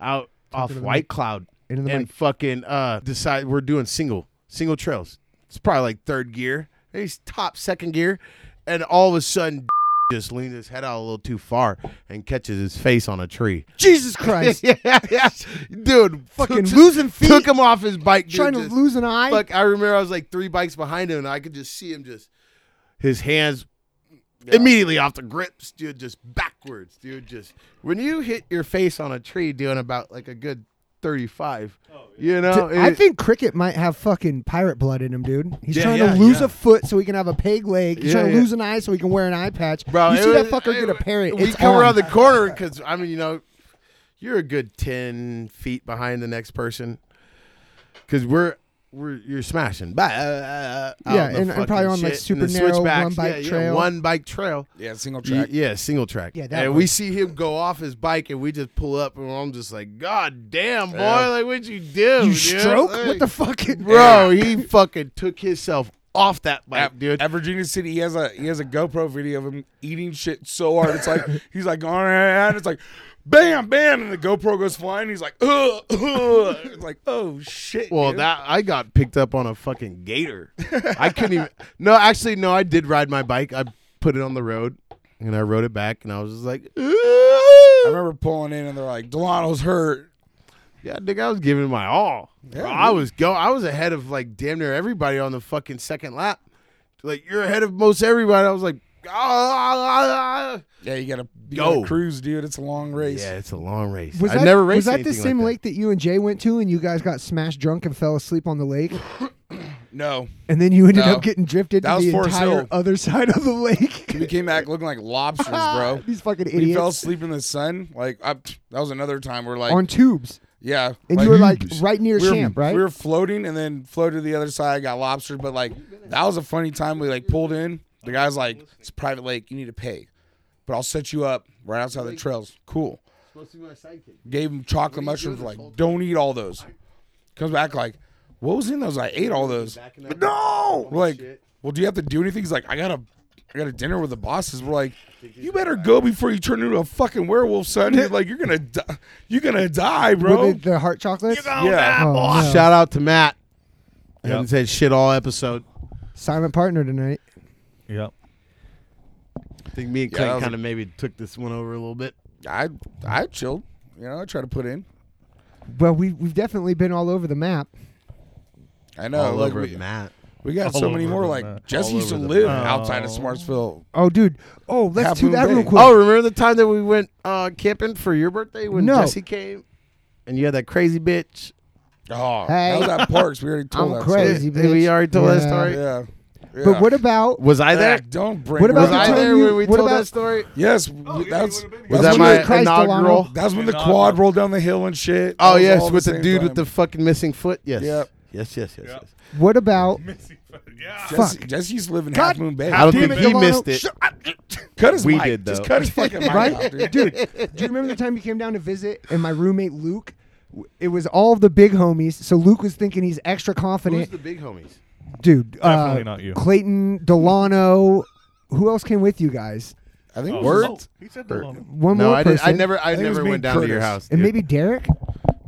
Speaker 1: out off
Speaker 2: into the
Speaker 1: White
Speaker 2: mic.
Speaker 1: Cloud,
Speaker 2: Into the
Speaker 1: and
Speaker 2: mic.
Speaker 1: fucking uh decide we're doing single single trails. It's probably like third gear, maybe it's top second gear, and all of a sudden. Just leans his head out a little too far and catches his face on a tree.
Speaker 2: Jesus Christ.
Speaker 1: yeah, yeah. dude,
Speaker 2: Fucking
Speaker 1: took-
Speaker 2: losing feet.
Speaker 1: Took him off his bike, dude,
Speaker 2: Trying to
Speaker 1: just-
Speaker 2: lose an eye.
Speaker 1: Fuck, I remember I was like three bikes behind him, and I could just see him just his hands immediately off the grips, dude, just backwards, dude. Just when you hit your face on a tree, doing about like a good thirty-five, you know.
Speaker 2: Oh, I
Speaker 1: it-
Speaker 2: think Cricket might have fucking pirate blood in him, dude. He's
Speaker 1: Yeah,
Speaker 2: trying
Speaker 1: yeah,
Speaker 2: to lose
Speaker 1: yeah.
Speaker 2: a foot so he can have a peg leg. He's
Speaker 1: Yeah,
Speaker 2: trying to
Speaker 1: yeah.
Speaker 2: lose an eye so he can wear an eye patch.
Speaker 1: Bro,
Speaker 2: you
Speaker 1: it
Speaker 2: see
Speaker 1: was-
Speaker 2: that fucker
Speaker 1: it
Speaker 2: get a
Speaker 1: was-
Speaker 2: parrot?
Speaker 1: We
Speaker 2: it's
Speaker 1: come
Speaker 2: on.
Speaker 1: around the corner because I mean, you know, you're a good ten feet behind the next person because we're. We're, you're smashing, uh, but yeah,
Speaker 2: Yeah, and- and probably on, like, super narrow one bike
Speaker 1: yeah, yeah,
Speaker 2: trail.
Speaker 1: one bike trail.
Speaker 4: Yeah, single
Speaker 1: Y-
Speaker 4: track.
Speaker 1: Yeah, single track.
Speaker 2: Yeah, that
Speaker 1: and
Speaker 2: one.
Speaker 1: we see him go off his bike, and we just pull up, and I'm just like, God damn, boy!
Speaker 4: Yeah.
Speaker 1: Like, what'd you do?
Speaker 2: You
Speaker 1: dude?
Speaker 2: stroke?
Speaker 1: Like,
Speaker 2: What the fucking
Speaker 1: bro? He fucking took himself off that bike,
Speaker 4: At,
Speaker 1: dude.
Speaker 4: at Virginia City, he has a he has a GoPro video of him eating shit so hard. It's like he's like going and it's like, bam, bam, and the GoPro goes flying. He's like, ugh, ugh. It's like, oh shit.
Speaker 1: well,
Speaker 4: dude.
Speaker 1: that I got picked up on a fucking gator. I couldn't even. No, actually, no. I did ride my bike. I put it on the road, and I rode it back, and I was just like,
Speaker 4: I
Speaker 1: "Ooh."
Speaker 4: remember pulling in and they're like, Delano's hurt.
Speaker 1: yeah, nigga, I was giving my all. Bro, I was go. I was ahead of like damn near everybody on the fucking second lap. Like you're ahead of most everybody. I was like, "Ah, ah, ah, ah."
Speaker 4: Yeah, you gotta you
Speaker 1: Go.
Speaker 4: gotta cruise, dude. It's a long race.
Speaker 1: Yeah, it's a long race.
Speaker 2: Was
Speaker 1: I
Speaker 2: that,
Speaker 1: never raced.
Speaker 2: Was that the
Speaker 1: anything
Speaker 2: same
Speaker 1: like
Speaker 2: lake that you and Jay went to, and you guys got smashed drunk and fell asleep on the lake,
Speaker 4: No.
Speaker 2: and then you ended
Speaker 4: No.
Speaker 2: up getting drifted
Speaker 4: That
Speaker 2: to
Speaker 4: was
Speaker 2: the
Speaker 4: Forest
Speaker 2: entire
Speaker 4: Hill.
Speaker 2: other side of the lake?
Speaker 4: We came back looking like lobsters, bro.
Speaker 2: These fucking
Speaker 4: We fell
Speaker 2: idiots
Speaker 4: asleep in the sun. Like I, that was another time we're like,
Speaker 2: on tubes,
Speaker 4: yeah,
Speaker 2: and you were like right near
Speaker 4: we were,
Speaker 2: Champ, right?
Speaker 4: We were floating and then floated to the other side, got lobster. But like that was a funny time. We like pulled in. The guy's like, "It's a private lake. You need to pay, but I'll set you up right outside the trails." Cool. Gave him chocolate mushrooms. Like, don't eat all those. Comes back like, what was in those? I ate all those. But no, We're like, well, do you have to do anything? He's like, I gotta. I got a dinner with the bosses. We're like, you better go before you turn into a fucking werewolf, son. He's like, you're gonna, die. you're gonna die, bro.
Speaker 2: With the, the heart chocolates.
Speaker 4: yeah,
Speaker 2: Oh,
Speaker 1: that?
Speaker 2: no.
Speaker 1: Shout out to Matt. I
Speaker 3: Yep.
Speaker 1: haven't said shit all episode.
Speaker 2: Silent partner tonight.
Speaker 3: Yep.
Speaker 1: I think me and
Speaker 4: Yeah,
Speaker 1: Clay
Speaker 4: that was a-
Speaker 1: kind of maybe took this one over a little bit.
Speaker 4: I I chilled. You know, I try to put in.
Speaker 2: Well, we we've definitely been all over the map.
Speaker 4: I know.
Speaker 1: all
Speaker 4: like
Speaker 1: over
Speaker 4: we,
Speaker 1: Matt.
Speaker 4: we got
Speaker 3: All
Speaker 4: so many
Speaker 3: over
Speaker 4: more.
Speaker 3: the
Speaker 4: Like
Speaker 3: map.
Speaker 4: Jesse
Speaker 1: All
Speaker 4: used to
Speaker 1: over the
Speaker 4: live
Speaker 3: map.
Speaker 4: outside of Smartsville.
Speaker 2: Oh, dude. Oh, let's
Speaker 4: Half
Speaker 2: do
Speaker 4: Moon
Speaker 2: that real
Speaker 4: Bay.
Speaker 2: quick.
Speaker 1: Oh, remember the time that we went uh, camping for your birthday when
Speaker 2: No.
Speaker 1: Jesse came, and you had that crazy bitch.
Speaker 4: Oh,
Speaker 2: Hey.
Speaker 4: that was at Parks. We already told
Speaker 2: I'm
Speaker 4: that
Speaker 2: crazy,
Speaker 1: Yeah,
Speaker 2: bitch.
Speaker 1: we already told that story.
Speaker 4: story. Yeah. yeah.
Speaker 2: But what about
Speaker 1: Was I there?
Speaker 4: Zach, Don't
Speaker 2: What
Speaker 4: bring. What
Speaker 2: about
Speaker 1: Was
Speaker 4: about
Speaker 2: the
Speaker 1: I
Speaker 2: time
Speaker 1: there
Speaker 2: you-
Speaker 1: when we
Speaker 2: what
Speaker 1: told
Speaker 2: about-
Speaker 1: that story?
Speaker 4: Yes, that's
Speaker 1: Was
Speaker 2: Jesus
Speaker 1: that my
Speaker 2: Christ,
Speaker 1: inaugural?
Speaker 2: Delano.
Speaker 4: that's when the
Speaker 3: Not-
Speaker 4: quad rolled down the hill and shit. That
Speaker 1: Oh
Speaker 4: was all
Speaker 1: yes,
Speaker 4: at
Speaker 1: with the,
Speaker 4: same
Speaker 1: dude
Speaker 4: time.
Speaker 1: with the fucking missing foot. Yes.
Speaker 4: Yep.
Speaker 1: Yes. Yes. Yes.
Speaker 3: Yep.
Speaker 1: yes.
Speaker 2: what about
Speaker 3: yeah.
Speaker 4: Jesse,
Speaker 2: fuck.
Speaker 4: Jesse used to live in
Speaker 2: God
Speaker 4: Half Moon Bay.
Speaker 1: I don't
Speaker 2: Damn
Speaker 1: think
Speaker 2: it,
Speaker 1: he
Speaker 2: Delano.
Speaker 1: missed it.
Speaker 4: cut his
Speaker 1: We
Speaker 4: mic.
Speaker 1: did,
Speaker 4: Just
Speaker 1: though.
Speaker 4: cut his fucking mic
Speaker 2: Right?
Speaker 4: off, dude.
Speaker 2: dude? Do you remember the time you came down to visit and my roommate Luke? w- It was all of the big homies, so Luke was thinking he's extra
Speaker 1: Who's
Speaker 2: confident,
Speaker 1: the big homies?
Speaker 2: dude.
Speaker 3: Definitely
Speaker 2: uh,
Speaker 3: not you.
Speaker 2: Clayton Delano. Who else came with you guys?
Speaker 4: I think it was-
Speaker 1: Word?
Speaker 3: Oh, He said the
Speaker 2: One
Speaker 1: No,
Speaker 2: more
Speaker 1: I, did,
Speaker 2: person.
Speaker 1: I never. I,
Speaker 4: I think it was
Speaker 1: never
Speaker 4: me
Speaker 1: went
Speaker 4: and
Speaker 1: down to your
Speaker 4: Curtis.
Speaker 1: house.
Speaker 2: and
Speaker 1: dude.
Speaker 2: maybe Derek,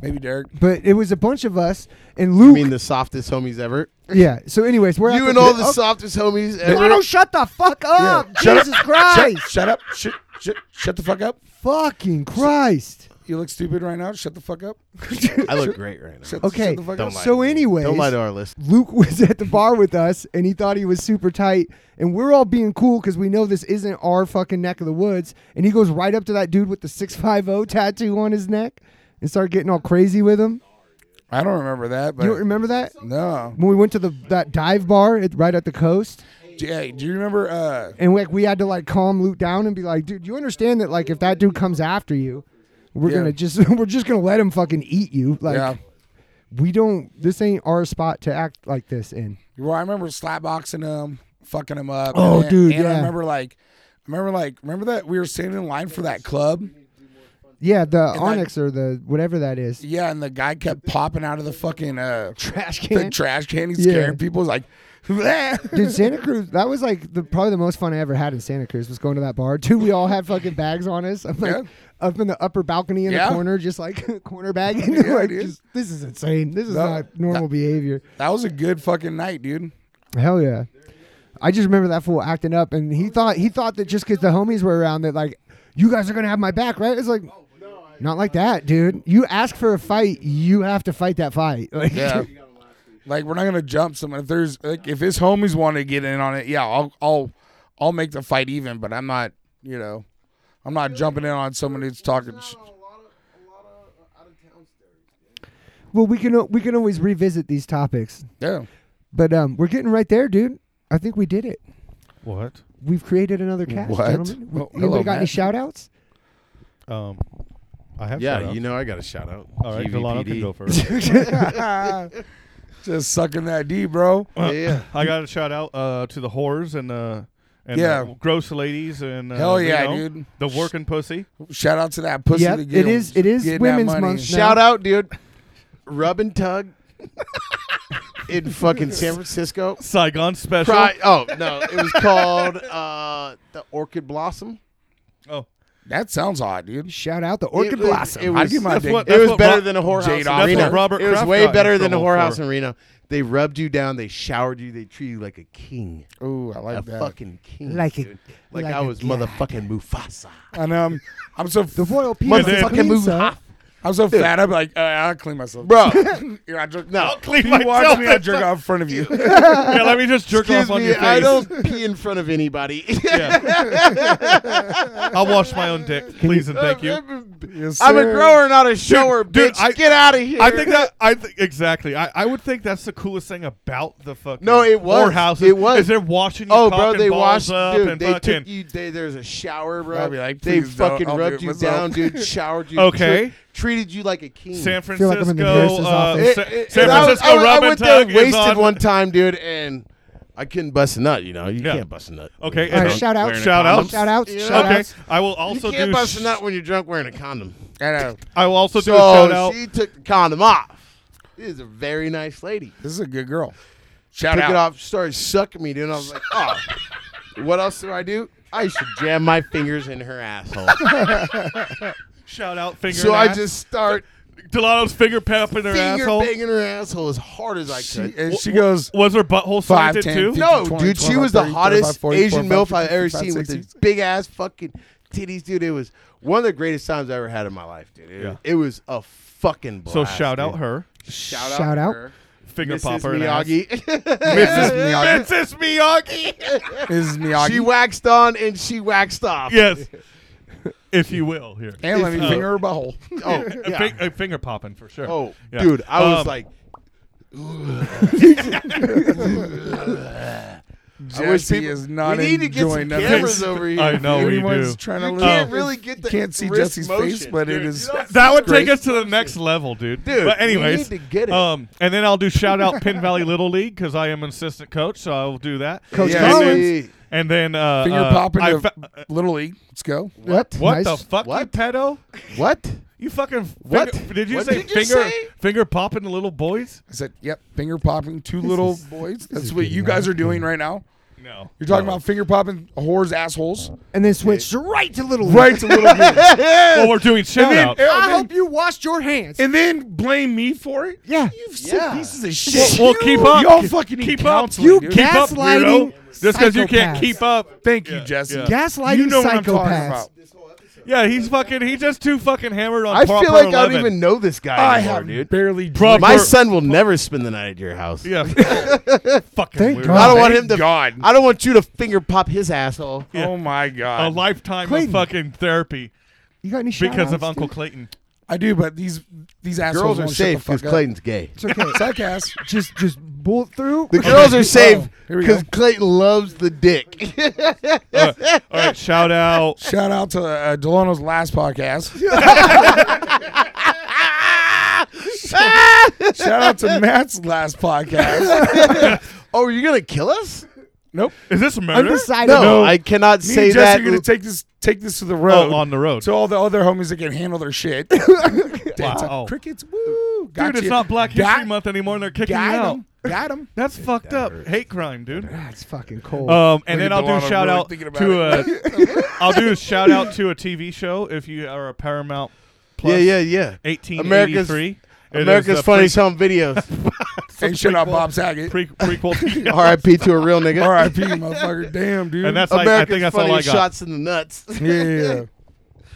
Speaker 4: maybe Derek.
Speaker 2: but it was a bunch of us and
Speaker 1: You
Speaker 2: Luke.
Speaker 1: mean the softest homies ever?
Speaker 2: yeah. So, anyways, we're at oh.
Speaker 1: You and all the
Speaker 2: okay.
Speaker 1: softest homies
Speaker 2: Delano,
Speaker 1: ever.
Speaker 2: shut the fuck up!
Speaker 4: Shut up.
Speaker 2: Jesus Christ!
Speaker 4: Shut, shut up. Shut, shut, shut the fuck up.
Speaker 2: Fucking Christ!
Speaker 4: you look stupid right now. Shut the fuck up.
Speaker 1: I look great right now.
Speaker 4: Shut,
Speaker 2: Okay,
Speaker 4: Shut the fuck
Speaker 1: Don't
Speaker 4: up.
Speaker 1: lie.
Speaker 2: So,
Speaker 1: to me.
Speaker 2: anyways,
Speaker 1: don't lie to our list.
Speaker 2: Luke was at the bar with us and he thought he was super tight. And we're all being cool because we know this isn't our fucking neck of the woods. And he goes right up to that dude with the 650 tattoo on his neck and start getting all crazy with him.
Speaker 4: I don't remember that, but
Speaker 2: You don't remember that?
Speaker 4: no.
Speaker 2: When we went to the that dive bar at, right at the coast,
Speaker 4: Do- Hey, do you remember? Uh,
Speaker 2: and like we had to like calm Luke down and be like, dude, you understand that like if that dude comes after you, we're
Speaker 4: Yeah.
Speaker 2: gonna just we're just gonna let him fucking eat you. Like
Speaker 4: yeah.
Speaker 2: we don't. This ain't our spot to act like this in.
Speaker 4: Well, I remember slapboxing him, fucking him up.
Speaker 2: Oh,
Speaker 4: and then-
Speaker 2: dude,
Speaker 4: And I
Speaker 2: yeah.
Speaker 4: remember like, I remember like, remember that we were standing in line for that club.
Speaker 2: Yeah, the
Speaker 4: like-
Speaker 2: onyx or the whatever that is.
Speaker 4: Yeah, and the guy kept popping out of the fucking uh,
Speaker 2: trash
Speaker 4: the
Speaker 2: can.
Speaker 4: trash can. He's
Speaker 2: Yeah.
Speaker 4: scaring people. He's like,
Speaker 2: Dude, Santa Cruz, that was like the probably the most fun I ever had in Santa Cruz was going to that bar. Dude, we all had fucking bags on us. I'm like
Speaker 4: Yeah.
Speaker 2: up in the upper balcony in
Speaker 4: Yeah.
Speaker 2: the corner, just like corner bagging.
Speaker 4: Yeah,
Speaker 2: like,
Speaker 4: dude.
Speaker 2: just, this is insane. This is
Speaker 4: No,
Speaker 2: not normal behavior.
Speaker 4: that was a good fucking night, dude.
Speaker 2: Hell yeah. I just remember that fool acting up, and he thought he thought that just because the homies were around, that like you guys are gonna have my back, right? It's like. Not like that, dude. You ask for a fight, you have to fight that fight. Like,
Speaker 4: Yeah. like we're not gonna jump someone. If there's like if his homies want to get in on it, yeah, I'll I'll I'll make the fight even. But I'm not, you know, I'm not jumping in on someone who's talking. Sh-
Speaker 2: well, we can o- we can always revisit these topics.
Speaker 4: yeah,
Speaker 2: But um, we're getting right there, dude. I think we did it.
Speaker 3: What?
Speaker 2: We've created another cast,
Speaker 4: What?
Speaker 2: gentlemen.
Speaker 4: Well,
Speaker 2: Anybody
Speaker 4: hello,
Speaker 2: got any
Speaker 4: Matt.
Speaker 2: shout outs?
Speaker 3: Um, I have.
Speaker 1: Yeah,
Speaker 3: shout-outs.
Speaker 1: you know I got a shout out.
Speaker 3: All right, Delano can go first.
Speaker 4: just sucking that D, bro.
Speaker 1: yeah.
Speaker 3: I got a shout out uh, to the whores and uh, and
Speaker 4: Yeah.
Speaker 3: the gross ladies and uh,
Speaker 4: Hell yeah,
Speaker 3: Reno,
Speaker 4: dude.
Speaker 3: the working pussy.
Speaker 4: Shout out to that pussy.
Speaker 2: Yep,
Speaker 4: to
Speaker 2: it
Speaker 4: get-
Speaker 2: is- it is
Speaker 4: getting that
Speaker 2: Women's
Speaker 4: money.
Speaker 2: Month.
Speaker 1: Shout out, dude. Rub and tug in fucking San Francisco.
Speaker 3: Saigon special.
Speaker 1: Cry. Oh no, it was called uh, the Orchid Blossom.
Speaker 3: Oh,
Speaker 4: That sounds hot, dude.
Speaker 2: Shout out the Orchid
Speaker 1: was-
Speaker 2: Blossom.
Speaker 1: it
Speaker 4: I
Speaker 1: was-
Speaker 4: give my
Speaker 3: That's
Speaker 4: dick.
Speaker 3: what-
Speaker 1: it was better
Speaker 3: Ro-
Speaker 1: than a whorehouse
Speaker 4: Jade
Speaker 1: in
Speaker 4: Austin.
Speaker 1: Reno.
Speaker 4: That's what
Speaker 3: Robert
Speaker 1: it was
Speaker 3: Kraft
Speaker 1: way
Speaker 3: got in
Speaker 1: better than a
Speaker 3: trouble
Speaker 1: whorehouse
Speaker 3: for.
Speaker 1: in Reno. They rubbed you down. They showered you. They treated you like a king,
Speaker 4: Ooh, I like
Speaker 1: a
Speaker 4: that.
Speaker 1: fucking king,
Speaker 2: Like a-
Speaker 1: dude. like,
Speaker 2: like
Speaker 1: I
Speaker 2: a
Speaker 1: was
Speaker 2: god.
Speaker 1: motherfucking Mufasa.
Speaker 4: And um, I'm so
Speaker 2: the royal penis is
Speaker 1: Motherfucking
Speaker 2: clean, sir.
Speaker 1: Mufasa,
Speaker 4: I'm so fat. I'm like, uh, I'll clean myself,
Speaker 1: bro.
Speaker 4: you know, I jerk,
Speaker 1: No.
Speaker 4: I'll
Speaker 3: clean
Speaker 4: you watch
Speaker 3: myself.
Speaker 4: me. I jerk off in front of you.
Speaker 3: yeah, let me just jerk
Speaker 1: Excuse
Speaker 3: off on
Speaker 1: me,
Speaker 3: your face.
Speaker 1: I don't pee in front of anybody.
Speaker 3: Yeah. I'll wash my own dick, please and thank
Speaker 1: Oh,
Speaker 3: you.
Speaker 4: Yes,
Speaker 1: I'm a
Speaker 4: sir.
Speaker 1: grower, not a shower,
Speaker 3: dude,
Speaker 1: bitch.
Speaker 3: I-
Speaker 1: Get out of here.
Speaker 3: I think that I think exactly. I, I would think that's the coolest thing about the fucking
Speaker 1: No, it was.
Speaker 3: whorehouses
Speaker 1: It was.
Speaker 3: is they're washing your
Speaker 1: Oh,
Speaker 3: cock
Speaker 1: bro,
Speaker 3: and
Speaker 1: they washed,
Speaker 3: balls up
Speaker 1: dude.
Speaker 3: and
Speaker 1: They
Speaker 3: fucking
Speaker 1: took you. They, there's a shower, bro.
Speaker 4: I'll be like,
Speaker 1: they
Speaker 4: "Please don't,
Speaker 1: fucking
Speaker 4: I'll do
Speaker 1: rubbed
Speaker 4: it
Speaker 1: you
Speaker 4: myself."
Speaker 1: down, dude. Showered you.
Speaker 3: Okay.
Speaker 1: tre- treated you like a king.
Speaker 3: San
Speaker 2: feel like I'm
Speaker 3: Francisco,
Speaker 2: in the nurse's
Speaker 3: uh,
Speaker 2: office.
Speaker 3: Sa-
Speaker 1: It- it-
Speaker 3: San
Speaker 1: and I was-
Speaker 3: Francisco
Speaker 1: I, was- I
Speaker 3: rub and
Speaker 1: went there
Speaker 3: tug is
Speaker 1: wasted
Speaker 3: on.
Speaker 1: one time, dude, and I couldn't bust a nut. You know, you
Speaker 3: Yeah.
Speaker 1: can't bust a nut.
Speaker 3: Okay,
Speaker 1: You
Speaker 2: All right,
Speaker 1: drunk
Speaker 2: shout out,
Speaker 1: wearing a
Speaker 3: shout
Speaker 1: condom.
Speaker 3: outs.
Speaker 2: shout outs,
Speaker 1: Yeah.
Speaker 2: shout
Speaker 3: Okay,
Speaker 2: outs.
Speaker 3: I will
Speaker 1: You
Speaker 3: also
Speaker 1: can't
Speaker 3: do.
Speaker 1: bust a
Speaker 3: sh-
Speaker 1: nut when you're drunk wearing a condom.
Speaker 4: I know.
Speaker 3: I will also do a shout
Speaker 1: So
Speaker 3: out.
Speaker 1: she took the condom off. This is a very nice lady.
Speaker 4: This is a good girl. Shout
Speaker 1: took
Speaker 4: out.
Speaker 1: it off, started sucking me, dude. And I was like, oh, what else do I do? I should jam my fingers in her asshole.
Speaker 3: Shout out finger.
Speaker 1: so
Speaker 3: in
Speaker 1: I
Speaker 3: ass.
Speaker 1: just start
Speaker 3: Delano's finger papping her
Speaker 1: finger
Speaker 3: asshole.
Speaker 1: banging her asshole as hard as I
Speaker 4: She,
Speaker 1: could.
Speaker 4: and she goes
Speaker 3: Was her butthole
Speaker 4: Five,
Speaker 3: slanted
Speaker 4: ten,
Speaker 3: too?
Speaker 4: fifteen.
Speaker 1: no,
Speaker 4: 20,
Speaker 1: dude, she
Speaker 4: 25,
Speaker 1: was the
Speaker 4: 30,
Speaker 1: hottest
Speaker 4: 35, 40,
Speaker 1: Asian
Speaker 4: 45,
Speaker 1: MILF I've ever
Speaker 4: 55,
Speaker 1: seen with the
Speaker 4: 60.
Speaker 1: big ass fucking titties, dude. It was one of the greatest times I ever had in my life, dude. It,
Speaker 3: Yeah.
Speaker 1: it was a fucking blast.
Speaker 3: So shout out
Speaker 1: dude.
Speaker 3: her
Speaker 1: Shout out.
Speaker 2: Shout out.
Speaker 1: her.
Speaker 3: finger
Speaker 1: Mrs.
Speaker 3: popper. in ass.
Speaker 1: Miyagi.
Speaker 4: Mrs. Miyagi.
Speaker 3: Mrs. Miyagi.
Speaker 4: Mrs. Miyagi.
Speaker 1: she waxed on and she waxed off.
Speaker 3: yes, if you will here.
Speaker 4: and let me
Speaker 1: if, uh,
Speaker 4: finger her butthole.
Speaker 1: Oh,
Speaker 3: A
Speaker 1: yeah.
Speaker 3: fing- a finger popping for sure.
Speaker 1: Oh,
Speaker 3: Yeah.
Speaker 1: dude, I was
Speaker 3: Um,
Speaker 1: like, I wish
Speaker 4: Jesse
Speaker 1: people
Speaker 4: is not
Speaker 1: We need to get some
Speaker 4: enjoying nothing.
Speaker 1: cameras over here.
Speaker 3: I know we
Speaker 4: Everyone's
Speaker 3: do.
Speaker 4: trying to
Speaker 1: You
Speaker 4: lose.
Speaker 1: can't really get the
Speaker 4: Can't see
Speaker 1: wrist
Speaker 4: Jesse's
Speaker 1: motion,
Speaker 4: face, but it
Speaker 1: dude.
Speaker 4: is.
Speaker 1: You don't-
Speaker 3: That would
Speaker 4: Great
Speaker 3: take us to the next level, dude.
Speaker 1: Dude,
Speaker 3: but
Speaker 1: we need
Speaker 3: anyways,
Speaker 1: to get it.
Speaker 3: Um, and then I'll do shout out Pin Valley Little League because I am an assistant coach, so I will do that.
Speaker 2: Coach
Speaker 1: Yeah,
Speaker 2: Collins.
Speaker 1: yeah, yeah.
Speaker 3: And then uh,
Speaker 4: Finger
Speaker 3: uh,
Speaker 4: popping
Speaker 3: I
Speaker 4: to
Speaker 3: fa-
Speaker 4: Little League. Let's go.
Speaker 2: What?
Speaker 3: what
Speaker 2: Nice.
Speaker 3: the fuck, you
Speaker 1: What?
Speaker 3: pedo?
Speaker 1: What?
Speaker 3: You fucking
Speaker 1: What?
Speaker 3: Finger, did you
Speaker 1: What
Speaker 3: say
Speaker 1: did you
Speaker 3: finger
Speaker 1: say?
Speaker 3: finger popping to little boys?
Speaker 4: I said, yep. Finger popping two little boys. That's what you guys are doing right now.
Speaker 3: No.
Speaker 4: You're talking about finger popping whores assholes.
Speaker 2: And then switched right to Little League.
Speaker 4: Right to little dudes.
Speaker 3: Well, we're doing shout
Speaker 4: then-
Speaker 3: out.
Speaker 4: and-
Speaker 2: I hope you washed your hands.
Speaker 4: and then blame me for it.
Speaker 2: yeah.
Speaker 4: You
Speaker 1: Yeah.
Speaker 4: sick pieces of
Speaker 3: Well,
Speaker 4: shit.
Speaker 3: well, keep up.
Speaker 4: Y'all fucking need
Speaker 3: keep up.
Speaker 4: counseling,
Speaker 2: You
Speaker 4: dude.
Speaker 3: Keep up,
Speaker 2: gaslighting
Speaker 3: weirdo. Just because you can't
Speaker 2: psychopaths.
Speaker 3: keep up.
Speaker 4: Thank you,
Speaker 3: Yeah,
Speaker 4: Jesse.
Speaker 3: yeah.
Speaker 2: Gaslighting
Speaker 4: You know what
Speaker 2: psychopaths.
Speaker 4: I'm talking about.
Speaker 3: Yeah, he's fucking. He's just too fucking hammered on.
Speaker 1: I
Speaker 3: par-
Speaker 1: feel
Speaker 3: par
Speaker 1: like I don't
Speaker 3: 11.
Speaker 1: even know this guy
Speaker 4: I
Speaker 1: anymore,
Speaker 4: have
Speaker 1: dude.
Speaker 4: barely.
Speaker 3: Proper-
Speaker 1: My son will never spend the night at your house.
Speaker 3: Yeah. fucking.
Speaker 2: Thank
Speaker 3: weird.
Speaker 2: God.
Speaker 1: I don't want him
Speaker 4: Thank
Speaker 1: to.
Speaker 4: God.
Speaker 1: I don't want you to finger pop his asshole.
Speaker 3: Yeah.
Speaker 4: Oh my
Speaker 3: A
Speaker 4: god.
Speaker 3: lifetime
Speaker 2: Clayton.
Speaker 3: of fucking therapy
Speaker 2: You got any shout
Speaker 3: because of
Speaker 2: outs,
Speaker 3: Uncle
Speaker 2: dude?
Speaker 3: Clayton.
Speaker 4: I do, but these these assholes
Speaker 1: Girls are
Speaker 4: won't shut the
Speaker 1: safe because
Speaker 4: fuck up.
Speaker 1: Clayton's gay.
Speaker 2: It's okay.
Speaker 4: Suck ass.
Speaker 2: just just bolt through.
Speaker 1: The girls are safe
Speaker 4: here we
Speaker 1: because
Speaker 4: go.
Speaker 1: Clayton loves the dick.
Speaker 3: All right, all right, shout out.
Speaker 4: Shout out to uh, Delano's last podcast. Shout out to Matt's last podcast.
Speaker 1: oh, you're gonna kill us?
Speaker 4: Nope.
Speaker 3: Is this murder?
Speaker 2: Undecided.
Speaker 1: No,
Speaker 4: No.
Speaker 1: I cannot
Speaker 4: Me
Speaker 1: say
Speaker 4: and Jesse
Speaker 1: that.
Speaker 4: are gonna take this take this to the road.
Speaker 3: Oh, on the road.
Speaker 4: to all the other homies that can handle their shit. Dance
Speaker 3: Wow.
Speaker 4: up crickets. Woo. Got
Speaker 3: Dude, it's
Speaker 4: you.
Speaker 3: not Black History
Speaker 4: Got-
Speaker 3: Month anymore, and they're kicking you
Speaker 4: Got
Speaker 3: out.
Speaker 4: him. Got him.
Speaker 3: That's fucked up. Hate crime, dude.
Speaker 2: That's Ah, fucking cold.
Speaker 3: Um,
Speaker 4: Look
Speaker 3: and then
Speaker 4: at
Speaker 3: I'll do a
Speaker 4: Delano
Speaker 3: shout
Speaker 4: really
Speaker 3: out
Speaker 4: thinking about
Speaker 3: to a. I'll do a shout out to a TV show if you are a Paramount. Plus
Speaker 1: yeah, yeah, yeah.
Speaker 3: 1883. It is
Speaker 1: America's
Speaker 3: the
Speaker 1: Funniest Home Videos.
Speaker 4: Hey, shut up, Bob Saget.
Speaker 3: Pre- pre- prequel. Yeah.
Speaker 1: R.I.P. to a real nigga.
Speaker 4: R.I.P. motherfucker. Damn, dude.
Speaker 3: And that's like, I
Speaker 1: America's
Speaker 3: think that's all I
Speaker 1: Funniest
Speaker 3: got.
Speaker 1: Shots in the Nuts.
Speaker 4: yeah.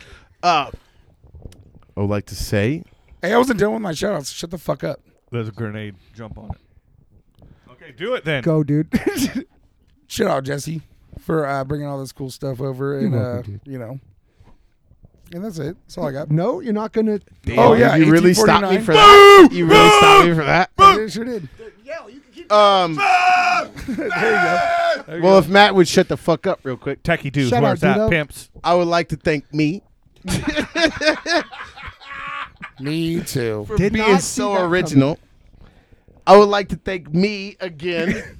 Speaker 1: Uh, I would Oh, like to say
Speaker 4: Hey, I wasn't done with my shout outs. Shut the fuck up.
Speaker 3: There's a grenade. Jump on it. Okay, do it then.
Speaker 2: Go, dude.
Speaker 4: Shout out Jesse for uh, bringing all this cool stuff over, and
Speaker 2: welcome,
Speaker 4: uh,
Speaker 2: dude.
Speaker 4: you know, and that's it. That's all I got.
Speaker 2: no, you're not gonna.
Speaker 4: Oh,
Speaker 1: Damn,
Speaker 4: yeah,
Speaker 1: you really stopped me
Speaker 4: 1849.
Speaker 1: for that. You really stopped me for that.
Speaker 4: I sure did.
Speaker 1: Um,
Speaker 4: There you
Speaker 1: well,
Speaker 4: go.
Speaker 1: if Matt would shut the fuck up real quick,
Speaker 3: Techie dudes,
Speaker 2: Shout
Speaker 3: where's
Speaker 2: out,
Speaker 3: that?
Speaker 2: Dudo.
Speaker 3: Pimps.
Speaker 1: I would like to thank me
Speaker 4: me too.
Speaker 1: for
Speaker 2: Did
Speaker 1: being
Speaker 2: not
Speaker 1: so
Speaker 2: see that
Speaker 1: original. I would like to thank me again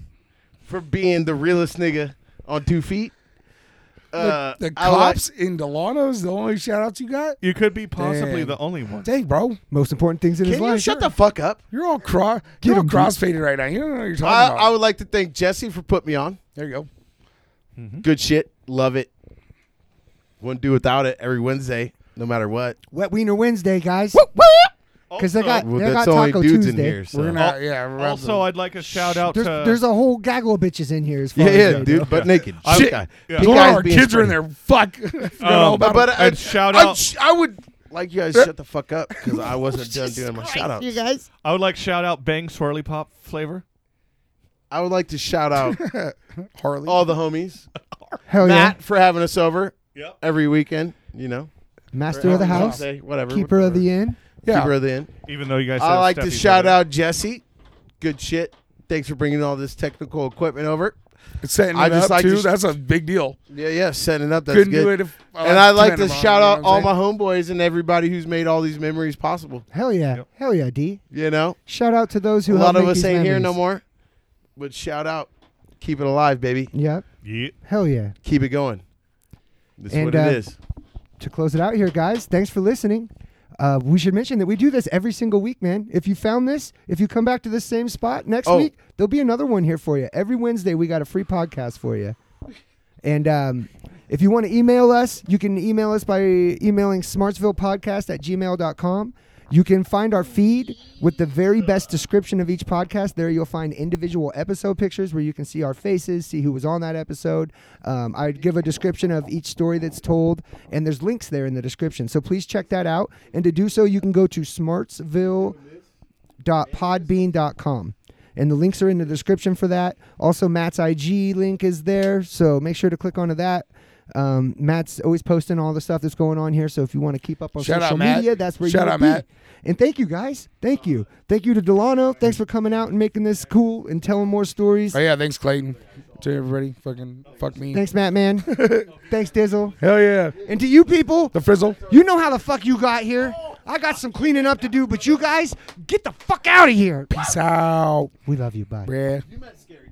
Speaker 1: for being the realest nigga on two feet. Uh,
Speaker 4: the
Speaker 1: I would like-
Speaker 4: cops in Delano's the only shout outs you got.
Speaker 3: You could be possibly
Speaker 4: Damn.
Speaker 3: the only one.
Speaker 4: Dang, bro,
Speaker 2: Most important things in his
Speaker 1: can
Speaker 2: life.
Speaker 1: you shut the fuck up?
Speaker 4: you're all cross. You're all
Speaker 2: him, dude.
Speaker 4: crossfaded right now. You don't know what you're talking
Speaker 1: I,
Speaker 4: about.
Speaker 1: I would like to thank Jesse for putting me on.
Speaker 4: there you go.
Speaker 1: Good shit. Love it. Wouldn't do without it every Wednesday, no matter what.
Speaker 2: Wet Wiener Wednesday, guys. Because they got
Speaker 1: Well,
Speaker 2: they got
Speaker 1: that's only
Speaker 2: Taco
Speaker 1: dudes
Speaker 2: Tuesday.
Speaker 1: in here. So.
Speaker 4: We're gonna
Speaker 3: Al-
Speaker 4: yeah. we're about to-
Speaker 3: Also, I'd like a shout out
Speaker 2: There's,
Speaker 3: to.
Speaker 2: there's a whole gaggle of bitches in here. As far
Speaker 1: yeah,
Speaker 2: as
Speaker 1: yeah,
Speaker 2: I
Speaker 1: dude,
Speaker 2: know.
Speaker 1: but naked.
Speaker 3: I-
Speaker 1: Shit.
Speaker 3: yeah.
Speaker 1: Pig
Speaker 3: All
Speaker 4: All
Speaker 1: guys
Speaker 4: our
Speaker 1: being
Speaker 4: kids are in
Speaker 1: spread.
Speaker 4: there. Fuck. I forgot
Speaker 2: um,
Speaker 4: all about
Speaker 1: But
Speaker 4: them.
Speaker 1: I,
Speaker 3: and shout
Speaker 1: I,
Speaker 3: out-
Speaker 1: I would like you guys to shut the fuck up because I wasn't done doing my shout out.
Speaker 2: guys.
Speaker 3: I would like shout out Bang Swirly Pop flavor.
Speaker 1: I would like to shout out
Speaker 4: Harley.
Speaker 1: all the homies.
Speaker 2: Hell
Speaker 1: Matt for having us over
Speaker 3: Yep.
Speaker 1: every weekend. You know,
Speaker 2: yeah. Master of the house,
Speaker 1: Say whatever.
Speaker 2: keeper of the inn.
Speaker 4: yeah.
Speaker 1: Keeper of the inn.
Speaker 3: Even though you guys.
Speaker 1: I
Speaker 3: said
Speaker 1: like to
Speaker 3: Steffi's
Speaker 1: shout
Speaker 3: brother.
Speaker 1: out Jesse. Good shit. Thanks for bringing all this technical equipment over.
Speaker 4: setting it
Speaker 1: I just
Speaker 4: up
Speaker 1: like to
Speaker 4: too.
Speaker 1: sh-
Speaker 4: That's a big deal.
Speaker 1: Yeah, yeah, setting it up. That's
Speaker 4: Couldn't
Speaker 1: good.
Speaker 4: do it if.
Speaker 1: and I'd like to
Speaker 4: Tanner,
Speaker 1: shout
Speaker 4: you know
Speaker 1: out
Speaker 4: what
Speaker 1: all
Speaker 4: I'm
Speaker 1: my homeboys and everybody who's made all these memories possible.
Speaker 2: Hell yeah,
Speaker 3: Yep.
Speaker 2: hell yeah, D.
Speaker 1: You know,
Speaker 2: Shout out to those who
Speaker 1: a
Speaker 2: helped
Speaker 1: lot of
Speaker 2: make
Speaker 1: us
Speaker 2: these
Speaker 1: ain't here
Speaker 2: memories.
Speaker 1: no more, but shout out. Keep it alive, baby.
Speaker 2: Yep,
Speaker 3: Yeah.
Speaker 2: hell yeah.
Speaker 1: Keep it going. This is
Speaker 2: And,
Speaker 1: what it
Speaker 2: uh,
Speaker 1: is.
Speaker 2: to close it out here, guys, thanks for listening. Uh, we should mention that we do this every single week, man. If you found this, if you come back to this same spot next
Speaker 1: Oh.
Speaker 2: week, there'll be another one here for you. Every Wednesday, we got a free podcast for you. And um, if you want to email us, you can email us by emailing smartsvillepodcast at gmail.com. You can find our feed with the very best description of each podcast. There you'll find individual episode pictures where you can see our faces, see who was on that episode. Um, I'd give a description of each story that's told, and there's links there in the description. So please check that out. And to do so, you can go to smartsville podbean.com. And the links are in the description for that. Also, Matt's IG link is there, so make sure to click onto that. Um, Matt's always posting all the stuff that's going on here, so if you want to keep up on
Speaker 4: Shout out,
Speaker 2: social
Speaker 4: Matt.
Speaker 2: media, that's where
Speaker 4: Shout
Speaker 2: you
Speaker 4: out,
Speaker 2: be.
Speaker 4: Matt.
Speaker 2: And thank you guys. Thank you. Thank you to Delano. Thanks for coming out and making this cool and telling more stories.
Speaker 4: Oh yeah, thanks Clayton to everybody. Fucking fuck me.
Speaker 2: Thanks, Matt Man. Thanks, Dizzle.
Speaker 4: Hell yeah.
Speaker 2: And to you people,
Speaker 4: The frizzle.
Speaker 2: you know how the fuck you got here. I got some cleaning up to do, but you guys, get the fuck out of here.
Speaker 4: Peace out,
Speaker 2: We love you. Bye.
Speaker 4: bruh.